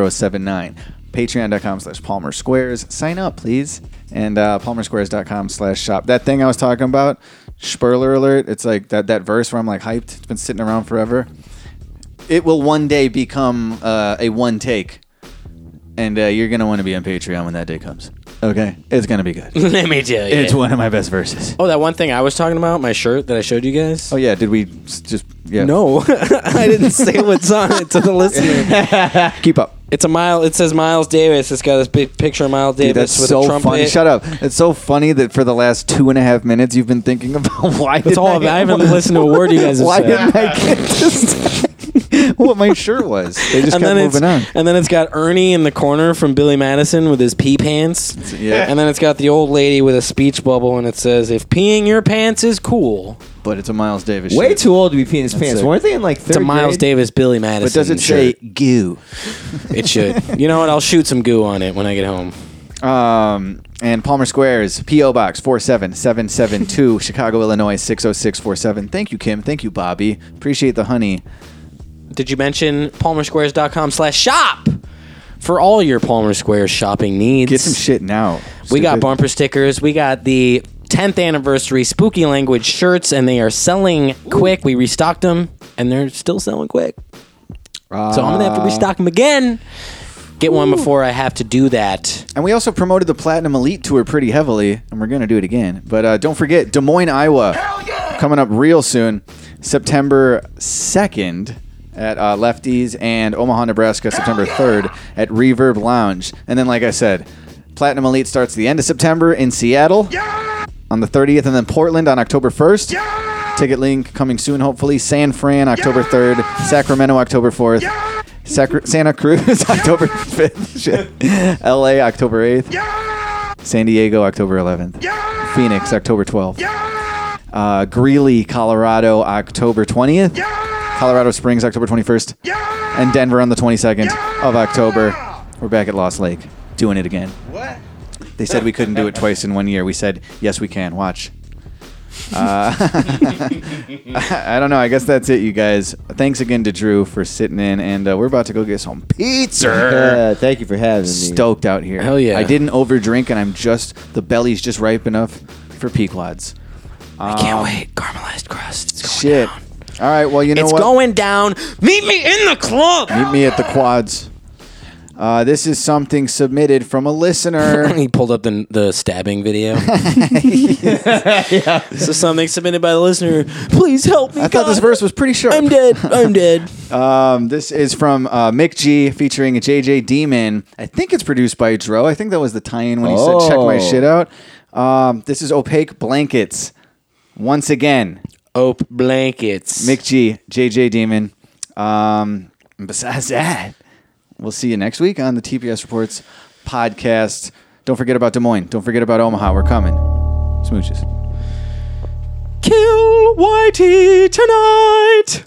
3079. Patreon.com slash Palmer Squares. Sign up, please. And uh, palmersquares.com slash shop. That thing I was talking about, spoiler alert, it's like that, that verse where I'm like hyped. It's been sitting around forever. It will one day become uh, a one take. And uh, you're going to want to be on Patreon when that day comes. Okay? It's going to be good. Let me tell you. It's one of my best verses. Oh, that one thing I was talking about, my shirt that I showed you guys. Oh yeah, did we just? Yeah. No, I didn't say what's on it to the listener. Keep up. It's a mile. It says Miles Davis. It's got this big picture of Miles Davis Dude, that's with so a trumpet. funny. Shut up. It's so funny that for the last two and a half minutes you've been thinking about why. That's all. I, I haven't listened to a word you guys have Why said. didn't I get this? what my shirt was? They just and kept then it's- moving on. And then it's got Ernie in the corner from Billy Madison with his pee pants. yeah. And then it's got the old lady with a speech bubble, and it says, "If peeing your pants is cool." But it's a Miles Davis. Way too old to be peeing his pants. Weren't they in like It's a third Miles grade? Davis, Billy Madison. does it say goo? It should. you know what? I'll shoot some goo on it when I get home. Um, and Palmer Squares, P.O. Box 47772, Chicago, Illinois 60647. Thank you, Kim. Thank you, Bobby. Appreciate the honey. Did you mention palmersquares.com slash shop for all your Palmer Squares shopping needs? Get some shit now. We got stupid. bumper stickers. We got the 10th anniversary Spooky Language shirts, and they are selling quick. We restocked them, and they're still selling quick. so I'm going to have to Uh, restock them again. Get one before I have to do that. And we also promoted the Platinum Elite Tour pretty heavily, and we're going to do it again. But uh, don't forget, Des Moines, Iowa, coming up real soon, September 2nd at uh, Lefties, and Omaha, Nebraska, September 3rd at Reverb Lounge. And then, like I said, Platinum Elite starts the end of September in Seattle on the 30th, and then Portland on October 1st. Ticket link coming soon, hopefully. San Fran, October 3rd. Sacramento, October 4th. Sacra- Santa Cruz, October 5th. Shit. LA, October 8th. San Diego, October 11th. Phoenix, October 12th. Uh, Greeley, Colorado, October 20th. Colorado Springs, October 21st. And Denver on the 22nd of October. We're back at Lost Lake doing it again. What? They said we couldn't do it twice in one year. We said, yes, we can. Watch. Uh, I don't know. I guess that's it, you guys. Thanks again to Drew for sitting in, and uh, we're about to go get some pizza. Yeah, Uh, thank you for having me. Stoked out here. Hell yeah. I didn't overdrink, and I'm just the belly's just ripe enough for Pequods. I can't wait. Caramelized crust. It's going Ah. shit. All right. Well, you know it's what? going down. Meet me in the club. Meet me at the quads. Uh, this is something submitted from a listener. he pulled up the, the stabbing video. So something submitted by the listener. Please help me. I thought this verse was pretty short. I'm dead. I'm dead. Um, this is from uh, Mick G featuring JJ Demon. I think it's produced by Dro. I think that was the tie-in when he said, "Check my Oh. shit out." Um, this is opaque blankets. Once again, ope blankets. Mick G, JJ Demon. Um, and besides that, we'll see you next week on the TPS Reports podcast. Don't forget about Des Moines. Don't forget about Omaha. We're coming. Smooches. Kill Whitey tonight.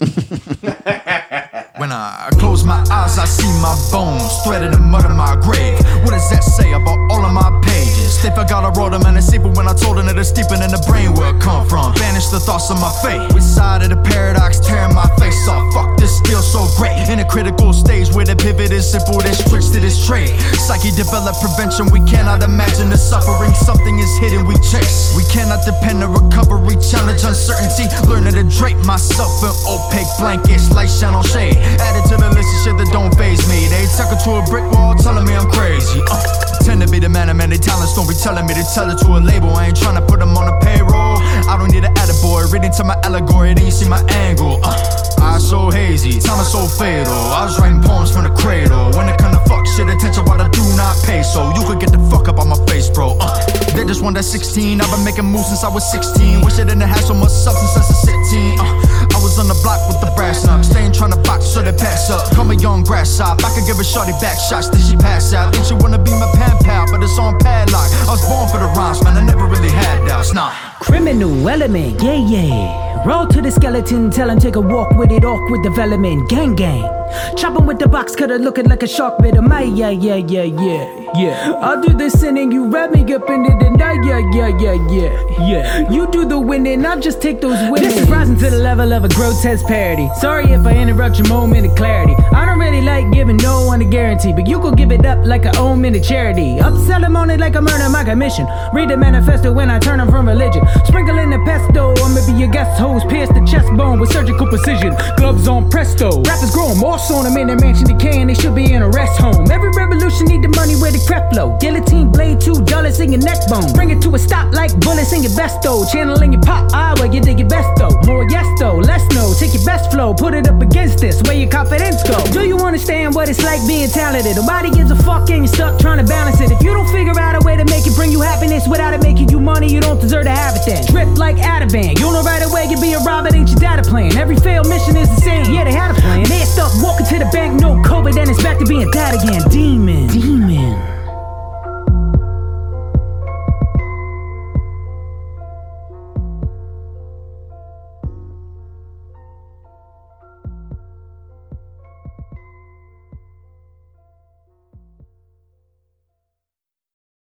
When I close my eyes, I see my bones threaded in mud in my grave. What does that say about all of my pages? They forgot I wrote them and it's even when I told them that it's deeper in the brain where it come from. Banish the thoughts of my fate. Which side of the paradox tearing my face off? Fuck this still so great. In a critical stage where the pivot is simple, there's tricks to this trade. Psyche develop prevention, we cannot imagine the suffering. Something is hidden, we chase. We cannot depend on recovery, challenge uncertainty. Learning to drape myself in opaque blankets, light shine on shade. Added to the list of shit that don't phase me. They tuck it to a brick wall, telling me I'm crazy. Uh, tend to be the man, of many talents don't be telling me to tell it to a label. I ain't tryna put them on a payroll. I don't need an attaboy, read Wait until my allegory, then you see my angle. Uh, eyes so hazy, time is so fatal. I was writing poems from the cradle. When it kind of fuck shit, attention what I do not pay. So you could get the fuck up on my face, bro. Uh, they just want that 16. I've been making moves since I was 16. Wish I didn't have so much substance since the 16. Uh, I was on the block with the brass up. Staying trying to box so they pass up. Call me young grass hop. I could give a shorty back shots. Did she pass out? Think she wanna be my pen pal, but it's on padlock. I was born for the rhymes, man. I never really had doubts. Nah. Criminal element, yeah, yeah. Roll to the skeleton, tell him take a walk with it, awkward development, gang, gang. Chopping with the box cutter, looking like a shark bit of my, yeah, yeah, yeah, yeah, yeah. I'll do the sinning, you wrap me up in it, and I, yeah, yeah, yeah, yeah, yeah. You do the winning, I'll just take those winnings. This is rising to the level of a grotesque parody. Sorry if I interrupt your moment of clarity. I don't really like giving no one a guarantee, but you could give it up like a omen to charity. Upsell him on it like I'm earning my commission. Read the manifesto when I turn him from religion. Sprinkle in the pesto, or maybe your guest hose. Pierce the chest bone with surgical precision. Gloves on presto. Rappers growing moss on them in their mansion decaying. They should be in a rest home. Every revolution need the money where the crap flow. Guillotine blade, two dollars in your neck bone. Bring it to a stop like bullets in your besto. Channeling your pop eye where you dig your best though. More yes though, less no. Take your best flow, put it up against this. Where your confidence go? Do you understand what it's like being talented? Nobody gives a fuck and you're stuck trying to balance it. If you don't figure out a way to make it bring you happiness without it making you money, you don't deserve to have it then. Trip like Ativan. You know right away you're being robbed, ain't your data plan. Every failed mission is the same. Yeah, they had a plan. They stuck walking to the bank, no COVID, then it's back to being that again. Demon. Demon.